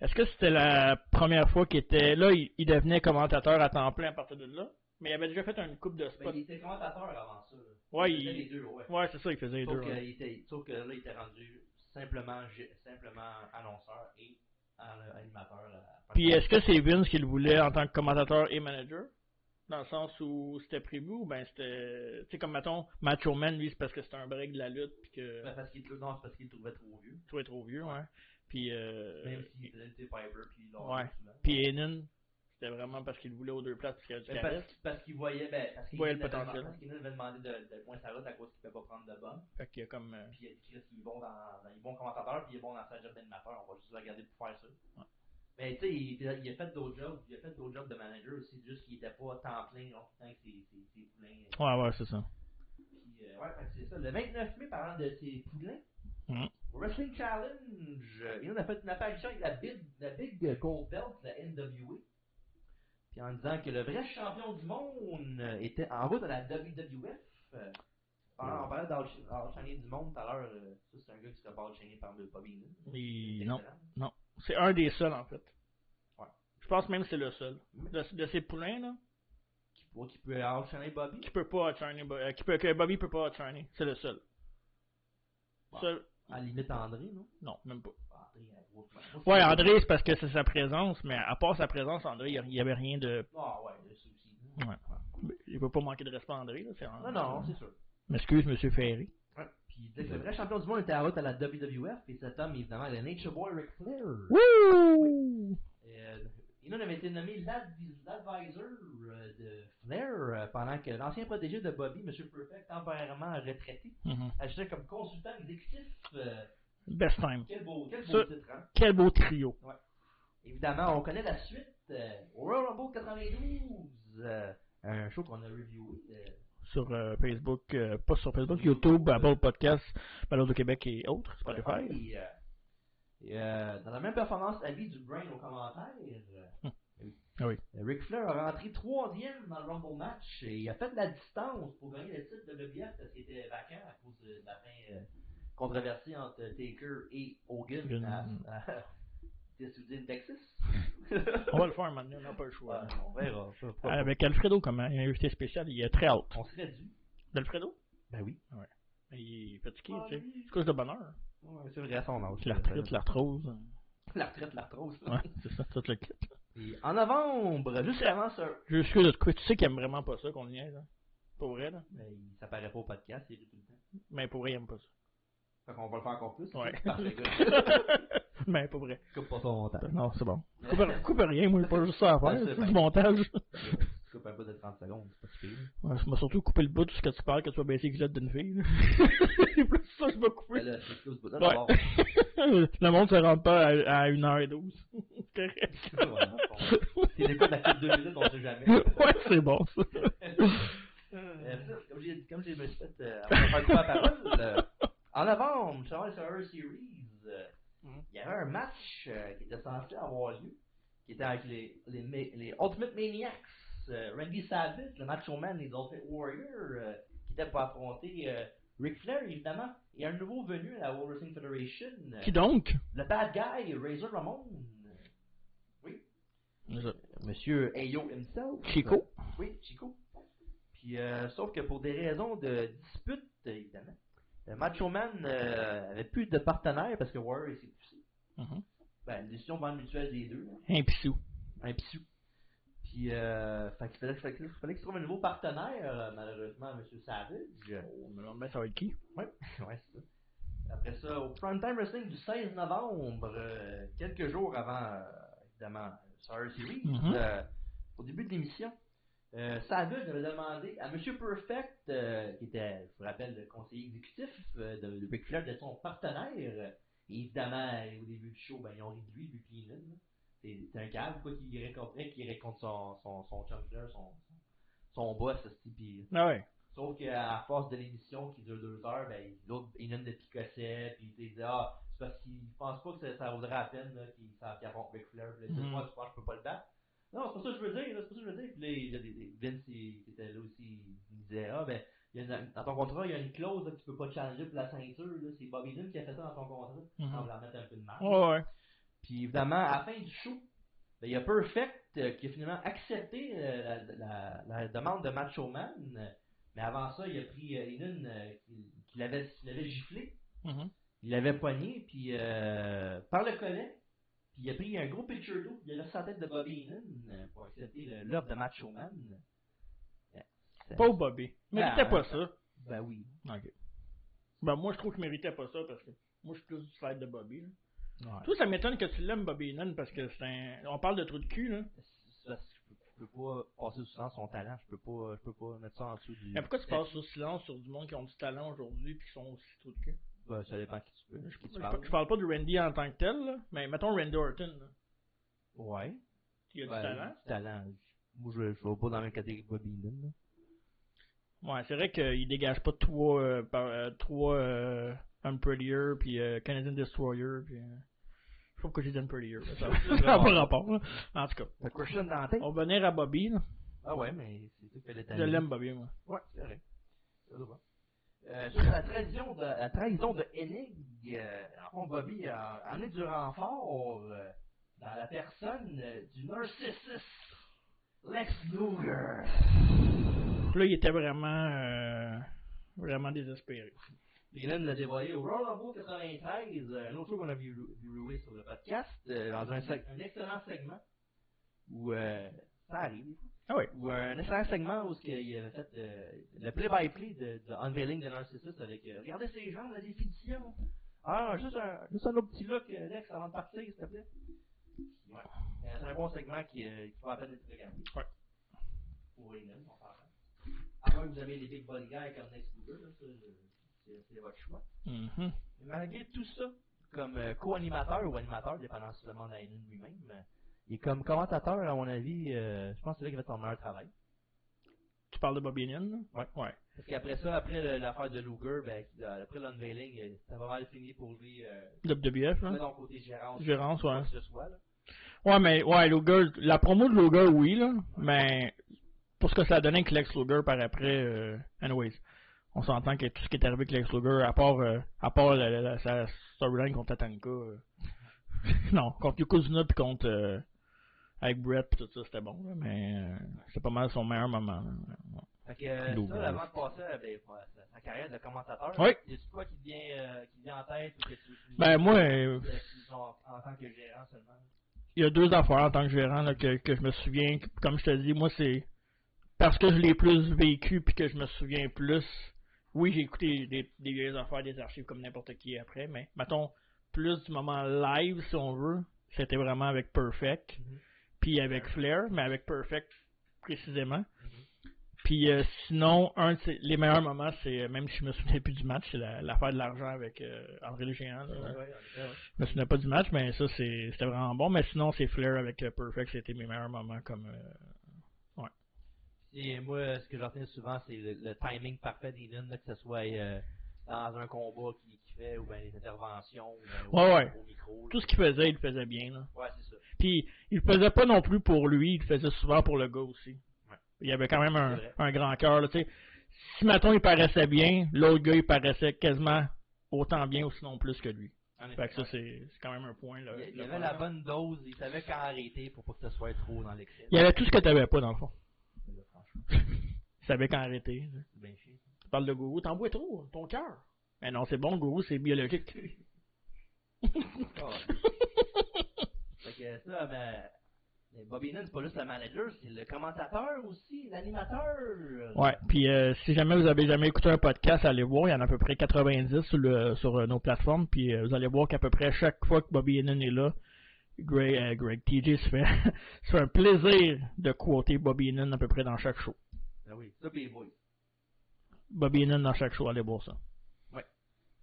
B: Est-ce que c'était la première fois qu'il était là, il, il devenait commentateur à temps plein à partir de là? Mais il avait déjà fait une coupe de
A: Ben,
B: spots.
A: il était commentateur avant ça. là.
B: Ouais,
A: il faisait
B: il-
A: les deux, ouais.
B: Ouais, c'est ça, il faisait les
A: Sauf
B: deux.
A: que,
B: ouais.
A: il était- sauf que là, il était rendu simplement, gé- simplement annonceur et euh, animateur. à Prime
B: Puis
A: Time.
B: est-ce que c'est Vince qui le voulait en tant que commentateur et manager? Dans le sens où c'était prévu ou ben c'était. Tu sais, comme mettons, Macho Man, lui, c'est parce que c'était un break de la lutte puis que
A: Ben, parce qu'il non, c'est parce qu'il le trouvait trop vieux.
B: toi est trop vieux, ouais. Puis euh,
A: Même s'il faisait le T-Piper puis il l'a
B: Ouais.
A: enlevé souvent.
B: Puis Heenan, c'était vraiment parce qu'il le voulait aux deux places parce qu'il y a du
A: Ben,
B: charisme.
A: parce, parce qu'il voyait, ben, parce qu'il
B: Voyait le
A: avait-
B: potentiel.
A: Parce qu'il nous avait demandé de, de moins sa route à cause qu'il ne pouvait pas prendre de bonne.
B: Fait qu'il y a comme. euh,
A: Puis il a dit Chris, il est bon dans, dans- il est bon commentateur, puis il est bon dans sa job d'animateur. On va juste le regarder pour faire ça. Mais tu sais, il, il a fait d'autres jobs. Il a fait d'autres jobs de manager aussi, juste qu'il n'était pas temps plein, longtemps que ses, ses, ses poulains. euh,
B: Ouais, ouais, c'est ça.
A: Puis, euh, ouais, fait que c'est ça. Le 29 mai, parlant de ses poulains,
B: Mhm.
A: au Wrestling Challenge, euh, il en a fait une apparition avec la Big, la big Gold Belt, la NWA. Puis puis en disant que le vrai champion du monde euh, était en route à la WWF. euh, en- On parlait d'enchaîner du monde tout à l'heure. euh, Ça, c'est un gars qui se fait pas enchaîner par le Bobby Heenan.
B: Et
A: C'est
B: non.
A: excellent.
B: C'est un des seuls, en fait.
A: Ouais.
B: Je pense même que c'est le seul. De, de ces poulains, là,
A: Qui, peut- qui peut enchaîner Bobby.
B: qui peut pas attorney, euh, qui peut, que Bobby peut pas attorney. C'est le seul.
A: Wow.
B: Seul.
A: À la limite, André, non
B: Non, même pas.
A: André, euh, gros,
B: Ouais, André, c'est parce que c'est sa présence, mais à part sa présence, André, il n'y avait rien de.
A: Ah, ouais, le souci.
B: Ouais. Il peut pas manquer de respect à André, là. c'est un-
A: Non, non, c'est sûr.
B: M'excuse, Monsieur Ferry.
A: Ouais. Puis il disait que le vrai champion du monde était en route à la WWF, et cet homme, évidemment, le Nature Boy Ric Flair.
B: Wouh!
A: Euh, Heenan avait été nommé l'advi- l'advisor euh, de Flair euh, pendant que l'ancien protégé de Bobby, M. Perfect, temporairement retraité,
B: Mhm.
A: agissait comme consultant exécutif. euh,
B: Best time.
A: quel beau, quel beau
B: Ça-
A: titre, hein?
B: Quel beau trio.
A: Évidemment, on connaît la suite. euh, au Royal Rumble 92, euh, un show qu'on a reviewé. euh,
B: Sur euh, Facebook, euh, pas sur Facebook, YouTube, Apple Podcast, Ballon de Québec et autres, Spotify.
A: Et, euh, et, euh, dans la même performance, avis du Brain au commentaire, euh,
B: Ah oui.
A: euh, Ric Flair a rentré troisième dans le Rumble match et il a fait de la distance pour gagner le titre de WWF parce qu'il était vacant à cause de la fin euh, controversée entre Taker et Hogan
B: Hogan. hmm.
A: à, à, Houston,
B: [LAUGHS]
A: Texas.
B: On va le faire maintenant, on n'a pas le choix.
A: Ouais, on verra. ça, pourquoi pas.
B: Ah, Avec Alfredo comme un invité spécial, il est très haute.
A: On serait dû.
B: D'Alfredo?
A: Ben oui.
B: Il est fatigué, tu sais. C'est cause de bonheur.
A: Ah, Ouais, c'est vrai, à son âge.
B: La retraite, l'arthrose.
A: La retraite, l'arthrose.
B: Ouais, c'est ça, tout le kit.
A: Et en novembre, juste avant ce
B: Je suis de quoi, tu sais qu'il aime vraiment pas ça qu'on niaise, hein. Pour vrai, là.
A: Mais Ben, il- ça paraît pas au podcast, il rit tout le temps.
B: Mais pour vrai, il aime pas ça.
A: Fait qu'on va le faire encore plus.
B: Ouais.
A: [LAUGHS] Parfait, gars.
B: Mais pour vrai.
A: Coupe pas ton montage.
B: Non, c'est bon. Coupe, coupe rien, moi, j'ai pas juste ça à faire.
A: Ouais, c'est
B: C'est
A: vrai.
B: du montage.
A: Tu coupes un peu de 30 secondes, c'est pas si pire.
B: Ouais, je m'ai surtout coupé le bout de ce que tu parles que tu vas baisser les culottes d'une fille. là. [LAUGHS] C'est plus ça que je m'ai coupé.
A: Ben là, c'est close button
B: Ouais.
A: d'abord. [LAUGHS]
B: le monde se rentre pas à, à 1h12. [LAUGHS] C'est correct.
A: Voilà, bon. C'est l'écoute de la coupe de minutes, on sait jamais.
B: [LAUGHS] ouais, c'est bon, ça.
A: Euh, ça, comme j'ai comme j'ai- je me suis fait euh, avoir un coup à parole,
B: [LAUGHS]
A: euh, en novembre, Charles Survivor Series, euh,
B: Mhm.
A: il y avait un match euh, qui était censé avoir lieu, qui était avec les, les, ma- les Ultimate Maniacs, euh, Randy Savage, le Macho Man, les Ultimate Warriors, euh, qui étaient pour affronter euh, Ric Flair, évidemment, et un nouveau venu à la World Wrestling Federation, euh,
B: Qui donc?
A: le bad guy, Razor Ramon, euh, Monsieur Ayo himself.
B: Chico.
A: Oui, Chico. Puis, euh, sauf que pour des raisons de dispute, euh, évidemment, euh, Macho Man euh, avait plus de partenaire parce que Warrior s'est poussé.
B: Mhm.
A: Ben, une décision vente mutuelle des deux,
B: Un pissou.
A: un pissou. Puis, euh, fait qu'il fallait, fait qu'il fallait qu'il se trouve un nouveau partenaire, euh, malheureusement, M. Savage.
B: On me demande bien ça va être qui?
A: Ouais, [LAUGHS] c'est ça. Après ça, au Primetime Wrestling du 16 novembre, euh, quelques jours avant, euh, évidemment, Survivor Series,
B: Mhm.
A: euh, au début de l'émission, euh, Savage avait demandé à M. Perfect, euh, qui était, je vous rappelle, le conseiller exécutif euh, de, de Ric Flair, de son partenaire. euh, et évidemment, euh, au début du show, ben, ils ont ri de lui, lui puis Heenan, là. C'est c'est un câble, quoi, qui raconterait, qui raconte son, son, son chum Flair, son, son boss, ce type. il-
B: Ah ouais.
A: Sauf qu'à force de l'émission qui dure deux heures, ben, l'autre, il donne de picochet, puis il dit, ah, c'est parce qu'il pense pas que ça, ça vaudrait la peine là, qu'il s'en qu'il affronte Ric Flair, puis là, il dit,
B: Mhm.
A: moi, tu penses que je peux pas le battre. Non, c'est pas ça que je veux dire, là, c'est pas ça que je veux dire. Puis là, il y a des- des- Vince, il, qui était là aussi, il disait, ah, ben, il y a une- dans ton contrat, il y a une clause là, que tu peux pas te changer pour la ceinture, là, c'est Bobby Lynn qui a fait ça dans ton contrat,
B: Mhm.
A: on va leur mettre un peu de marge.
B: Ouais, ouais.
A: Puis évidemment, à la fin du show, ben, il y a Perfect euh, qui a finalement accepté euh, la, la- la demande de Macho Man. euh, Mais avant ça, il a pris euh, Heenan, euh, qui, qui l'avait qui l'avait giflé.
B: Mhm.
A: Il l'avait poigné, puis euh, par le collet. Puis il a pris un gros picture d'eau. Il a laissé la tête de Bobby Heenan euh, pour accepter le- l'offre de Macho Man.
B: Pauvre Bobby. Méritait
A: Ah.
B: pas ça.
A: Ben oui.
B: Ok. Ben, moi, je trouve qu'il méritait pas ça parce que moi, je suis plus du side de Bobby. Là. Toi, ça m'étonne que tu l'aimes, Bobby Heenan, parce que c'est un. On parle de trou de cul, là.
A: C'est parce que je peux- je peux pas passer sous silence son talent. Je peux pas, je peux pas mettre ça en dessous du.
B: Mais pourquoi tu passes au silence sur du monde qui ont du talent aujourd'hui puis qui sont aussi trous de cul
A: Ben, ça dépend qui tu veux.
B: je,
A: qui tu
B: je-
A: parles.
B: je parle pas de Randy en tant que tel, là, mais mettons Randy Orton. Là.
A: Ouais.
B: Il a du
A: Ouais,
B: talent.
A: du talent. Moi, je ne vais pas dans la catégorie de Bobby Heenan, là.
B: Ouais, c'est vrai qu'il dégage pas trois, euh, par- euh, trois euh, Unprettier puis euh, Canadian Destroyer. Puis, euh, Je trouve que j'ai done prettier. mais Ça ça n'a pas rapport. là. En tout cas,
A: T'as Christian dans la tête?
B: on va venir à Bobby. là.
A: Ah ouais, mais c'est ça que le
B: Je l'aime, Bobby, moi.
A: Ouais, c'est vrai. Ça doit voir. Euh, sur la trahison de, la trahison de Hennig, euh, en fond, Bobby a amené du renfort euh, dans la personne euh, du narcissiste Lex Luger.
B: Puis là, il était vraiment, euh, vraiment désespéré.
A: Hélène l'a dévoilé au Royal Rumble 93, euh, un autre show qu'on a vu, vu louer sur le podcast, euh, dans un, seg- un excellent segment où euh, ça arrive.
B: Ah oui.
A: Ou un excellent segment où ce qu'il avait fait euh, le play-by-play de, de Unveiling the Narcissist avec euh, Regardez ces gens, la définition. Ah, juste un, juste un autre petit look, euh, Lex, avant de partir, s'il te plaît. Ouais. Euh, C'est un bon segment qui, euh, qui vaut la peine d'être regardé.
B: Ouais.
A: Pour Hélène, on parle. À moins que vous aimez les Big Body Guys comme Lex Luger, là, ça, euh, c'est c'est votre choix.
B: Mhm.
A: Mais Malgré tout ça, comme euh, co-animateur ou animateur, dépendant si demande à Hélène lui-même, euh, et comme commentateur, à mon avis, euh, je pense que c'est là qu'il va faire son meilleur travail.
B: Tu parles de Bobby Heenan, là?
A: Ouais.
B: Ouais.
A: Parce qu'après ça, après le- l'affaire de Luger, ben, euh, après l'unveiling, euh, ça va mal fini pour lui, euh,
B: WWF, là.
A: soit dans le côté gérance,
B: Gérance, ouais.
A: quoi que ce soit, là.
B: Ouais, mais ouais, Luger, la promo de Luger, oui, là, mais pour ce que ça a donné avec Lex Luger par après, euh, anyways, on s'entend que tout ce qui est arrivé avec Lex Luger, à part, euh, à part la, la- la- sa storyline contre Atanka, euh, [LAUGHS] non, contre Yokozuna puis contre euh, avec Brett pis tout ça, c'était bon, là, mais euh, c'est pas mal son meilleur moment. là.
A: Fait que, euh,
B: Luger.
A: ça, avant de passer à ben, ouais, sa, sa carrière de commentateur,
B: Oui.
A: y a-tu quoi qui te vient, euh, qui te vient en tête ou que tu veux souligner?
B: Ben, moi,
A: Euh,
B: euh,
A: qui sont en, en tant que gérant seulement?
B: il y a deux affaires en tant que gérant là, que, que je me souviens, comme je te dis, moi c'est parce que je l'ai plus vécu puis que je me souviens plus. Oui, j'ai écouté des, des vieilles affaires, des archives comme n'importe qui après, mais mettons, plus du moment live si on veut, c'était vraiment avec Perfect,
A: Mhm.
B: puis avec Flair, mais avec Perfect précisément. Puis euh, sinon, un de ses- les meilleurs moments, c'est, euh, même si je me souviens plus du match, c'est la- l'affaire de l'argent avec euh, André le Géant. là.
A: Ouais, ouais, en effet, ouais.
B: Je me souviens pas du match, mais ça, c'est- c'était vraiment bon. Mais sinon, c'est Flair avec euh, Perfect, c'était mes meilleurs moments comme. euh,
A: Et moi, euh, ce que j'entends souvent, c'est le, le timing parfait des lunes, là, que ce soit euh, dans un combat qu'il qu'il fait, ou ben, les interventions, ou ben, au,
B: Ouais, ouais.
A: au micro. là.
B: Tout ce qu'il faisait, il le faisait bien. Là.
A: Ouais, c'est ça.
B: Puis, il le faisait pas non plus pour lui, il le faisait souvent pour le gars aussi.
A: Ouais.
B: Il avait quand même un,
A: C'est vrai.
B: un grand cœur. là, tu sais. Si Maton il paraissait bien, l'autre gars il paraissait quasiment autant bien ou sinon plus que lui.
A: En
B: Fait
A: effet,
B: que ça
A: ouais.
B: c'est c'est quand même un point. là.
A: Il y a- il y
B: Le
A: avait
B: point,
A: la
B: là.
A: bonne dose, il savait quand arrêter pour pas que ce soit trop dans l'excès.
B: Il y avait tout ce que t'avais pas dans le fond.
A: Là, Franchement,
B: Il savait quand arrêter. là.
A: c'est bien
B: [LAUGHS]
A: chier. ça.
B: Tu parles de gourou, t'en bois trop, ton cœur. Mais non, c'est bon, gourou,
A: [LAUGHS]
B: c'est biologique.
A: Ah, ouais. fait que ça, ben, mais Bobby Heenan, c'est pas juste le manager, c'est le commentateur aussi, l'animateur.
B: Ouais, puis euh, si jamais vous avez jamais écouté un podcast, allez voir, il y en a à peu près 90 sur, le, sur euh, nos plateformes, puis euh, vous allez voir qu'à peu près chaque fois que Bobby Heenan est là, Greg, euh, Greg TJ se fait, [LAUGHS] se fait un plaisir de quoter Bobby Heenan à peu près dans chaque show.
A: Ben oui, ça, pis les boys.
B: Bobby Heenan dans chaque show, allez voir ça.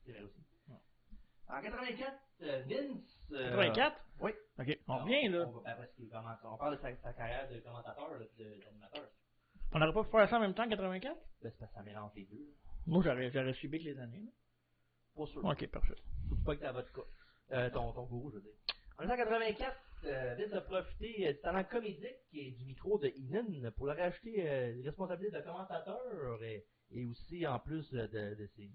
A: C'est vrai aussi. En 84, euh, Vince. euh, oui.
B: Ok, on revient là.
A: On, après ce qu'il commence, on parle de sa, sa carrière de commentateur, là, de- d'animateur.
B: On n'aurait pas pu faire ça en même temps, 84
A: Ben, c'est parce que ça mélange les deux. là.
B: Moi, j'aurais j'aurais subi que les années. là.
A: Pas sûr.
B: Ok, parfait.
A: Surtout pas que t'as votre cas. Euh, ton, ton gourou, je veux dire. En 1984, euh, Vince a profité euh, du talent comédique et du micro de Heenan pour leur acheter euh, les responsabilités de commentateur et, et aussi, en plus, euh, de, de ses-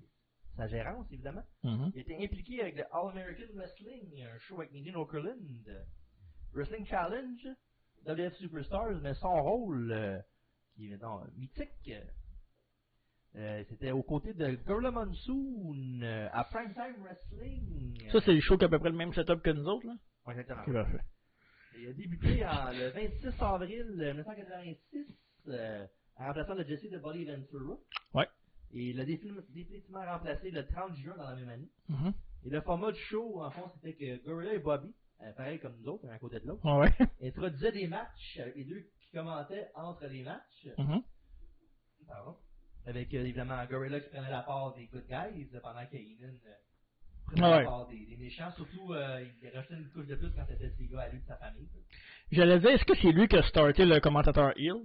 A: sa gérance, évidemment.
B: Mhm.
A: Il était impliqué avec le All-American Wrestling, un show avec Nadine Okerlund, euh, Wrestling Challenge, WF Superstars, mais son rôle, euh, qui est maintenant mythique, euh, c'était aux côtés de Gorilla Monsoon euh, à Primetime Wrestling.
B: Ça, c'est les shows qui ont à peu près le même setup que nous autres là.
A: Ouais, exactement.
B: Ok, parfait.
A: Il a débuté en, le 26 avril euh, 1986 euh, en remplaçant le Jesse de Bobby Ventura.
B: Ouais.
A: Et il l'a défin- définitivement remplacé le 30 juin dans la même année.
B: Mhm.
A: Et le format du show, en fond, c'était que Gorilla et Bobby, euh, pareil comme nous autres, un à côté de l'autre,
B: Ouais, ouais. [LAUGHS]
A: introduisaient des matchs avec les deux qui commentaient entre les matchs.
B: Mhm.
A: Pardon. Avec euh, évidemment Gorilla qui prenait la part des good guys euh, pendant que Heenan, euh, prenait
B: Ah ouais.
A: la part des, des méchants. Surtout, euh, il rajoutait une couche de plus quand c'était ses gars à lui de sa famille.
B: J'allais dire, est-ce que c'est lui qui a starté le commentateur Hill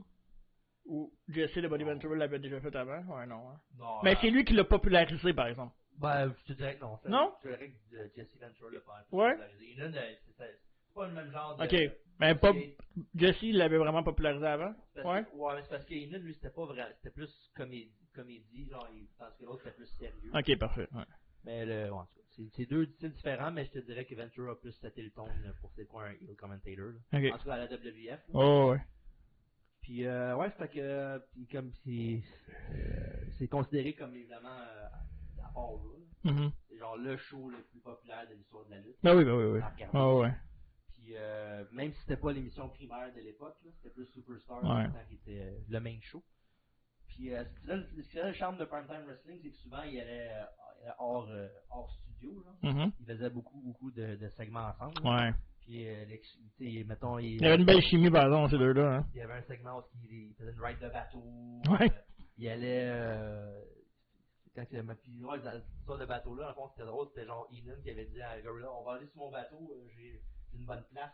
B: Ou Jesse de Body Ventura l'avait déjà fait avant Ouais, non. hein.
A: Non,
B: Mais
A: euh,
B: c'est lui qui l'a popularisé, par exemple.
A: Ben, je te dirais que non. ça-
B: Non?
A: Je te dirais que euh, Jesse Ventura l'a pas.
B: Ouais.
A: popularisé. Là, là, euh, c'est- c'est pas le même genre de.
B: Ok. Mais pas.
A: Jesse,
B: Jesse il l'avait vraiment popularisé avant.
A: parce que-
B: Ouais.
A: Ouais, mais c'est parce qu'Aiden, lui, c'était pas vrai. C'était plus comédie, comédie genre, il- tandis que l'autre, c'était plus sérieux.
B: Ok, parfait. ouais.
A: Mais le, ouais, en tout cas, c'est- c'est deux styles différents, mais je te dirais que Ventura a plus setté le ton euh, pour ses points heel commentator. là.
B: Ok.
A: En tout cas, à la WWF. là.
B: Oh, ouais.
A: Puis, euh, ouais, c'est fait que, euh, puis comme c'est, euh, c'est considéré comme évidemment euh, à part là, là.
B: Mhm.
A: c'est genre le show le plus populaire de l'histoire de la lutte.
B: Ben oui, ben oui, oui.
A: à regarder.
B: Oh, ouais.
A: Puis, euh, même si c'était pas l'émission primaire de l'époque, là, c'était plus Superstar
B: Ouais.
A: dans le temps qui était euh, le main show. Puis, euh, ce qui faisait le- ce qui faisait le charme de Primetime Wrestling, c'est que souvent, il allait euh, il allait hors, euh, hors studio. Là.
B: Mhm.
A: Ils faisaient beaucoup, beaucoup de, de segments ensemble. là.
B: Ouais.
A: Puis, euh, l'ex- tu sais, mettons, il,
B: Il y avait une belle chimie, par exemple, ces deux-là. Hein.
A: il y avait un segment où il, il faisait une ride de bateau.
B: Ouais.
A: euh, il allait. Euh, quand il m'a puis, ouais, dans l'histoire de bateau-là, en fond, c'était drôle. C'était genre Enan qui avait dit à Gorilla On va aller sur mon bateau, euh, j'ai j'ai une bonne place.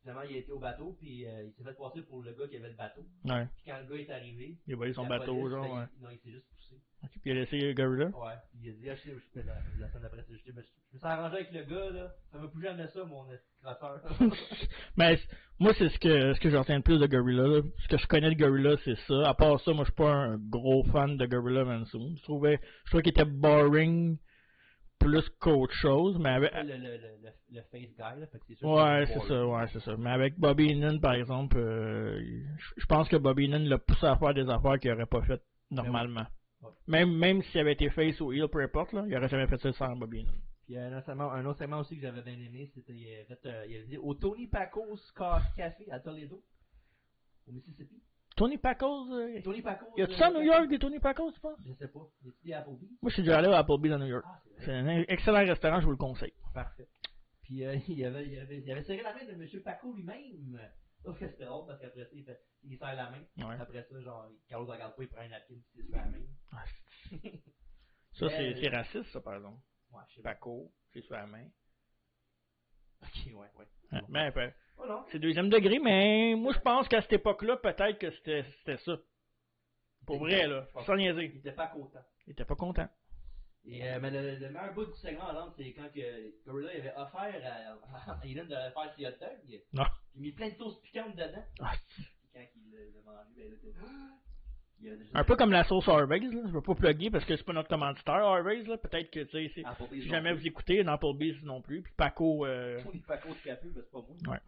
A: Finalement, il a été au bateau, puis euh, il s'est fait passer pour le gars qui avait le bateau.
B: Ouais.
A: Puis quand le gars est arrivé,
B: Il a volé son
A: la
B: bateau,
A: police,
B: genre,
A: ben,
B: ouais.
A: il- Non, il s'est juste poussé.
B: Ok, Puis il a laissé Gorilla.
A: Ouais. Puis il a dit Ah, je sais, je fais la, la semaine d'après, c'est juste, je me suis je me suis arrangé avec le gars, là. Ça veut plus jamais ça, mon esti de
B: [LAUGHS]
A: crosseur.
B: Mais Ben, c- moi, c'est ce que, ce que je retiens le plus de Gorilla. là. Ce que je connais de Gorilla, c'est ça. À part ça, moi, je suis pas un gros fan de Gorilla Monsoon. Je trouvais, je trouvais qu'il était boring plus qu'autre chose. Mais avec,
A: le, le, le, le, le face guy, là. Fait que c'est sûr que
B: ouais,
A: c'est
B: c'est
A: un
B: ça, ouais, c'est ça. Mais avec Bobby Heenan, par exemple, euh, je je pense que Bobby Heenan l'a poussé à faire des affaires qu'il aurait pas faites normalement.
A: Ben Ouais.
B: Même, même s'il avait été face ou heel, peu importe, là, il aurait jamais fait ça sans Bobby Heenan.
A: Puis euh, un, segment- un autre segment aussi que j'avais bien aimé, c'était il avait, fait, euh, il avait dit au Tony Paco's Ca- Café à Toledo, au Mississippi.
B: Tony Pacos, euh,
A: Tony Paco's.
B: y a-tu
A: euh,
B: ça à New York, des Tony Pacos, tu penses?
A: Je sais pas. Il était à Applebee's.
B: Moi, je suis déjà allé à Applebee's à New York.
A: Ah, c'est
B: C'est
A: vrai.
B: un excellent restaurant, je vous le conseille.
A: Parfait. Puis euh, [LAUGHS] il, avait, il, avait, il avait serré la main de M. Paco lui-même. Sauf que c'était drôle parce qu'après ça, il, fait, il serre la main.
B: [LAUGHS] Ouais.
A: Après ça, genre, Carlos regarde pas, il prend un napkin et il se fait la main.
B: Ça, c'est
A: Euh,
B: c'est raciste, ça, par exemple.
A: Ouais, je sais pas.
B: Paco, c'est sur la main.
A: Ok, ouais, ouais.
B: Ah, ben, ben,
A: Oh non.
B: c'est deuxième degré, mais moi, je pense qu'à cette époque-là, peut-être que c'était c'était ça. Pour vrai, là. Sans
A: Il
B: niaiser.
A: était pas content.
B: Il était pas content.
A: Et, euh, mais le, le meilleur bout du segment, par exemple, c'est quand que Gorilla avait offert à, à Eden de faire ses hot dogs.
B: Non.
A: Il a mis plein de sauces piquantes dedans.
B: Ah,
A: Puis quand il l'a- l'a mangé, ben là, t'es- il a juste-
B: Un peu comme la sauce Harvey's, là. Je veux pas plugger parce que c'est pas notre commanditaire, Harvey's, là. Peut-être que, tu sais, c'est-
A: Ah, pour des
B: si jamais
A: gens.
B: vous écoutez, dans Applebee's non plus. Puis Paco, euh,
A: On est pas contre café, mais c'est pas moi.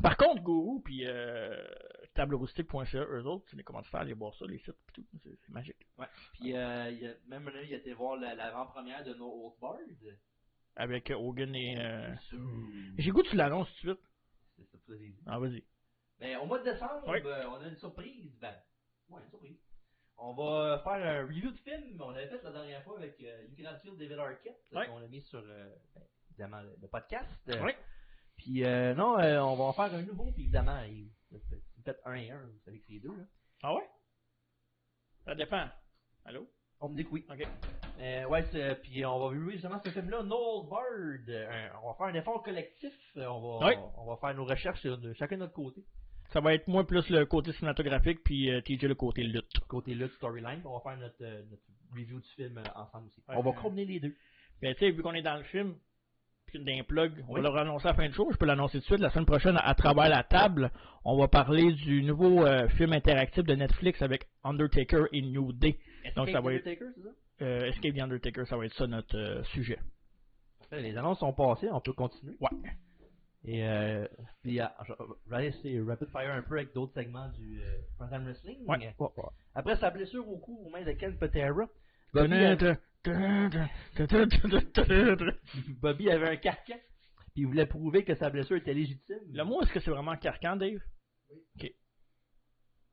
B: Par contre, Gourou puis euh, tableroustic.ca, E, eux autres, c'est les commanditaires, les boire ça, les sites, pis tout. C'est c'est magique.
A: Puis euh, il y a, même là, il a été voir la- l'avant-première de No Old Bird.
B: Avec euh, Hogan et. euh,
A: C'est
B: J'ai goût que tu l'annonces tout de suite.
A: ça que j'ai dit.
B: Ah, vas-y.
A: Mais Ben, au mois de décembre,
B: Oui.
A: euh, on a une surprise. Ben, ouais, une surprise. On va faire un review de film. On l'avait fait la dernière fois avec euh, Hugh Grantfield, David Arquette.
B: Oui.
A: On l'a mis sur, euh, ben, évidemment, le, le podcast.
B: Oui.
A: Puis, euh, non, euh, on va en faire un nouveau. Puis, évidemment, il vous faites un et un. Vous savez que c'est deux. Là.
B: Ah ouais? Ça dépend. Allô?
A: On me dit que oui.
B: Ok.
A: Euh, ouais, c'est- puis on va reviewer justement ce film-là, No Old Bird. Euh, on va faire un effort collectif. Euh, On va,
B: Oui.
A: on va faire nos recherches sur- de chacun de notre côté.
B: Ça va être moi plus le côté cinématographique, puis euh, TJ le côté lutte.
A: côté lutte storyline. On va faire notre, euh, notre review du film euh, ensemble aussi.
B: Ouais.
A: on va combiner les deux.
B: Mais Ben, tu sais, vu qu'on est dans le film, puis d'un plug, on va
A: Oui.
B: leur annoncer à la fin de show. Je peux l'annoncer tout de suite. La semaine prochaine, à travers la table, on va parler du nouveau euh, film interactif de Netflix avec Undertaker et New Day. Donc, ça va être-
A: Undertaker, c'est ça?
B: Euh, Escape the Undertaker, ça va être ça notre euh, sujet.
A: Parfait, Les annonces sont passées, on peut continuer.
B: Ouais.
A: Et euh, puis, euh, je je vais aller essayer Rapid Fire un peu avec d'autres segments du euh, Primetime Wrestling.
B: Ouais.
A: Après sa blessure au cou aux mains de Ken Patera,
B: Bah,
A: Bobby, avait-
B: euh, Là,
A: [LAUGHS] Bobby avait un carcan. Puis il voulait prouver que sa blessure était légitime.
B: moi, est-ce que c'est vraiment carcan, Dave? Ok.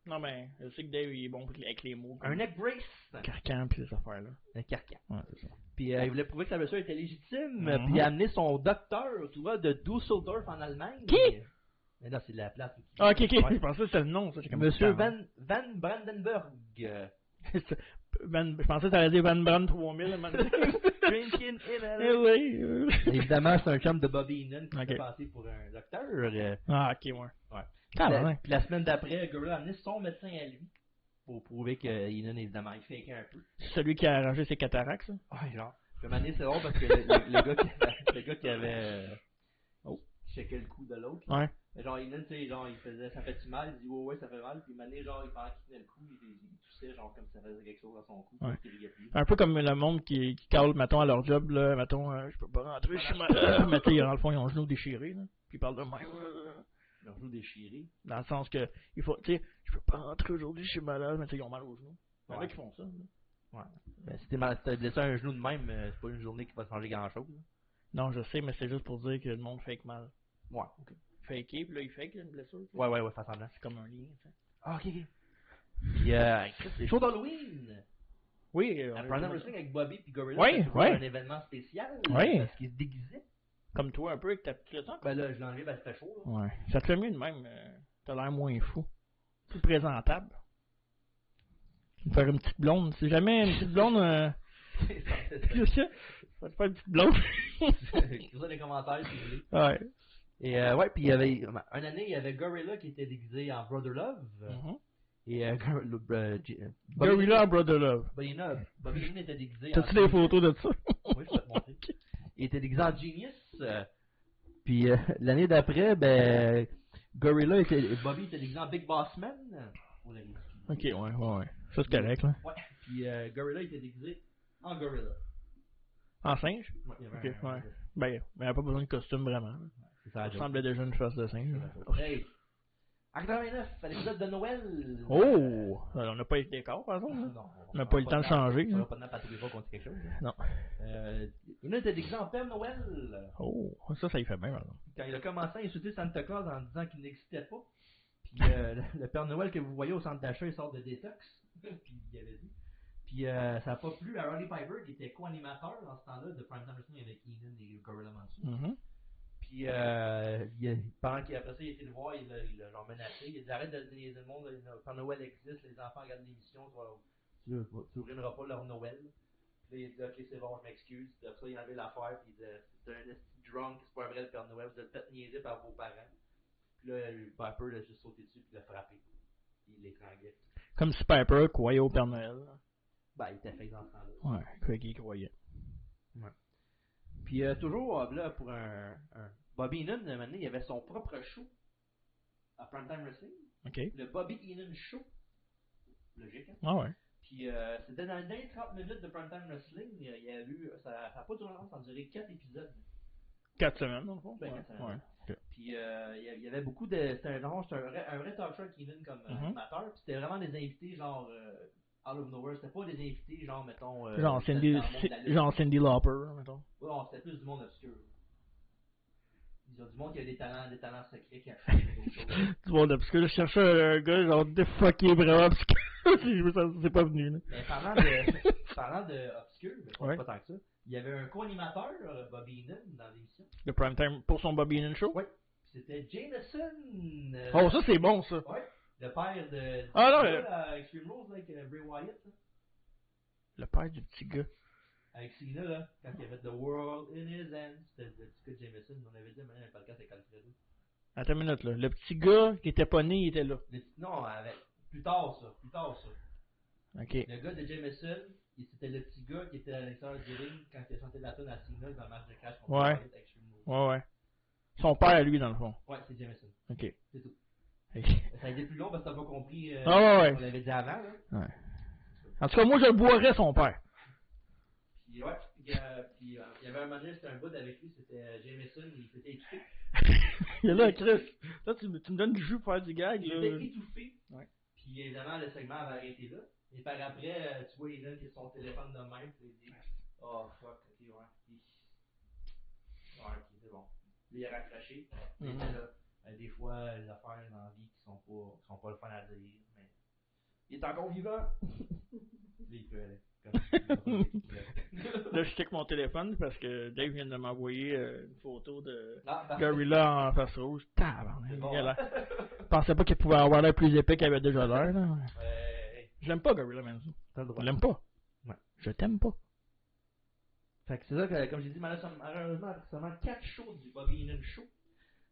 B: Non, mais je sais que Dave, il est bon avec les mots.
A: Un neck brace.
B: carcan puis ces affaires-là.
A: Un carcan.
B: Ouais, c'est ça.
A: Puis euh, il voulait prouver que sa blessure était légitime.
B: Mhm.
A: Puis il a amené son docteur, tu vois, de Dusseldorf en Allemagne.
B: Qui?
A: Mais non, c'est de la place. où-
B: Ah, ok, ok.
A: [LAUGHS] Ouais.
B: Je pensais que c'était le nom. Ça, j'ai comme-
A: Monsieur
B: Ah,
A: Van, Van [LAUGHS] Brandenburg. euh,
B: Van- Je pensais que t'allais dire Van Brand 3000. à un moment donné.
A: Drinking in
B: [LAUGHS] Eh
A: LA.
B: oui. euh.
A: Évidemment, c'est un chum de Bobby Heenan qui
B: Ok.
A: s'est passé pour un docteur. euh,
B: Ah, ok, ouais.
A: Ouais.
B: Ah,
A: la-
B: ouais.
A: puis la semaine d'après, Gorilla a amené son médecin à lui pour prouver que Heenan, évidemment, il fakeait un peu.
B: C'est Celui qui a arrangé ses cataractes, ça.
A: Ouais, genre. Puis à un moment donné, c'est drôle parce que le, le- le gars, qui, le gars qui avait. euh,
B: Oh.
A: Checké le coup de l'autre.
B: Ouais.
A: Mais Genre, il, tu sais, genre, il faisait, ça fait-tu mal? Il dit, ouais, ouais, ça fait mal. Puis à un moment donné, genre, il pendant qu'il tenait le coup, il, il toussait, genre, comme si ça faisait quelque chose à son cou.
B: Ouais. Ah.
A: Il riait plus.
B: Un peu comme le monde qui, qui cale, mettons, à leur job, là, mettons, euh, je peux pas rentrer, je suis [COUGHS] malade. Mais tu sais, dans le fond, ils ont le genou déchiré, là. Puis ils parlent de même.
A: Leur genou déchiré.
B: Dans le sens que, il faut, tu sais, je peux pas rentrer aujourd'hui, je suis malade, mais tu sais, ils ont mal aux genoux. Il y en a
A: Ouais.
B: qui font ça. là.
A: Ben, si t'es mal- si t'as blessé un genou de même, euh, c'est pas une journée qui va changer grand-chose. là.
B: Non, je sais, mais c'est juste pour dire que le monde fake mal.
A: Ouais, ok.
B: Faker, puis là, il fake une blessure. tu sais.
A: Ouais, ouais, ouais, ça semblant.
B: C'est comme un lien, tu sais.
A: Ah, ok, ok. Puis, euh, Chris, les shows d'Halloween!
B: Oui, euh,
A: À
B: on-
A: Brandon Wrestling avec Bobby puis Gorilla,
B: Ouais,
A: c'était
B: ouais.
A: un événement spécial.
B: Ouais.
A: Parce qu'il se déguisait.
B: comme toi, un peu, avec ta petite temps.
A: Ben là, je l'ai enlevé, ben c'était
B: [LAUGHS]
A: chaud. Là.
B: Ouais. Ça te fait mieux de même. euh, T'as l'air moins fou. Plus présentable. Tu me faire une petite blonde. C'est jamais une petite blonde. Euh... [LAUGHS]
A: C'est
B: c'est ça. Ça te fait une petite blonde. [LAUGHS]
A: ça. Écrivez dans les commentaires si vous voulez.
B: ouais.
A: Et euh, ouais, puis il y avait, une année, il y avait Gorilla qui était déguisé en Brother Love.
B: Mhm.
A: Et euh, Gorilla, euh, J- euh, Bobby-
B: Gorilla Brother Love.
A: Bobby Heenan- Bobby Heenan était déguisé en...
B: T'as-tu des photos de ça?
A: Oui, je vais te montrer. Il était déguisé en Genius. euh, puis euh, l'année d'après, ben, Gorilla était... Bobby était déguisé en Big Boss Man. On l'a dit.
B: [LAUGHS] ok, ouais, ouais, ouais. Ça, c'est correct, là.
A: Ouais. Puis euh, Gorilla était déguisé en Gorilla.
B: En singe?
A: Ouais, il y avait
B: Ok,
A: un-
B: ouais. Ben, mais elle a pas besoin de costume vraiment.
A: C'est ça,
B: Ça
A: la joke.
B: ressemblait déjà à une face de singe.
A: Hey! En 89, à l'épisode de Noël!
B: Oh! Alors, on n'a pas été décor, par
A: Euh,
B: exemple. hein? là.
A: non,
B: On n'a pas eu le temps de changer.
A: On
B: là.
A: n'a pas de temps à tous les fois qu'on dit quelque chose. hein.
B: Non.
A: Euh, il était déguisé en Père Noël!
B: Oh, ça, ça y fait bien, par exemple.
A: Quand il a commencé à insulter Santa Claus en disant qu'il n'existait pas, puis euh, le- le Père Noël que vous voyez au centre d'achat, il sort de détox, [LAUGHS] puis il avait dit. Puis euh, ça n'a pas plu à Ronnie Piper, qui était co-animateur en ce temps-là de Prime Time Wrestling avec Ian et Gorilla Monsoon.
B: Mhm.
A: Puis euh, il a- pendant qu'il après ça, il a été le voir, il l'a il l'a genre menacé. Il a dit arrête de dire le monde, le Père Noël existe, les enfants regardent l'émission, tu ne tu ruineras pas leur Noël. Puis là, il a dit ok, c'est bon, je m'excuse. Puis après ça, il a enlevé l'affaire, puis il disait c'est un esti drunk, c'est pas vrai le Père Noël, vous êtes peut-être niaisé par vos parents. Puis là, le Piper l'a juste sauté dessus, puis l'a frappé. Il l'étranglait.
B: Comme si Piper croyait au Père Noël. là.
A: Ben, il était fait dans ce temps-là.
B: Ouais, quoi qu'il croyait.
A: Puis euh, toujours, euh, là, pour un, un- Bobby Heenan, maintenant, il avait son propre show à Primetime Wrestling.
B: Ok.
A: le Bobby Heenan Show. Logique, hein?
B: Ah ouais.
A: Puis euh, c'était dans les dernières 30 minutes de Primetime Wrestling. euh, Il y a eu, ça n'a pas duré longtemps, ça a duré 4 épisodes.
B: Quatre semaines, dans le fond.
A: Ben,
B: ouais.
A: quatre semaines.
B: ouais. Ok.
A: Puis euh, il y a- il y avait beaucoup de. C'était un, genre, c'était un vrai, un vrai talk show avec Heenan comme euh,
B: Mhm.
A: animateur. Puis c'était vraiment des invités genre euh, out of nowhere. C'était pas des invités genre, mettons. euh,
B: genre,
A: dans
B: Cindy,
A: le monde de la lutte.
B: genre Cindy Lauper, mettons.
A: Ouais, non, c'était plus du monde obscur. Ils ont du monde qui a des talents, des talents secrets
B: [LAUGHS]
A: cachés. ou d'autres choses.
B: Tu vois, là, parce que là, je cherchais un gars, genre, de fucké, vraiment, parce que [LAUGHS] je me sens- c'est pas venu, là. [LAUGHS]
A: Mais Ben, parlant de, parlant de obscur, mais pas,
B: Ouais.
A: pas tant que ça, il y avait un co-animateur, euh, Bobby Heenan, dans l'émission.
B: Le prime time pour son Bobby Heenan Show.
A: Ouais. Puis C'était Jameson, euh,
B: Oh, ça, c'est bon, ça.
A: le père de.
B: Ah, non,
A: du
B: mais-
A: gars, là, Avec Extreme Rules, là, avec euh, Bray Wyatt, là,
B: Le père du petit gars.
A: avec Cena, là, quand il avait The World in His Hands. C'était le petit gars de Jameson, on avait dit, mais un podcast avec Alfredo.
B: Attends une minute, là. Le petit gars qui était pas né, il était là.
A: Le petit- non, avec. Plus tard, ça, plus tard, ça.
B: Ok.
A: Le gars de Jameson, il- c'était le petit gars qui était à l'extérieur du ring quand il a chanté la tune à Cena dans le match de Clash contre
B: Ouais.
A: Bray Wyatt avec Extreme Rules.
B: Ouais, ouais. Son père, lui, dans le fond.
A: Ouais, c'est Jameson.
B: Ok.
A: C'est tout.
B: Ok.
A: Ça a été plus long parce que t'as pas compris. euh,
B: Ah ouais,
A: On
B: ouais.
A: l'avait dit avant, là.
B: En tout cas, moi, je le boirais, son père.
A: Puis, ouais, puis, euh, puis, euh, il y avait un moment donné, c'était un bout avec lui, c'était euh, Jameson, il s'était étouffé.
B: Et [LAUGHS] là, Chris, là, tu, me- tu me donnes du jus pour faire du gag,
A: Il s'était
B: là.
A: étouffé.
B: Ouais.
A: Puis, évidemment, le segment avait arrêté là. Et par après, euh, tu vois, il a qui son téléphone de même, puis il dit Oh, fuck, ok, ouais. Puis, ouais, ok, c'est bon. Puis, il a raccroché. Mais
B: Mhm.
A: là, euh, des fois, les affaires dans la vie qui sont pas, qui sont pas le fun à dire, mais. Il est encore vivant!
B: [LAUGHS]
A: Puis, il peut aller. Comme...
B: Là, je check mon téléphone parce que Dave vient de m'envoyer euh, une photo de
A: Ah, parfait.
B: Gorilla en face rouge. Tabarnak,
A: C'est
B: il
A: bon. hein?
B: a l'air- Je pensais pas qu'il pouvait avoir l'air plus épais qu'il avait déjà l'air, là.
A: Ouais.
B: Je l'aime pas, Gorilla Manson. Je l'aime pas.
A: Ouais.
B: Je t'aime pas.
A: Fait que c'est ça que, comme j'ai dit, malheureusement, malheureusement, seulement 4 shows du Bobby Heenan Show.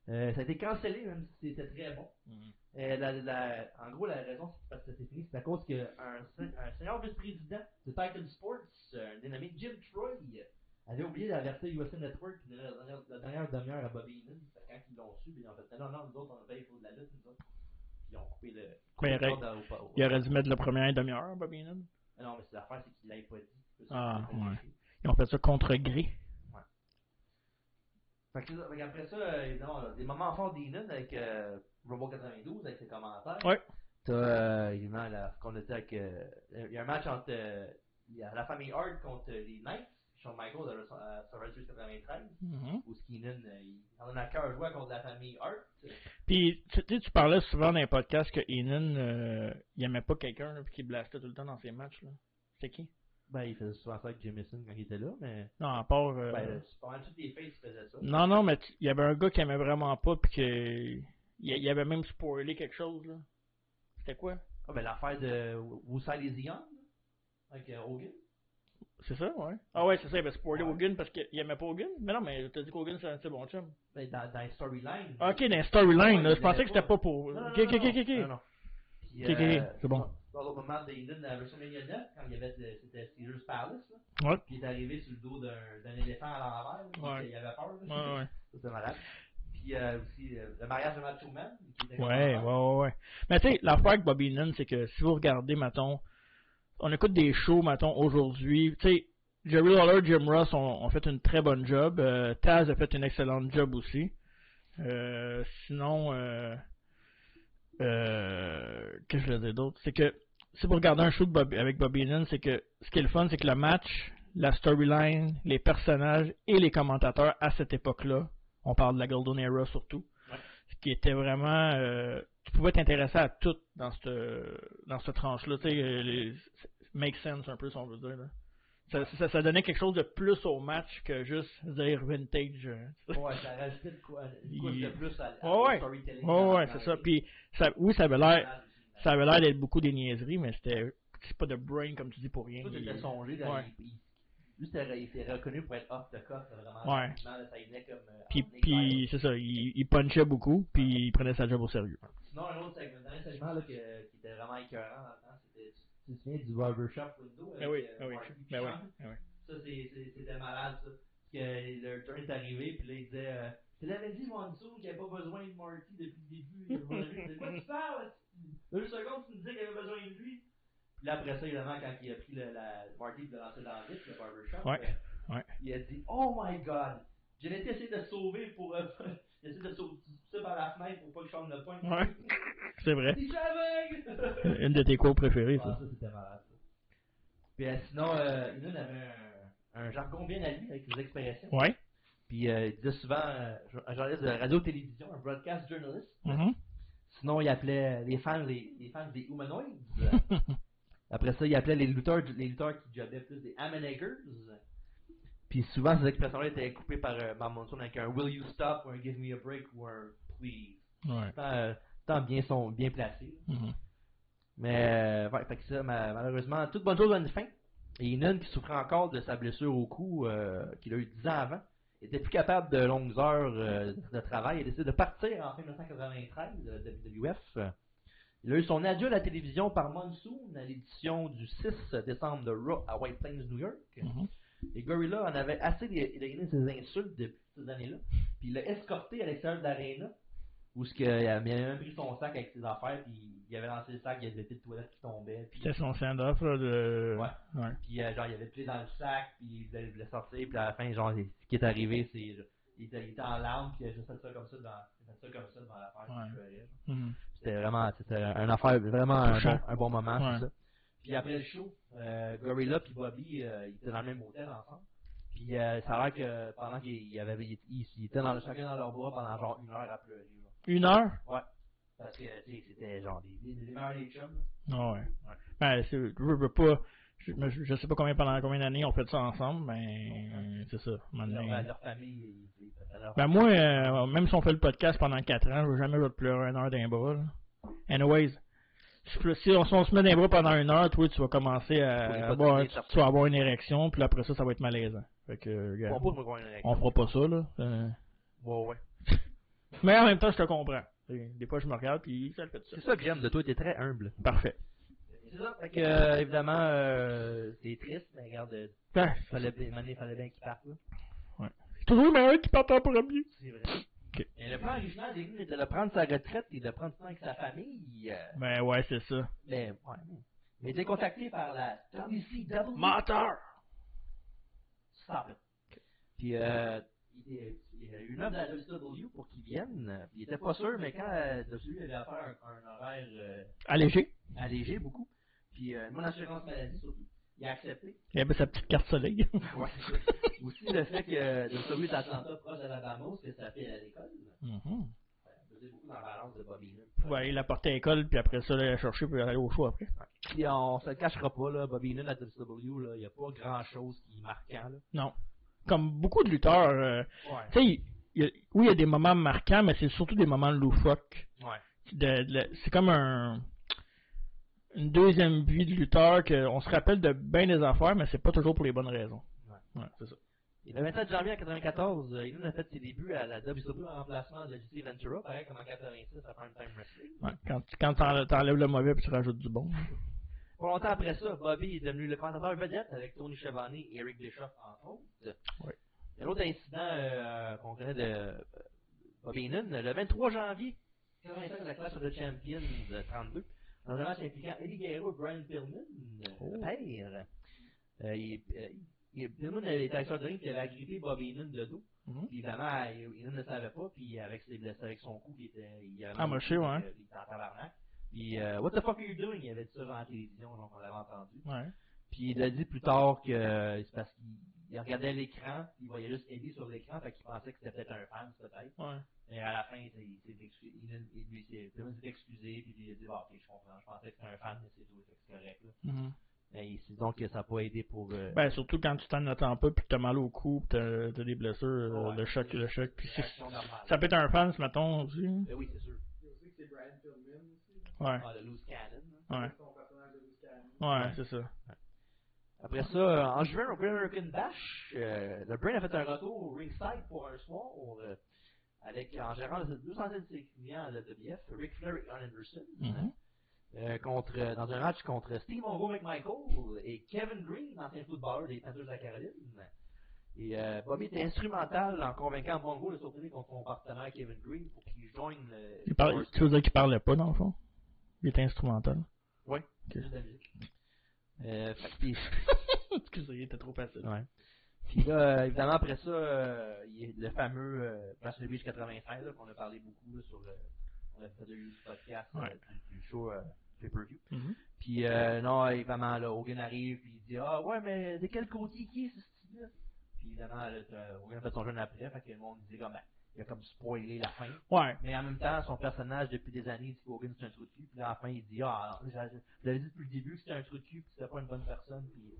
A: Euh, ça a été cancellé, même si c'était très bon.
B: Mm-hmm.
A: Euh, la- la- en gros, la raison, c'est parce que ça s'est fini, c'est à cause qu'un un seigneur vice-président de Titan Sports, euh, dénommé Jim Troy, avait oublié d'avertir USA Network puis de la dernière, la dernière demi-heure à Bobby Heenan. Fait que Quand ils l'ont su, ben, ils ont fait non, non, nous autres, on a bien il faut de la lutte, nous autres. Puis ils ont coupé le.
B: Mais
A: coupé le
B: Ray-
A: cordon au- au-
B: Il aurait dû mettre le premier demi-heure, Bobby Heenan.
A: Ah Non, mais c'est l'affaire, c'est qu'il l'avait pas dit.
B: Ah,
A: C'est ça.
B: ouais. Ils ont fait ça contre gré.
A: Fait que, c'est ça. Fait qu'après ça, euh, évidemment, on a des moments forts d'Inan avec euh, Robo 92, avec ses commentaires.
B: Ouais.
A: T'as, euh, évidemment, la- qu'on était avec. euh, Il y a un match entre euh, il y a la famille Hart contre euh, les Knights, Shawn Michaels à Wrestle- à Survivor Series 93,
B: Mhm.
A: où Skeenan, euh, il en a à cœur joie contre la famille Hart.
B: Puis, tu tu sais, tu parlais souvent dans les podcasts que Heenan, euh, il aimait pas quelqu'un, là, puis qu'il blastait tout le temps dans ses matchs, là. C'est qui?
A: Ben, il faisait souvent ça avec Jameson quand il était là, mais.
B: Non, à part... euh,
A: Ben, c'est pas mal toutes les faces qui faisaient ça.
B: non, non, mais tu- il y avait un gars qui aimait vraiment pas, puis que... Il il avait même spoilé quelque chose, là. C'était quoi?
A: Ah, ben, l'affaire de Wusal et Zion, là, avec euh, Hogan.
B: C'est ça, ouais. Ah ouais, c'est ça, il avait spoilé
A: Ouais.
B: Hogan parce qu'il aimait pas Hogan. Mais non, mais t'as dit qu'Hogan, c'est un c'est bon chum.
A: Ben, dans, dans les storylines.
B: Ah, ok, dans la storyline,
A: Ouais,
B: là, je
A: il
B: pensais
A: aimait
B: que c'était
A: pas.
B: pas pour...
A: Non, non,
B: Ok,
A: non,
B: ok,
A: non,
B: ok, ok.
A: non, non. Puis,
B: Ok, ok,
A: euh,
B: c'est bon.
A: Dans le moment d'Aiden à WrestleMania 9, quand il y avait de- c'était Caesar's Palace, là,
B: Ouais.
A: puis il est arrivé sur le dos d'un d'un éléphant à l'envers, là, puis
B: Ouais.
A: il avait peur. là.
B: Ouais, ouais.
A: C'était malade. Puis euh, aussi euh, le mariage de Macho Man. qui était comme
B: Ouais, ouais,
A: en-
B: ouais, ouais. Mais tu sais, l'affaire avec Bobby Heenan, c'est que si vous regardez, mettons, on écoute des shows, mettons, aujourd'hui, tu sais, Jerry Lawler, Jim Ross ont, ont fait une très bonne job. euh, Taz a fait une excellente job aussi. Euh, sinon, euh, euh, qu'est-ce que je veux dire d'autre? C'est que si vous regardez un show de Bobby- avec Bobby Heenan, c'est que ce qui est le fun, c'est que le match, la storyline, les personnages et les commentateurs à cette époque-là, on parle de la Golden Era surtout,
A: Ouais.
B: ce qui était vraiment... euh, tu pouvais t'intéresser à tout dans cette, dans cette tranche-là. Tu sais, euh, les- make sense un peu, si on veut dire. là. Ça, ça, ça donnait quelque chose de plus au match que juste dire vintage. euh.
A: Ouais,
B: [LAUGHS]
A: ça rajoutait de quoi, une couche de
B: Il-
A: plus à, à
B: Ouais,
A: au storytelling.
B: Ouais, ouais, c'est ça. Puis, ça, oui, ça avait l'air
A: Ça,
B: ça avait l'air d'être beaucoup des niaiseries, mais c'était c'est pas de brain comme tu dis pour rien.
A: tout
B: Il-
A: était songé. Dans
B: ouais.
A: il, il, lui, c'était- il s'est reconnu pour être off the cuff. là, Vraiment,
B: Ouais.
A: rapidement, là, ça y venait comme. euh,
B: Puis,
A: en éclair.
B: puis c'est ça, il, il punchait beaucoup, puis il prenait sa job au sérieux.
A: Sinon, un autre segment, un segment là, que- qui était vraiment écœurant dans le temps, c'était
C: Tu te souviens du barbershop?
A: Windows.
B: Ben
A: avec,
B: oui,
A: euh,
B: ben oui,
A: Marty
B: ben oui,
A: Pichon.
B: ben oui.
A: Ça, c'est- c'est- c'était malade, ça. Parce que le turn est arrivé, puis là, il disait euh, Tu l'avais dit, Mansour, qu'il n'y avait pas besoin de Marty depuis le début. Il avait besoin de lui. De quoi
B: [LAUGHS]
A: tu parles esti? Deux secondes, tu me disais qu'il avait besoin de lui. Puis là, après ça, évidemment, quand il a pris le, la, Marty de lancer dans le vide, le barbershop,
B: Ouais,
A: euh,
B: ouais.
A: il a dit Oh my god J'ai essayé de le sauver pour. Euh, [LAUGHS] j'ai essayé de sauver ça par la fenêtre pour pas que je change le point.
B: Ouais. [LAUGHS] C'est vrai.
A: Il est aveugle
B: [LAUGHS] Une de tes cours préférées,
A: Ah,
B: ça.
A: ça, c'était malade. ça. Puis euh, sinon, euh, Inun avait un, un jargon bien à lui avec ses expressions.
B: Ouais.
A: Puis euh, il disait souvent, euh, un journaliste de radio-télévision, un broadcast journalist.
B: Mhm.
A: Sinon, il appelait les fans, les, les fans des humanoïdes. Après ça, il appelait les lutteurs, les lutteurs qui jobbaient plus des Hamanakers. Puis souvent, ces expressions-là étaient coupées par, euh, par Monsoon avec un Will you stop ou un Give me a break ou un Please.
B: [LAUGHS] Ouais.
A: Tant, euh, tant bien, son, bien placé.
B: Mhm.
A: Mais, euh, ouais, fait que ça, ma- malheureusement, toute bonne chose a une fin. Et Inan, qui souffrait encore de sa blessure au cou, euh, qu'il a eu 10 ans avant, était plus capable de longues heures euh, de travail et décide de partir en fin 1993 de la WWF. Euh, Il a eu son adieu à la télévision par Monsoon à l'édition du 6 décembre de Raw à White Plains, New York.
B: Mhm.
A: Et Gorilla en avait assez d'é- d'éliminer ses insultes depuis ces années-là. Puis il l'a escorté à l'extérieur de l'aréna. Où ce que, il avait même pris son sac avec ses affaires, puis il avait lancé le sac, il y avait des petites toilettes qui tombaient, puis,
B: C'était son send-off, là, de...
A: Ouais.
B: Ouais.
A: puis, euh, genre, il avait pris dans le sac, puis il voulait le sortir, puis à la fin, genre, ce qui est arrivé, c'est, il, était- il était en larmes, puis il a juste fait ça comme ça dans, il a fait ça comme ça devant l'affaire,
B: Ouais.
A: puis il pleurait, genre.
B: Mhm.
A: C'était vraiment, c'était un affaire, vraiment un
B: Touchant.
A: bon, un bon moment,
B: Ouais.
A: c'est ça. Puis après le show, euh, Gorilla puis Bobby, euh, ils étaient dans le même hôtel ensemble. Puis euh, ça a l'air que pendant qu'ils avaient, ils, ils étaient dans le, chacun dans leur bois pendant genre une heure à pleurer. genre.
B: Une heure?
A: Parce que, tu sais, c'était genre des, des, des meilleurs des chums.
B: Ah ouais. Ben, c'est- je veux pas... Je, je- je sais pas combien pendant combien d'années on fait ça ensemble, mais c'est ça.
A: là.
B: maintenant.
A: Leur, leur famille, ils- ils- leur-
B: Ben moi, euh, même si on fait le podcast pendant 4 ans, je veux jamais te pleurer une heure d'un bras. là. Anyways, si, tu- si on, si on se met d'un bras pendant une heure, toi, tu vas commencer
A: Faut les
B: à
A: pas
B: avoir,
A: donner,
B: tu,
A: ça.
B: tu vas avoir une érection, puis après ça, ça va être malaisant. Fait que, euh,
A: Bon,
B: regarde,
A: pas pour moi, une érection.
B: on fera pas ça, là. Euh,
A: Ouais, ouais.
B: Mais en même temps, je te comprends. Des des fois, je me regarde, puis ça le fait tout
A: C'est
B: seul.
A: ça que j'aime de toi, t'es très humble.
B: Parfait.
A: c'est ça. Fait que, euh, évidemment, euh, c'est triste, mais regarde, euh,
B: Ben,
A: fallait bien, à un moment donné, fallait bien qu'il parte, là.
B: toujours un qui part en premier.
A: C'est vrai.
B: Ok.
A: Et le plan original d'Église était de prendre sa retraite et de prendre soin avec sa famille. euh,
B: Ben ouais, c'est ça.
A: Mais, ouais. Il a été contacté par la WCW.
B: Menteur!
A: Stop it. Puis, euh, il, est- il y a eu une offre de la WCW pour qu'il vienne. Il était pas sûr, mais quand euh, WCW avait affaire à un, un horaire euh,
B: Allégé.
A: allégé beaucoup, puis euh, mon assurance maladie surtout, il a accepté.
B: Il avait sa petite carte soleil. [LAUGHS]
A: Ouais, c'est ça. [LAUGHS] Aussi le fait que euh, WCW est à Atlanta, proche de l'Alabama, c'est sa fille à l'école.
B: Mhm.
A: Ça faisait beaucoup dans la balance de Bobby Heenan.
B: Ouais, il la portait à l'école, puis après ça, il la chercher, puis aller au choix après.
A: Puis on se le cachera pas, là, Bobby Heenan à WCW, E, là, il n'y a pas grand-chose qui est marquant. Là.
B: Non. Comme beaucoup de lutteurs, euh,
A: Ouais.
B: tu sais, il y a- oui, il y a des moments marquants, mais c'est surtout des moments loufoques.
A: Ouais.
B: De- de- c'est comme un, une deuxième vie de lutteur qu'on se rappelle de bien des affaires, mais c'est pas toujours pour les bonnes raisons.
A: Ouais.
B: c'est ça.
A: Et le 27 janvier en 94, euh, Heenan a fait ses débuts à la WCW en remplacement de JC Ventura, pareil comme en 86 à Prime Time Wrestling.
B: Ouais, Quand, quand t'en- t'enlèves le mauvais puis tu rajoutes du bon.
A: Pas longtemps après ça, Bobby est devenu le commentateur vedette avec Tony Schiavone et Eric Bischoff en autres.
B: Ouais.
A: Il y a l'autre incident euh, qu'on connaît de euh, Bobby Heenan, le 23 janvier 85 à la classe de Champions euh, 32, dans un match impliquant Eddie Guerrero et Brian Pillman, euh,
B: Oh.
A: le père. Euh, il, euh, il- Pillman était avec son drink, il avait agrippé Bobby Heenan de dos.
B: Mhm.
A: Puis évidemment, il, il ne le savait pas, puis avec ses blessés, avec son cou, il était. Il avait
B: Ah, moi, je sais, ouais.
A: Il était en tabarnak. Puis, euh, what the fuck are you doing? Il avait dit ça dans la télévision, donc on l'avait entendu.
B: Ouais.
A: Puis il a dit plus tard que euh, c'est parce qu'il il regardait l'écran, il voyait juste Eddie sur l'écran, fait qu'il pensait que c'était peut-être un fan, peut-être.
B: Ouais.
A: Mais à la fin, il s'est il s'est excusé, il, a- il, lui s'est- Pillman s'est excusé, puis il a dit, bah, ok, je comprends, je pensais que c'était un fan, mais c'est tout, fait que c'est correct, là.
B: Mhm.
A: Mais il- c'est donc que ça n'a pas aidé pour. euh,
B: Ben, surtout quand tu t'en attends pas, puis que t'as mal au cou, puis t'as t'as des blessures, euh,
A: Ouais.
B: le choc, le choc. Puis c'est-
A: réaction normale.
B: ça peut être un fan, ce matin aussi.
A: Ben oui, c'est sûr.
B: Ouais,
A: Ah, le loose cannon, là.
B: ouais. Ouais, c'est ça.
A: Après ça, euh, en juin, au Great American Bash, euh, le Brain a fait un retour au ringside pour un soir euh, avec en gérant de 200 de ses clients à la WF, Ric Flair et Arn Anderson,
B: Mhm.
A: euh, contre, euh, dans un match contre Steve Monroe McMichael et Kevin Green, ancien footballeur des Panthers de la Caroline. Et euh, Bobby était instrumental en convainquant Monroe de s'opposer contre son partenaire Kevin Green pour qu'il joigne le.
B: Il parle- tu veux dire qu'il parlait pas, dans le fond? Il était instrumental.
A: [LAUGHS] Juste de la musique. Euh, fait que puis-
B: Excusez, il était trop facile. Ouais.
A: Puis là, euh, évidemment, après ça, euh, il y a le fameux euh, Match de Beach 96 là, qu'on a parlé beaucoup là, sur le, on a fait le podcast euh,
B: Ouais.
A: du, du show euh, pay-per-view. Puis euh, non, évidemment, là, Hogan arrive puis il dit Ah ouais, mais de quel côté qui est ce style-là Puis évidemment, là, t'as- Hogan a fait son jeûne après, fait que le monde disait comme Ben, il a comme spoilé la fin.
B: Ouais.
A: Mais en même temps, son personnage, depuis des années, il dit qu'Hogan c'est un trou de cul, puis là, à la fin, il dit Ah, j'a- je l'avais dit depuis le début que c'était un trou de cul, puis c'était pas une bonne personne, puis.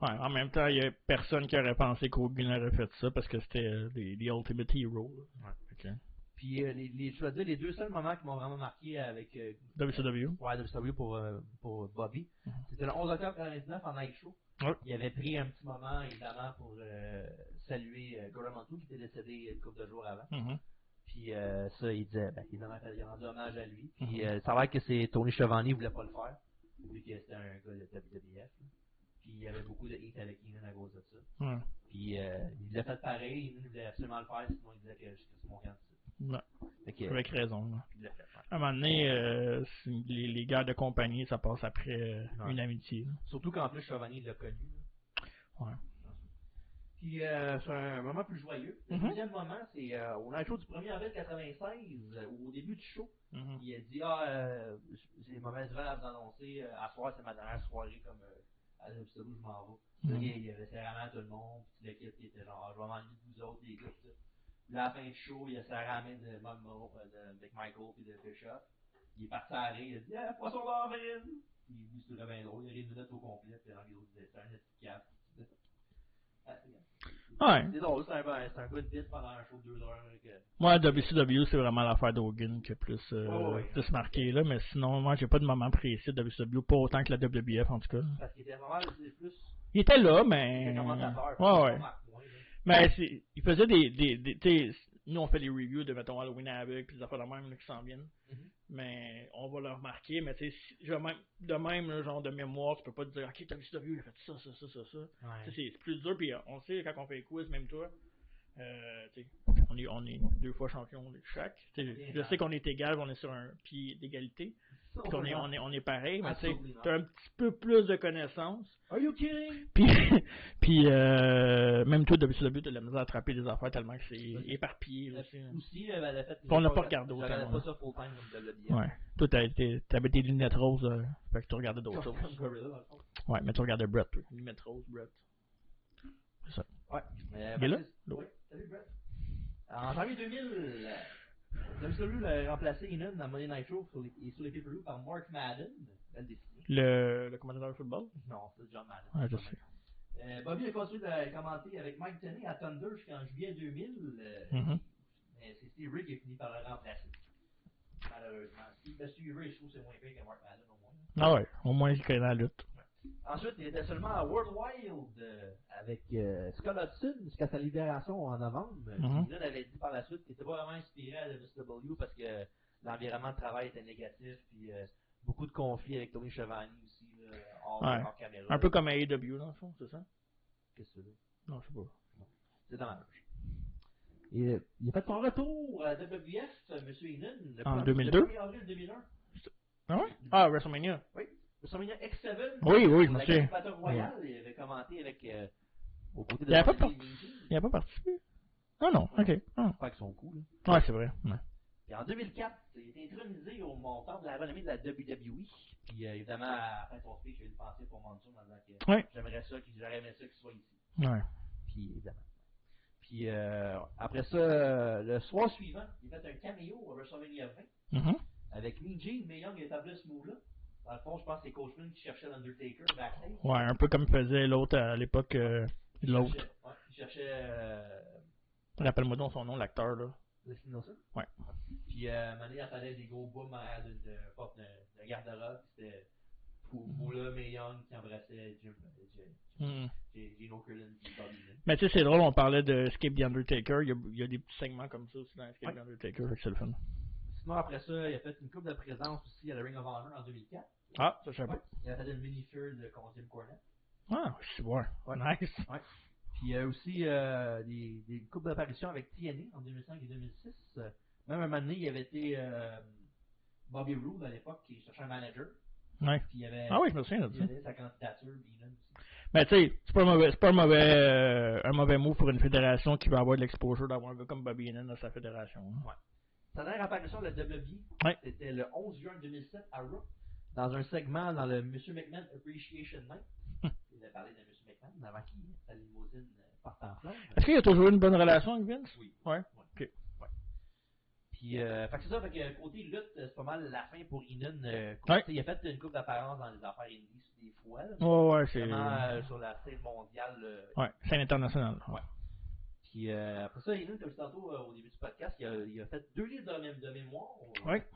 B: Ouais, en même temps, il y a personne qui aurait pensé qu'Hogan aurait fait ça parce que c'était euh, des, des Ultimate Heroes. là. Fait
A: Puis euh, les, les, je dois dire, les deux seuls moments qui m'ont vraiment marqué avec euh,
B: que, WCW.
A: pour AEW pour, euh, pour Bobby, c'était le 11 octobre 99 en Night Show.
B: Mm-hmm. Ouais.
A: Il avait pris un petit moment, évidemment, pour euh, saluer euh, Gordon Montour, qui était décédé une couple de jours avant.
B: Mhm.
A: Puis euh, ça, il disait, ben, évidemment, il a rendu hommage à lui. Puis
B: Mhm.
A: euh, ça a l'air que c'est Tony Chevalier ne voulait pas le faire, vu que c'était un gars de WWF. Puis il y avait beaucoup de hate avec Inan à cause de ça.
B: Ouais.
A: Puis euh, il l'a fait pareil, Inan voulait absolument le faire, sinon il disait que c'est mon candidat.
B: Ouais.
A: Fait que,
B: Avec raison. là.
A: il l'a fait. ouais.
B: À un moment donné, euh, c'est- les, les gars de compagnie, ça passe après euh,
A: Ouais.
B: une amitié. là.
A: Surtout qu'en plus, Chevalier l'a connu. là.
B: Ouais.
A: Puis, euh, c'est un moment plus joyeux. Le
B: Mhm.
A: deuxième moment, c'est euh, au live show du 1er avril 96, euh, au début du show.
B: Mhm.
A: Il a dit Ah, euh, j'ai mauvaise nouvelle à vous annoncer. euh, à soir, c'est ma dernière soirée comme euh, à l'absolu, je m'en vais. Puis là,
B: Mhm.
A: Il, il avait serré la main à tout le monde. Puis l'équipe il était genre Ah, Je vais m'ennuyer de vous autres, les gars. Puis ça. Puis là, à la fin du show, il a serré la main de Monroe, euh, de McMichael puis de Bishop. Il est parti à rire. Il a dit Ah, poisson d'avril Puis lui, c'était bien drôle. Il a ri une minute au complet. Puis les autres disaient C'est un petit cap.
B: Ouais.
A: Ah, C'est drôle, c'est un, c'est un good bit pendant un show de deux heures. Que...
B: Moi, WCW, c'est vraiment l'affaire d'Hogan qui a plus, euh,
A: Oh, Ouais, ouais.
B: plus marqué, là. Mais sinon, moi, j'ai pas de moment précis de WCW, pas autant que la WWF, en tout cas.
A: Parce qu'il était vraiment c'est plus
B: Il était là,
A: que
B: mais.
A: commentateur.
B: Ouais,
A: Marc
B: ouais.
A: Marc moins, là.
B: Mais c'est- il faisait des. des, des- tu sais, Nous, on fait les reviews de, mettons, Halloween avec, puis des affaires de même là, qui s'en viennent.
A: Mm-hmm.
B: Mais on va le remarquer. Mais tu sais, si- je- même- de même, là, genre de mémoire, tu peux pas te dire, OK, t'as vu ce review, il a fait ça, ça, ça, ça, ça. Tu sais, C'est c'est plus dur, puis euh, on sait quand on fait les quiz, même toi, euh, tu sais, on, est, on est deux fois champion de chaque. Tu sais,
A: Bien
B: je
A: grave.
B: sais qu'on est égal, on est sur un pied d'égalité.
A: Ça,
B: Puis On est, on est, on est pareil, mais tu sais,
A: Absolument.
B: t'as un petit peu plus de connaissances.
A: Are you kidding?
B: Puis, [LAUGHS] puis euh, même toi, WCW, t'as de la misère à attraper des affaires tellement que c'est éparpillé aussi. hein.
A: Aussi, euh, ben, le fait que
B: Puis on
A: j'ai
B: l'a pas regardé
A: Je
B: autant,
A: regardais
B: ouais.
A: pas ça full time comme de le dire.
B: Ouais. Toi, t'as- t'es- t'avais tes lunettes roses, euh, fait que tu regardais d'autres
A: Comme-
B: choses.
A: [LAUGHS] comme Gorilla, dans le fond.
B: Ouais, mais tu regardais Brett, toi. Lunettes roses, Brett.
A: Euh,
B: Il est là?
A: Baptiste-
B: Là.
A: Oui. Salut, Brett. En janvier 2000, euh, WCW l'a remplacé Inan dans Monday Night Show sur les- et sur les pay-per-view par Mark Madden. Belle destinée.
B: Le, le commandant de football?
A: Non, c'est John Madden.
B: Ouais, je sais.
A: Euh, Bobby a continué de commenter avec Mike Tenney à Thunder jusqu'en juillet 2000. euh,
B: Mhm.
A: mais c'est Steve Ray qui a fini par le remplacer. Malheureusement. Steve, ben, Steve Ray, je trouve que c'est moins pire que Mark Madden au moins.
B: Ah ouais, au moins il connaît la lutte.
A: Ensuite, il était seulement à World Wild euh, avec euh, Scott Hudson jusqu'à sa libération en novembre.
B: Mhm.
A: Puis Là, il avait dit par la suite qu'il n'était pas vraiment inspiré à WCW E parce que l'environnement de travail était négatif, puis euh, beaucoup de conflits avec Tony Chevalier aussi, là, hors,
B: Ouais.
A: hors caméra.
B: Un peu comme AEW, dans le fond, c'est ça?
A: Qu'est-ce que c'est là?
B: Non, je sais pas.
A: C'est dommage.
C: Et, euh, il a fait
A: Faites son retour à WWF, euh, M. Heenan, le
B: En
A: premier-
B: 2002?
A: le 1er avril 2001.
B: Ah ouais? Ah, WrestleMania.
A: WrestleMania X7.
B: Oui, oui, je
A: pour
B: me
A: la
B: souviens.
A: Coupe Battle Royale, il avait commenté avec. euh, aux côtés de
B: Il avait pas
A: Randy
B: Il n'a pas participé? Ah non, ok. Ah.
A: Je crois qu'ils sont cool. là.
B: Ouais, c'est vrai. Ouais.
A: Puis en 2004, il est intronisé au montant de la renommée de la WWE. Puis euh, évidemment, à la fin de son speech, j'ai eu le pensée pour Mansour en disant que
B: Ouais.
A: j'aimerais ça, qu'il j'aurais aimé ça qu'il soit ici.
B: Ouais.
A: Puis évidemment. Puis euh, après ça, euh, le soir suivant, il fait un caméo à WrestleMania 20
B: Mhm.
A: avec Niji, mais Young établit ce move-là. Dans le fond, je pense que c'est Coachman qui cherchait l'Undertaker backstage.
B: Ouais, un peu comme faisait l'autre à l'époque, euh,
A: Il
B: l'autre.
A: cherchait- ouais, il cherchait euh,
B: Rappelle-moi donc son nom, l'acteur, là.
A: Leslie Nielsen.
B: Ouais.
A: Puis euh, à un moment donné, il entendait des gros boums en arrière de, de, porte de, de garde-robe. puis C'était
B: Mm-hmm.
A: Moula May Young qui embrassait Jim, euh, Jim-
B: Mhm.
A: Jim- Gino Curlin puis Bobby Lynn.
B: Mais tu sais, c'est drôle, on parlait de Escape the Undertaker. Il y a, il y a des petits segments comme ça aussi dans Escape
A: Ouais.
B: the Undertaker, fait que c'est le fun.
A: Sinon, après ça, il a fait une coupe de présence aussi à la Ring of Honor en 2004.
B: Ah, ça, je savais
A: Ouais.
B: pas.
A: Il a fait une mini-feud contre Jim Cornette.
B: Ah, c'est bon. Nice.
A: Puis euh, aussi euh, des, des coupes d'apparition avec TNA en 2005 et 2006. Euh, Même à un moment donné, il y avait été euh, Bobby Roode à l'époque qui cherchait un manager.
B: Ouais.
A: Puis il avait,
B: Ah oui, je me souviens de
A: il
B: ça.
A: avait sa candidature. puis Lynn aussi.
B: Mais tu sais, c'est pas, un mauvais, c'est pas un, mauvais, euh, un mauvais mot pour une fédération qui va avoir de l'exposure d'avoir un gars comme Bobby Heenan dans sa fédération. hein.
A: Sa dernière apparition de la WWE,
B: Ouais.
A: c'était le 11 juin 2007 à Raw, dans un segment dans le Monsieur McMahon Appreciation
B: Hum.
A: Night. Il a parlé de Monsieur McMahon avant qu'il sa limousine euh, parte en
B: [LAUGHS]
A: flamme.
B: Est-ce qu'il y a toujours eu une bonne relation avec Vince?
A: Oui.
B: Ouais.
A: Ok. Ouais. Puis, euh, fait que c'est ça, fait que côté lutte, euh, c'est pas mal la fin pour Inan. euh, côté-
B: Ouais.
A: Il a fait une coupe d'apparence dans les affaires indies des fois, là,
B: Ouais, ouais, c'est.
A: notamment, euh, sur la scène mondiale. euh,
B: Ouais, scène internationale.
A: Ouais. Puis euh, après ça, Inan, comme je disais tantôt euh, au début du podcast, il a, il a fait deux livres de, mé- de mémoire.
B: Ouais.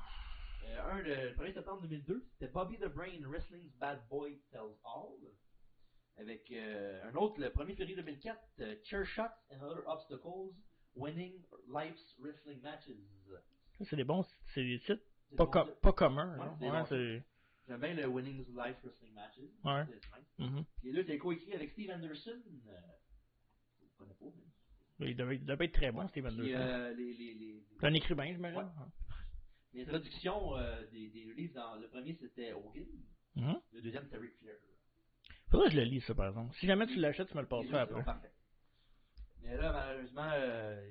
A: Euh, un, le 1er septembre 2002, c'était Bobby the Brain Wrestling's Bad Boy Tells All. Avec euh, un autre, le 1er février 2004, euh, Chair Shots and Other Obstacles, Winning Life's Wrestling Matches.
B: Ça, C'est des bons. C'est des titres
A: C'est
B: pas,
A: bon,
B: com-
A: ça.
B: pas communs.
A: Ouais,
B: hein.
A: c'est
B: Ouais,
A: bon.
B: c'est.
A: J'aime bien le Winning Life's Wrestling Matches.
B: Ouais.
A: C'est nice.
B: Mhm.
A: Puis les deux étaient coécrits avec Steve Anderson. Euh, je le connais pas, mais-
B: Il devait, il devait être très bon, Steven
A: Puis,
B: Anderson.
A: euh, les- les- les-
B: C'est un écrivain, j'imagine.
A: Ouais. Les traductions euh, des, des livres, dans, le premier c'était Hogan,
B: Mhm.
A: le deuxième c'était Ric Flair.
B: Faudrait que je le lise, ça, par exemple. Si jamais tu l'achètes, tu me le
A: Les deux
B: passeras
A: sont
B: après.
A: parfaits. Mais là, malheureusement, euh,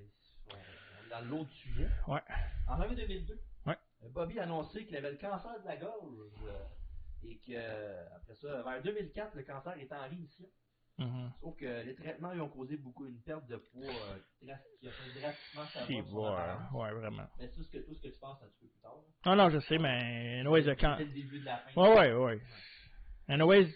A: on on est dans l'autre sujet.
B: Ouais.
A: En janvier 2002,
B: Ouais.
A: Bobby a annoncé qu'il avait le cancer de la gorge euh, et que, euh, après ça, vers 2004, le cancer était en rémission.
B: Mhm.
A: Sauf que les traitements lui ont causé beaucoup une perte de poids euh, drastique- qui a fait drastiquement sa
B: C'est
A: voix sur son
B: bon, hein.
A: apparence.
B: Ouais, vraiment.
A: Mais tout ce que, tout ce que tu penses, c'est un petit peu plus tard. là.
B: Ah non, je sais, mais Anyways, le
A: C'était
B: cancer.
A: le début de la fin.
B: Ouais, ouais, ouais. Anyways,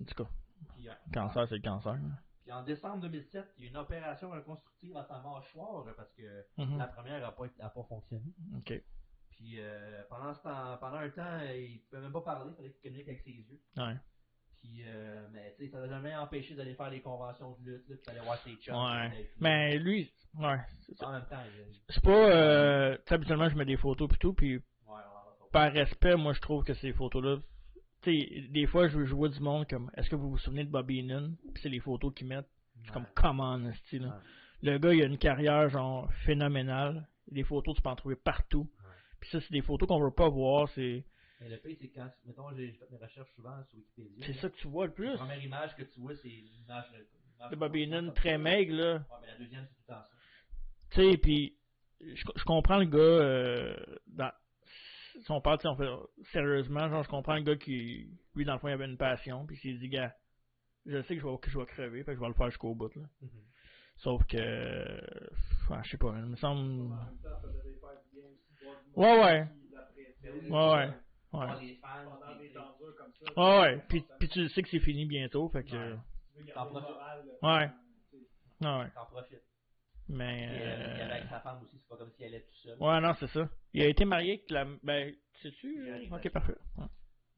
B: en tout cas,
A: Puis, euh,
B: cancer, c'est le cancer.
A: Puis en décembre 2007, il y a une opération reconstructive à sa mâchoire euh, parce que
B: Mhm.
A: la première n'a pas, été- a pas fonctionné.
B: Ok.
A: Puis euh, pendant, ce temps, pendant un temps, euh, il ne pouvait même pas parler, il fallait qu'il communique avec ses yeux.
B: Ouais.
A: Puis, euh, mais tu sais, ça ne jamais empêché d'aller faire les conventions de lutte, là, puis d'aller voir ses chums.
B: Ouais.
A: Et puis,
B: Mais lui, ouais.
A: En même temps, il- ouais,
B: C'est pas. Euh, tu sais, habituellement, je mets des photos pis tout, puis
A: ouais, ouais.
B: par respect, moi, je trouve que ces photos-là. Tu sais, des fois, je, je vois du monde comme. Est-ce que vous vous souvenez de Bobby Heenan Puis c'est les photos qu'ils mettent. Je suis comme, comment, style.
A: Ouais.
B: Le gars, il a une carrière, genre, phénoménale. Des photos, tu peux en trouver partout.
A: Ouais.
B: Puis ça, c'est des photos qu'on veut pas voir. C'est
A: Mais le pire, c'est que quand, mettons, j'ai j'ai fait mes recherches souvent sur Wikipédia.
B: c'est
A: là,
B: ça que tu vois le plus.
A: La première image que tu vois, c'est l'image de. l'image
B: De Bobby
A: de-
B: Heenan, très maigre, là.
A: Ouais, mais la deuxième, c'est tout le temps ça.
B: tu sais, puis je, je comprends le gars, euh, dans, si on parle, tu sais, on fait, sérieusement, genre, je comprends le gars qui, lui, dans le fond, il avait une passion, puis il s'est dit, gars, je sais que je vais, que je vais crever, fait que je vais le faire jusqu'au bout, là.
A: Mhm.
B: Sauf que, euh, ouais, je sais pas, il me semble,
D: En même temps, ça devait faire du bien aussi, voir du monde
B: ouais, ouais,
D: qui l'appréciait
A: Ouais,
B: ouais, ouais,
A: Voir Ah, les fans,
D: pendant
A: les-
D: des temps durs comme ça.
B: ouais, Ah ouais, puis, puis tu sais que c'est fini bientôt, fait que,
A: Ouais.
D: Tu veux garder
A: T'en
D: le moral,
B: Ouais.
D: là.
B: ah ouais,
A: t'en profites.
B: mais,
A: Et, euh, il y avait
B: euh,
A: avec sa femme aussi, c'est pas comme si elle allait tout seul.
B: ouais, non, c'est ça. Il a été marié avec la, ben, sais-tu, euh,
A: J'arrive.
B: ok, parfait, Ouais.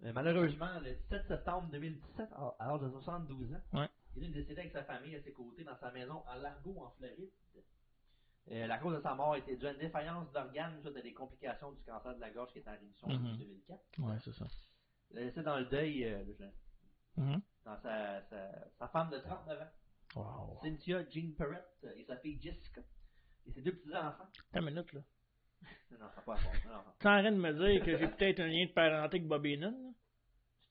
A: Mais Euh, malheureusement, le 17 septembre 2017, à à l'âge de 72 ans,
B: Ouais.
A: il est décédé avec sa famille à ses côtés dans sa maison à Largo, en Floride. Euh, la cause de sa mort était due à une défaillance d'organes suite à des complications du cancer de la gorge qui était en rémission
B: Mhm.
A: depuis 2004.
B: ouais, c'est ça.
A: Il a laissé dans le deuil euh, le jeune-
B: Mhm.
A: dans sa, sa- sa femme de 39 ans,
B: Wow.
A: Cynthia Jean Perrett, euh, et sa fille Jessica, et ses deux petits-enfants.
B: T'as une minute, là.
A: Non, c'est pas bon, non, non.
B: T'es en train de me dire que j'ai peut-être un lien de parenté avec Bobby Heenan? là?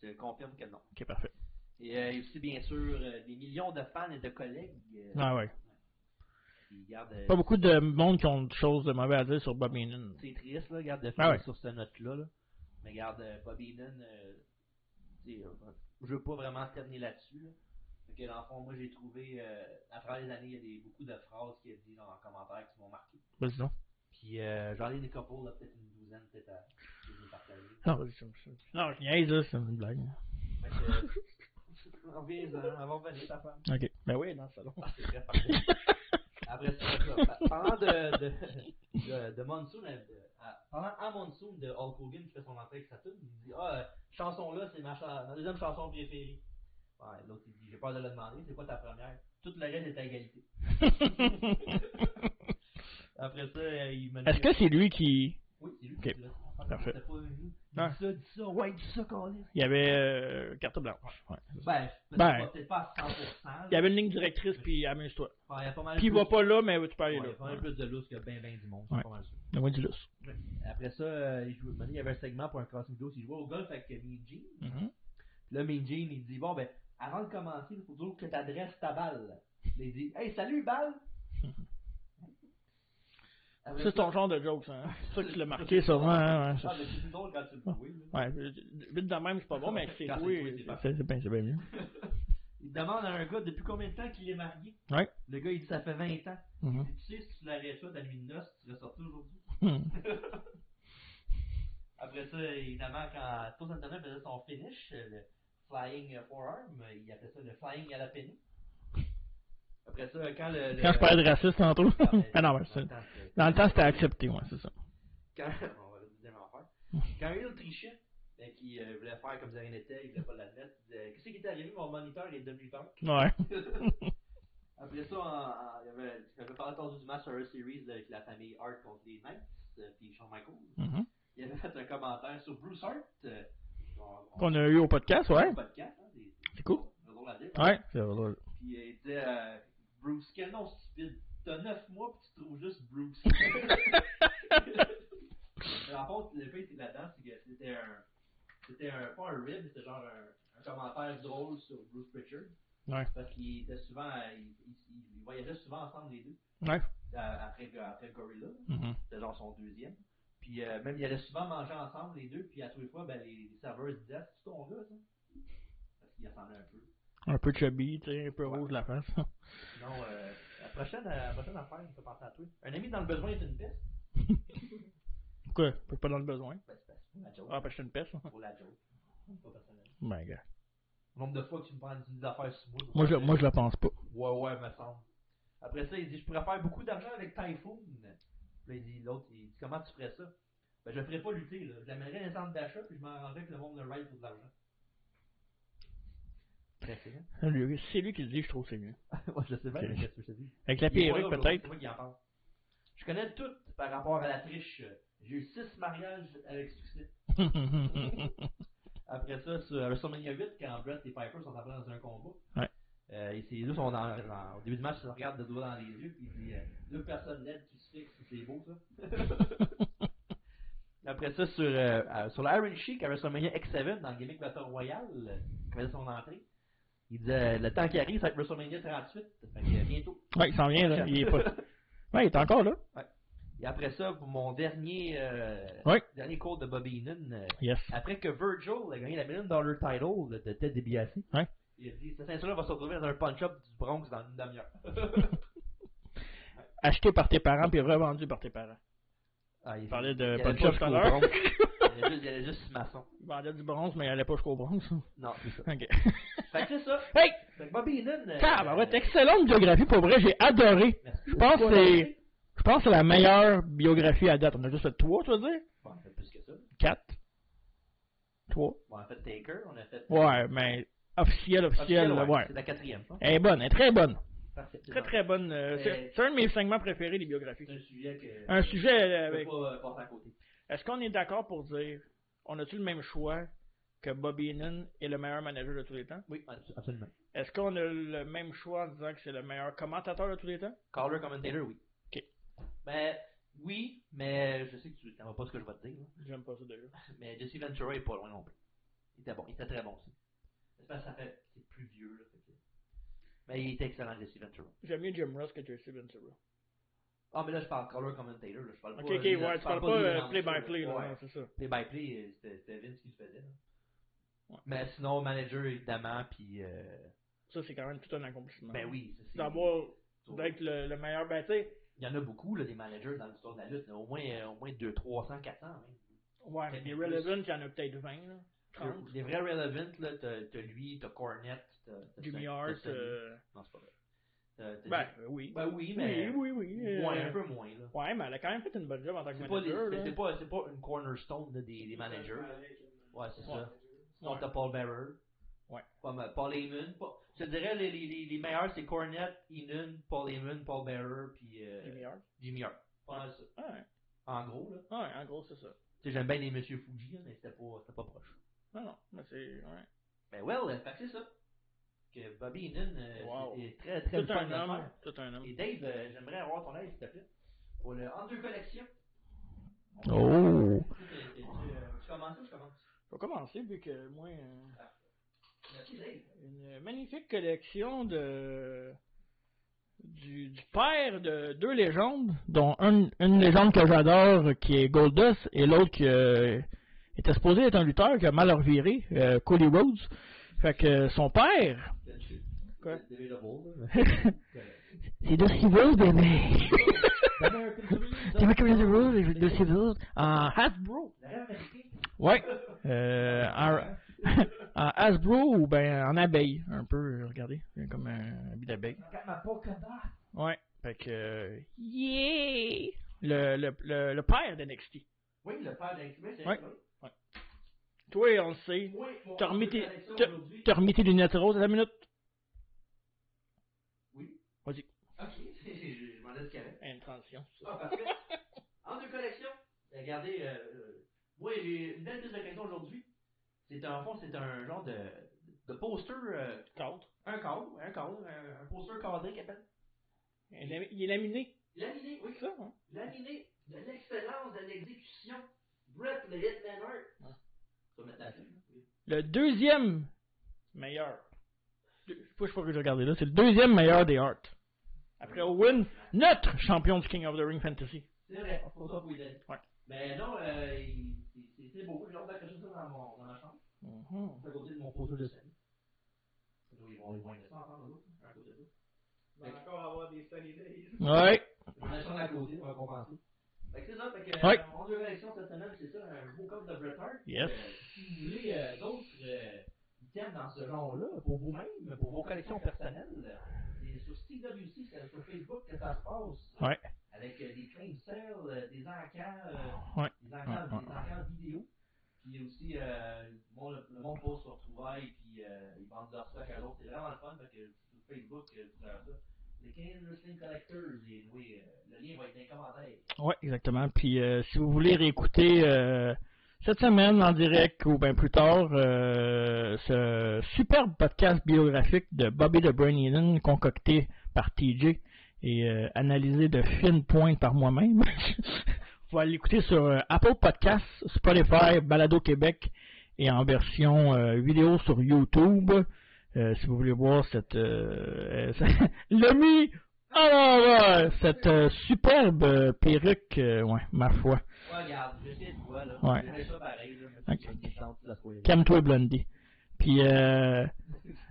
A: Je te confirme que non.
B: Ok, parfait.
A: Et euh, aussi, bien sûr, euh, des millions de fans et de collègues euh,
B: Ah ouais.
A: qui gardent... euh,
B: Pas beaucoup de monde qui ont des choses de mauvais à dire sur Bobby Heenan.
A: C'est triste, là, garde de
B: Ah
A: finir
B: ouais.
A: sur cette note-là. là. Mais garde, euh, Bobby Heenan, euh, tu sais, euh, je veux pas vraiment terminer là-dessus. Là. Fait que, dans le fond, moi, j'ai trouvé, euh, à travers les années, il y a des, beaucoup de phrases qu'il a dit en commentaire qui m'ont marqué.
B: Vas-y donc.
A: Puis, euh, j'en ai des couples, là, peut-être une douzaine, peut-être à que je vais partager.
B: Non, vas-y, c'est- c'est- non, je niaise, là, c'est une blague.
A: Fait que, euh, [LAUGHS] reviens, hein, avant de venir, ta femme.
B: Ok. Ben oui, dans le salon.
A: Ah, c'est vrai, parfait. Après ça, ça. Parlant de, de, de, de Monsoon, euh, de- à- parlant à Monsoon de Hulk Hogan qui fait son entrée avec sa tune, il dit Ah, euh, chanson là, c'est ma, cha- ma deuxième chanson préférée. Ouais, l'autre il dit J'ai peur de le demander, c'est quoi ta première Toute la reste est à égalité. Après ça, euh, il me dit
B: Est-ce que c'est lui qui.
A: Oui, c'est lui
B: Ok,
A: qui dit
B: parfait. Ah.
A: Dis ça, dis ça, ouais, dis ça, qu'on est.
B: Il y avait euh, carte blanche. Ouais.
A: Ben, peut-être
B: Ben.
A: pas- peut-être pas à 100%. là.
B: Il y avait une ligne directrice, puis amuse-toi.
A: Enfin, il y a pas mal
B: Puis il
A: plus-
B: va pas là, mais tu peux
A: Ouais, il
B: aller
A: y a pas mal
B: là.
A: plus de lousse que ben ben du monde,
B: Ouais.
A: c'est pas mal sûr.
B: Le moins du lousse.
A: Après ça, euh, il, jouait- il y avait un segment pour un crossing dos. Il jouait au golf avec euh, Mean Gene.
B: Mhm.
A: Là, Mean Gene, il dit Bon, ben, avant de commencer, il faut toujours que tu adresses ta balle. Là, il dit Hey, salut, balle
B: Ça, c'est ton genre de joke, ça. hein? C'est ça que tu l'as marqué, sûrement. Hein?
A: Ah,
B: ouais.
A: mais c'est plus drôle quand tu le joues. là.
B: Ouais, vite de même, c'est pas bon, mais c'est
A: Quand c'est
B: oui,
A: toi, c'est parfait.
B: c'est c'est bien, c'est bien mieux.
A: Il demande à un gars depuis combien de temps qu'il est marié.
B: Ouais.
A: Le gars, il dit Ça fait 20 ans.
B: Mhm.
A: Il dit, Tu sais, si tu l'avais ça dans la nuit de noces, tu l'as sorti aujourd'hui.
B: Mhm.
A: Après ça, évidemment, quand Toast Antonin faisait son finish, euh, le flying euh, forearm, euh, il appelait ça le flying à la penny. Après ça, euh, quand le. le-
B: Quand je parlais de raciste tantôt.
A: [LAUGHS]
B: [LAUGHS]
A: Ah, mais-
B: ah non,
A: dans
B: mais
A: le
B: c'est-
A: temps, c'était-
B: dans le temps, c'était accepté, ouais, c'est ça.
A: Quand. [LAUGHS] On va le dire en faire. Quand il trichait, ben, qui euh, voulait faire comme si rien n'était, il voulait pas l'admettre, il disait Qu'est-ce qui est arrivé, mon moniteur est devenu [LAUGHS] dark
B: Ouais. [LAUGHS]
A: Après ça, en- en- il y avait- j'avais pas entendu du match sur Earth Series avec la famille Hart contre les Knights, euh, puis Shawn Michaels.
B: Mhm.
A: Il avait fait un commentaire sur Bruce Hart. euh, on- on-
B: Qu'on a eu au podcast, ouais.
A: podcast, hein, des-
B: C'est cool.
A: c'est drôle à dire.
B: Ouais. C'est drôle.
A: Puis euh, il disait euh, Bruce, quel nom stupide. T'as 9 mois puis tu trouves juste Bruce.
B: [LAUGHS]
A: Mais en contre, le fait là-dedans, c'est que c'était un. C'était un. Pas un rib, c'était genre un, un commentaire drôle sur Bruce Pritchard.
B: Ouais.
A: Parce qu'ils étaient souvent. euh, Ils, ils- ils voyageaient souvent ensemble les deux.
B: Ouais.
A: euh, Après, après Gorilla.
B: Mhm.
A: C'était genre son deuxième. Puis euh, même, ils allaient souvent manger ensemble, les deux. Puis à tous les fois, ben, les, les serveurs disaient Ah, C'est ton gars, ça Parce qu'ils ressemblait un peu.
B: Un peu chubby, tu sais, un peu rouge la face.
A: Non, euh, la, prochaine, euh, la prochaine affaire, il faut penser à toi. Un ami dans le besoin est une peste.
B: Pourquoi? T'es pas dans le besoin.
A: Ben, c'est parce que pour la joke.
B: Ah, parce que t'as une peste.
A: Pour la joke. C'est Pas personnel.
B: My God.
A: Le nombre de fois que tu me prends des affaires sur moi.
B: Moi, je, moi, je la pense pas.
A: Ouais, ouais, me semble. Après ça, il dit Je pourrais faire beaucoup d'argent avec Typhoon. Puis là, il dit L'autre, il dit Comment tu ferais ça Ben, je ne ferais pas lutter, là. Je l'amènerais dans un centre d'achat, puis je m'arrangerais que le monde le ride pour de l'argent. intéressé. [LAUGHS] hein.
B: Lui- C'est lui qui le dit, je trouve que c'est mieux.
A: Moi, je sais bien,
B: Ok.
A: mais qu'est-ce que je te dis?
B: Avec la
A: Il est pas
B: perruque,
A: là,
B: peut-être.
A: c'est moi qui en parle. Je connais tout par rapport à la triche. J'ai eu six mariages avec succès. [LAUGHS] Après ça, sur WrestleMania 8, quand Brett et Piper sont appelés dans un combat,
B: Ouais.
A: euh, et ces deux sont dans, dans- au début du match, ils se regardent de doigts dans les yeux, puis ils disent euh, deux personnes laides qui se fixent, c'est beau ça.
B: [LAUGHS]
A: Après ça, sur, euh, euh, sur l'Iron Sheik à WrestleMania X7, dans le gimmick Battle Royale, euh, qui faisait son entrée, il disait euh, le temps qui arrive, ça va être WrestleMania 38, fait que, euh, bientôt.
B: ouais, il s'en vient, là. Eh Il est pas... Ouais, il est encore là.
A: Et après ça, pour mon dernier, euh,
B: Ouais.
A: dernier cours de Bobby Heenan, euh,
B: Yes.
A: après que Virgil a gagné la million dollar title de- de Ted DiBiase,
B: Ouais.
A: il a dit cette ceinture-là va se retrouver dans un punch-up du Bronx dans une demi-heure.
B: [LAUGHS] Acheté par tes parents, puis revendu par tes parents.
A: ah, il
B: Il parlait
A: il
B: de
A: allait
B: punch-up tout
A: pas jusqu'au
B: à l'heure.
A: Bronx. Il allait juste- il allait juste maçon.
B: [LAUGHS] Il vendait du bronze, mais il allait pas jusqu'au bronze. hein.
A: Non, c'est ça.
B: [LAUGHS]
A: [LAUGHS]
B: OK.
A: Fait que c'est ça.
B: Hey!
A: Fait que Bobby Heenan. euh,
B: Tabarouette, excellente biographie, pour vrai, j'ai adoré.
A: Merci.
B: bah Je pense que c'est... Je pense que c'est la meilleure biographie à date. On a juste fait trois, tu veux dire?
A: Bon, on a fait plus que ça.
B: Quatre? Trois?
A: Bon, on a fait Taker, on a fait.
B: Ouais, mais officiel,
A: Officiel,
B: officiel,
A: ouais.
B: ouais.
A: C'est la quatrième. hein.
B: Elle est bonne, elle est très bonne.
A: Parfait. c'est
B: Très
A: bon.
B: très bonne. euh, c'est c'est un de mes segments préférés, les biographies.
A: C'est un sujet que.
B: Un sujet euh,
A: je peux
B: avec.
A: pas euh, passer à côté.
B: Est-ce qu'on est d'accord pour dire on a-tu le même choix que Bobby Heenan est le meilleur manager de tous les temps
A: Oui, abso- Ah, absolument.
B: Est-ce qu'on a le même choix en disant que c'est le meilleur commentateur de tous les temps
A: Caller commentator, oui.
B: Ok.
A: Ben, oui, mais je sais que tu t'en vas pas ce que je vais te dire. là.
B: J'aime pas ça déjà.
A: Mais Jesse Ventura est pas loin non plus. Il était bon, il était très bon aussi. C'est parce que ça fait, c'est plus vieux là. fait que- Mais il était excellent Jesse Ventura.
B: J'aime mieux Jim Ross que Jesse Ventura.
A: Ah mais là je parle caller commentator, là. je parle
B: Ok, ok,
A: pas.
B: ouais,
A: je
B: tu
A: parle
B: parles
A: pas
B: pas
A: de
B: euh,
A: Lance,
B: play-by-play,
A: là.
B: là,
A: Ouais.
B: non, c'est ça.
A: Play-by-play, euh, c'était c'était Vince qui le faisait. là.
B: Ouais.
A: Mais sinon manager évidemment, puis euh,
B: Ça, c'est quand même tout un accomplissement.
A: ben oui, ça, c'est.
B: D'avoir,
A: c'est-
B: d'être le, le meilleur, ben tu sais,
A: Il y en a beaucoup là des managers dans l'histoire de la lutte, là. au moins euh, au moins 200, 300, 400 même.
B: ouais, mais des relevant, il y en a peut-être 20, là, 30.
A: Les- Les vrais relevant, là, t'as t'as lui, t'as Cornette, t'as- t'as-
B: Jimmy
A: t'as-
B: Hart,
A: t'as-
B: euh,
A: Non, c'est pas vrai. T'as- t'as-
B: ben oui.
A: Ben oui, mais.
B: oui, oui, oui. euh,
A: moins, un peu moins, là.
B: Ouais, mais elle a quand même fait une bonne job en tant que
A: C'est pas, les-
B: manager.
A: c'est-
B: là.
A: c'est pas, c'est pas une cornerstone là, des, des managers. Ouais, c'est ça. Sinon, t'as Paul Bearer.
B: Ouais.
A: Pas mal. Paul Heyman. Pas- Je te dirais, les, les, les, les meilleurs, c'est Cornette, Heenan, Paul Heyman, Paul Bearer, puis euh,
B: Jimmy Hart.
A: Jimmy Hart. Pas mal ça.
B: Ah ouais.
A: En gros, là.
B: Ah ouais, en gros, c'est ça.
A: Tu sais, j'aime bien les Monsieur Fuji, là, mais c'était pas, c'était pas proche.
B: Non, non, mais c'est. Ouais.
A: Ben, well, euh, fait que c'est ça. Que Bobby Heenan euh,
B: Wow.
A: est très, très
B: Tout
A: fun
B: un
A: à
B: homme.
A: faire.
B: Tout un homme.
A: Et Dave, euh, j'aimerais avoir ton aide, s'il te plaît, pour le Under Collection.
B: Oh.
A: Tu- tu- tu- Tu commences ou je commence?
B: Je vais commencer vu que moi. euh,
A: Merci, Dave.
B: une magnifique collection de. Du, du père de deux légendes, dont un- une légende que j'adore qui est Goldust et l'autre qui euh, était supposé être un lutteur qui a mal reviré, euh, Cody Rhodes. Fait que son père, [LAUGHS] Quoi?
A: C'est debatable, [LAUGHS] là. Correct.
E: C'est Dusty Rhodes,
B: [LAUGHS]
E: bébé.
A: L'American Dream,
E: C'est
A: ça.
E: moi qui viens de Rhodes, et Dusty Rhodes en Hasbro.
A: L'Américain.
B: ouais, euh, en- [LAUGHS] en Hasbro ou ben en abeille, un peu, regardez, comme un habit d'abeille.
A: Regarde ma polka dot.
B: Ouais, fait que euh, yeah! Le, le, le, le père d'NXT.
A: Oui, le père d'Alexis, c'est
B: Ouais.
A: vrai.
B: Toi, on le sait,
A: Oui, mon
B: T'as
A: Under
B: remis tes-
A: Collection
B: t'as-
A: aujourd'hui.
B: t'as remis tes lunettes roses à la minute.
A: Oui.
B: Vas-y.
A: Ok, [LAUGHS] je je m'en laisse carré.
B: Une transition.
A: Ah,
B: [LAUGHS]
A: parfait. Under Collection. Regardez, euh, euh, moi, j'ai une belle prise de collection aujourd'hui. C'est un, en fond, c'est un genre de, de poster, euh,
B: Contre.
A: un cadre, un cadre, un, un poster cadré qu'il appelle.
B: Il est lami- il est laminé.
A: Laminé, oui.
B: C'est ça, hein?
A: Laminé de l'excellence de l'exécution. Brett le Hitman Hart.
B: Ah.
A: Ça va mettre la suite.
B: Le deuxième meilleur. Deux- Je sais pas, je sais pas que je regardais là. C'est le deuxième meilleur des Hearts. Après Owen, notre champion du King of the Ring Fantasy.
A: C'est vrai, faut ça pour y aller.
B: Ouais.
A: Mais non, euh, il- c'est- c'est- c'est beaucoup de gens d'accrocher ça dans, mon, dans ma chambre.
B: Mm-hmm.
A: C'est à côté de mon poster de scène. Ils vont, ils vont, ils vont mettre ça ensemble, eux autres, à côté de ça.
D: On va encore avoir des sunny days.
B: Ouais.
A: On a changé à côté, on va compenser. Fait que c'est ça, fait que
B: Ouais.
A: euh, on a eu l'élection cette semaine, c'est ça, un beau code de Bret Hart.
B: Yes.
A: Euh, si vous voulez euh, d'autres euh, items dans ce genre-là, pour vous-même, pour vos collections personnelles, c'est sur CWC, c'est sur Facebook que ça se passe.
B: Ouais.
A: Avec euh, des claim sales, euh, des encarts, euh,
B: Ouais.
A: des encarts,
B: Ouais,
A: des encarts vidéo. Puis aussi, euh, le monde- le monde pose sur Trouvaille, puis euh, ils vendent leur stock à l'autre. C'est vraiment le fun, parce que sur Facebook, euh, vous pouvez faire ça. Les 15 Wrestling Collectors, et oui, euh, le lien va être dans les commentaires.
B: Oui, exactement. Puis euh, si vous voulez réécouter euh, cette semaine en direct ou bien plus tard euh, ce superbe podcast biographique de Bobby the Brain Heenan concocté par TJ et euh, analysé de fine pointe par moi-même, [LAUGHS] vous allez l'écouter sur euh, Apple Podcasts, Spotify, Balado Québec et en version euh, vidéo sur YouTube. Euh, si vous voulez voir cette euh, [LAUGHS] euh, le mi alors, euh, cette euh, superbe euh, perruque, euh, ouais, ma foi.
A: Ouais, regarde, je sais de quoi, là.
B: Ouais.
A: J'aimais ça pareil, là. mais
B: Ok.
A: c'est une descente de la soirée.
B: Calme-toi, Blondie. Puis, euh,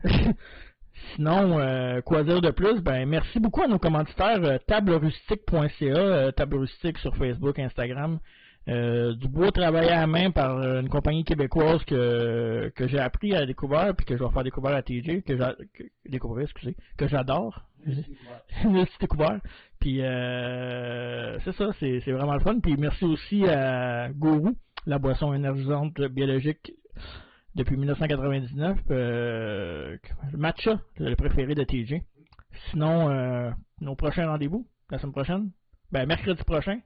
B: [LAUGHS] sinon, euh, quoi dire de plus? Ben, merci beaucoup à nos commanditaires, euh, tablerustique.ca, euh, table rustique sur Facebook, Instagram. Euh, du beau travail à la main par euh, une compagnie québécoise que, que j'ai appris à découvrir, puis que je vais faire découvrir à TJ, que, j'a- que, découvrir, excusez, que j'adore. [LAUGHS] le petit découvert. Puis euh, c'est ça, c'est c'est vraiment le fun. Puis merci aussi à Gourou, la boisson énergisante biologique depuis 1999. Euh, matcha, le préféré de TJ. Sinon, euh, nos prochains rendez-vous, la semaine prochaine. Ben, mercredi prochain.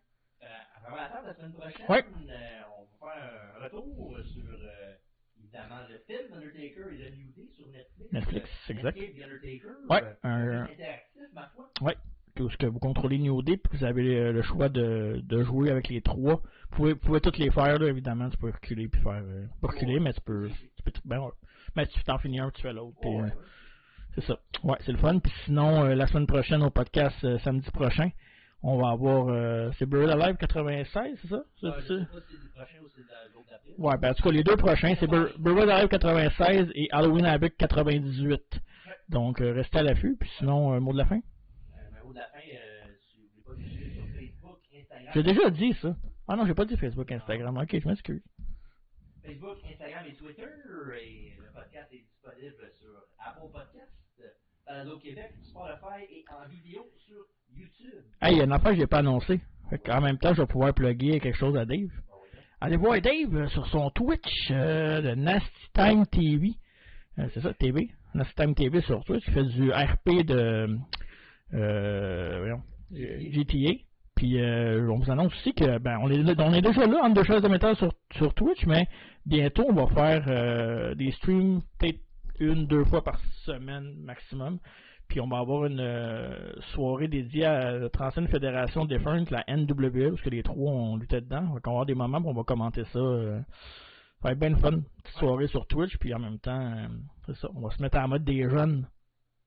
A: Euh, avant la table, la semaine prochaine,
B: Ouais.
A: euh, on va faire un retour sur, euh, évidemment, le film Undertaker et le New Day sur Netflix.
B: Netflix,
A: Euh,
B: exact.
A: Escape the Undertaker.
B: Ouais,
A: euh,
B: un-
A: interactif, ma foi.
B: tout ce que vous contrôlez New Day, puis vous avez euh, le choix de, de jouer avec les trois. Vous pouvez, vous pouvez toutes les faire, là, évidemment, tu peux reculer puis faire. euh, pas reculer, mais tu peux. Tu peux tout- ben, ouais. mais tu t'en finis un, tu fais l'autre. puis, euh, c'est ça. Ouais, c'est le fun. Puis sinon, euh, la semaine prochaine au podcast, euh, samedi prochain, on va avoir. euh, c'est Buried Alive 96, c'est ça? C'est-
A: Euh, je sais
B: c'est-
A: pas si c'est le prochain ou c'est le- l'autre d'après.
B: Ouais, ben en tout cas, les deux prochains, c'est Bur- Burwell Alive 96 et Halloween Havoc 98. Donc, euh, restez à l'affût. Puis sinon, euh, mot de la fin.
A: Euh, mais au de la fin, euh, si vous voulez pas nous suivre sur Facebook, Instagram.
B: J'ai déjà dit ça. Ah non, j'ai pas dit Facebook, Instagram. Ok, je m'excuse.
A: Facebook, Instagram et Twitter. Et le podcast est disponible sur Apple Podcast, Palado Québec, Spotify et en vidéo sur YouTube.
B: Hey, il y a une affaire que j'ai pas annoncée. Fait en même temps, je vais pouvoir plugger quelque chose à Dave.
A: hein.
B: Allez voir Dave euh, sur son Twitch euh, de Nasty Time TV. Euh, c'est ça, TV. Nasty Time TV sur Twitch. Il fait du RP de euh, voyons, euh, GTA. Puis euh, on vous annonce aussi que ben on est on est déjà là entre deux choses de métal sur, sur Twitch, mais bientôt on va faire euh, des streams peut-être une, deux fois par semaine maximum. Puis on va avoir une euh, soirée dédiée à la 30e Fédération Defunct, la NWL, parce que les trois on luttait dedans. On va avoir des moments où on va commenter ça. euh. Ça va être bien le fun. Petite soirée sur Twitch, puis en même temps, euh, c'est ça. On va se mettre en mode des jeunes.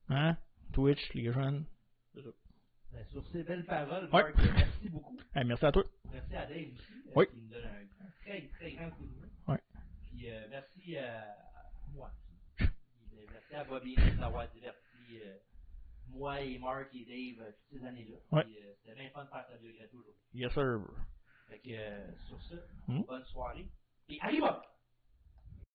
B: Hein? Twitch, les jeunes.
A: Ben, sur ces belles paroles,
B: Ouais.
A: Marc, merci beaucoup.
B: Hey, merci à toi.
A: Merci à Dave aussi, euh,
B: Oui.
A: qui nous donne un, un très, très grand coup de main.
B: Ouais.
A: Puis euh, merci euh, à moi. Puis, euh, Merci à Bobby Heenan d'avoir diverti euh, moi et Mark et Dave euh, toutes ces années-là.
B: Ouais.
A: Puis, euh, C'était bien fun de faire sa biographie aujourd'hui.
B: Yes, sir.
A: Fait que, euh, sur ce,
B: Mhm.
A: bonne soirée. Et arrive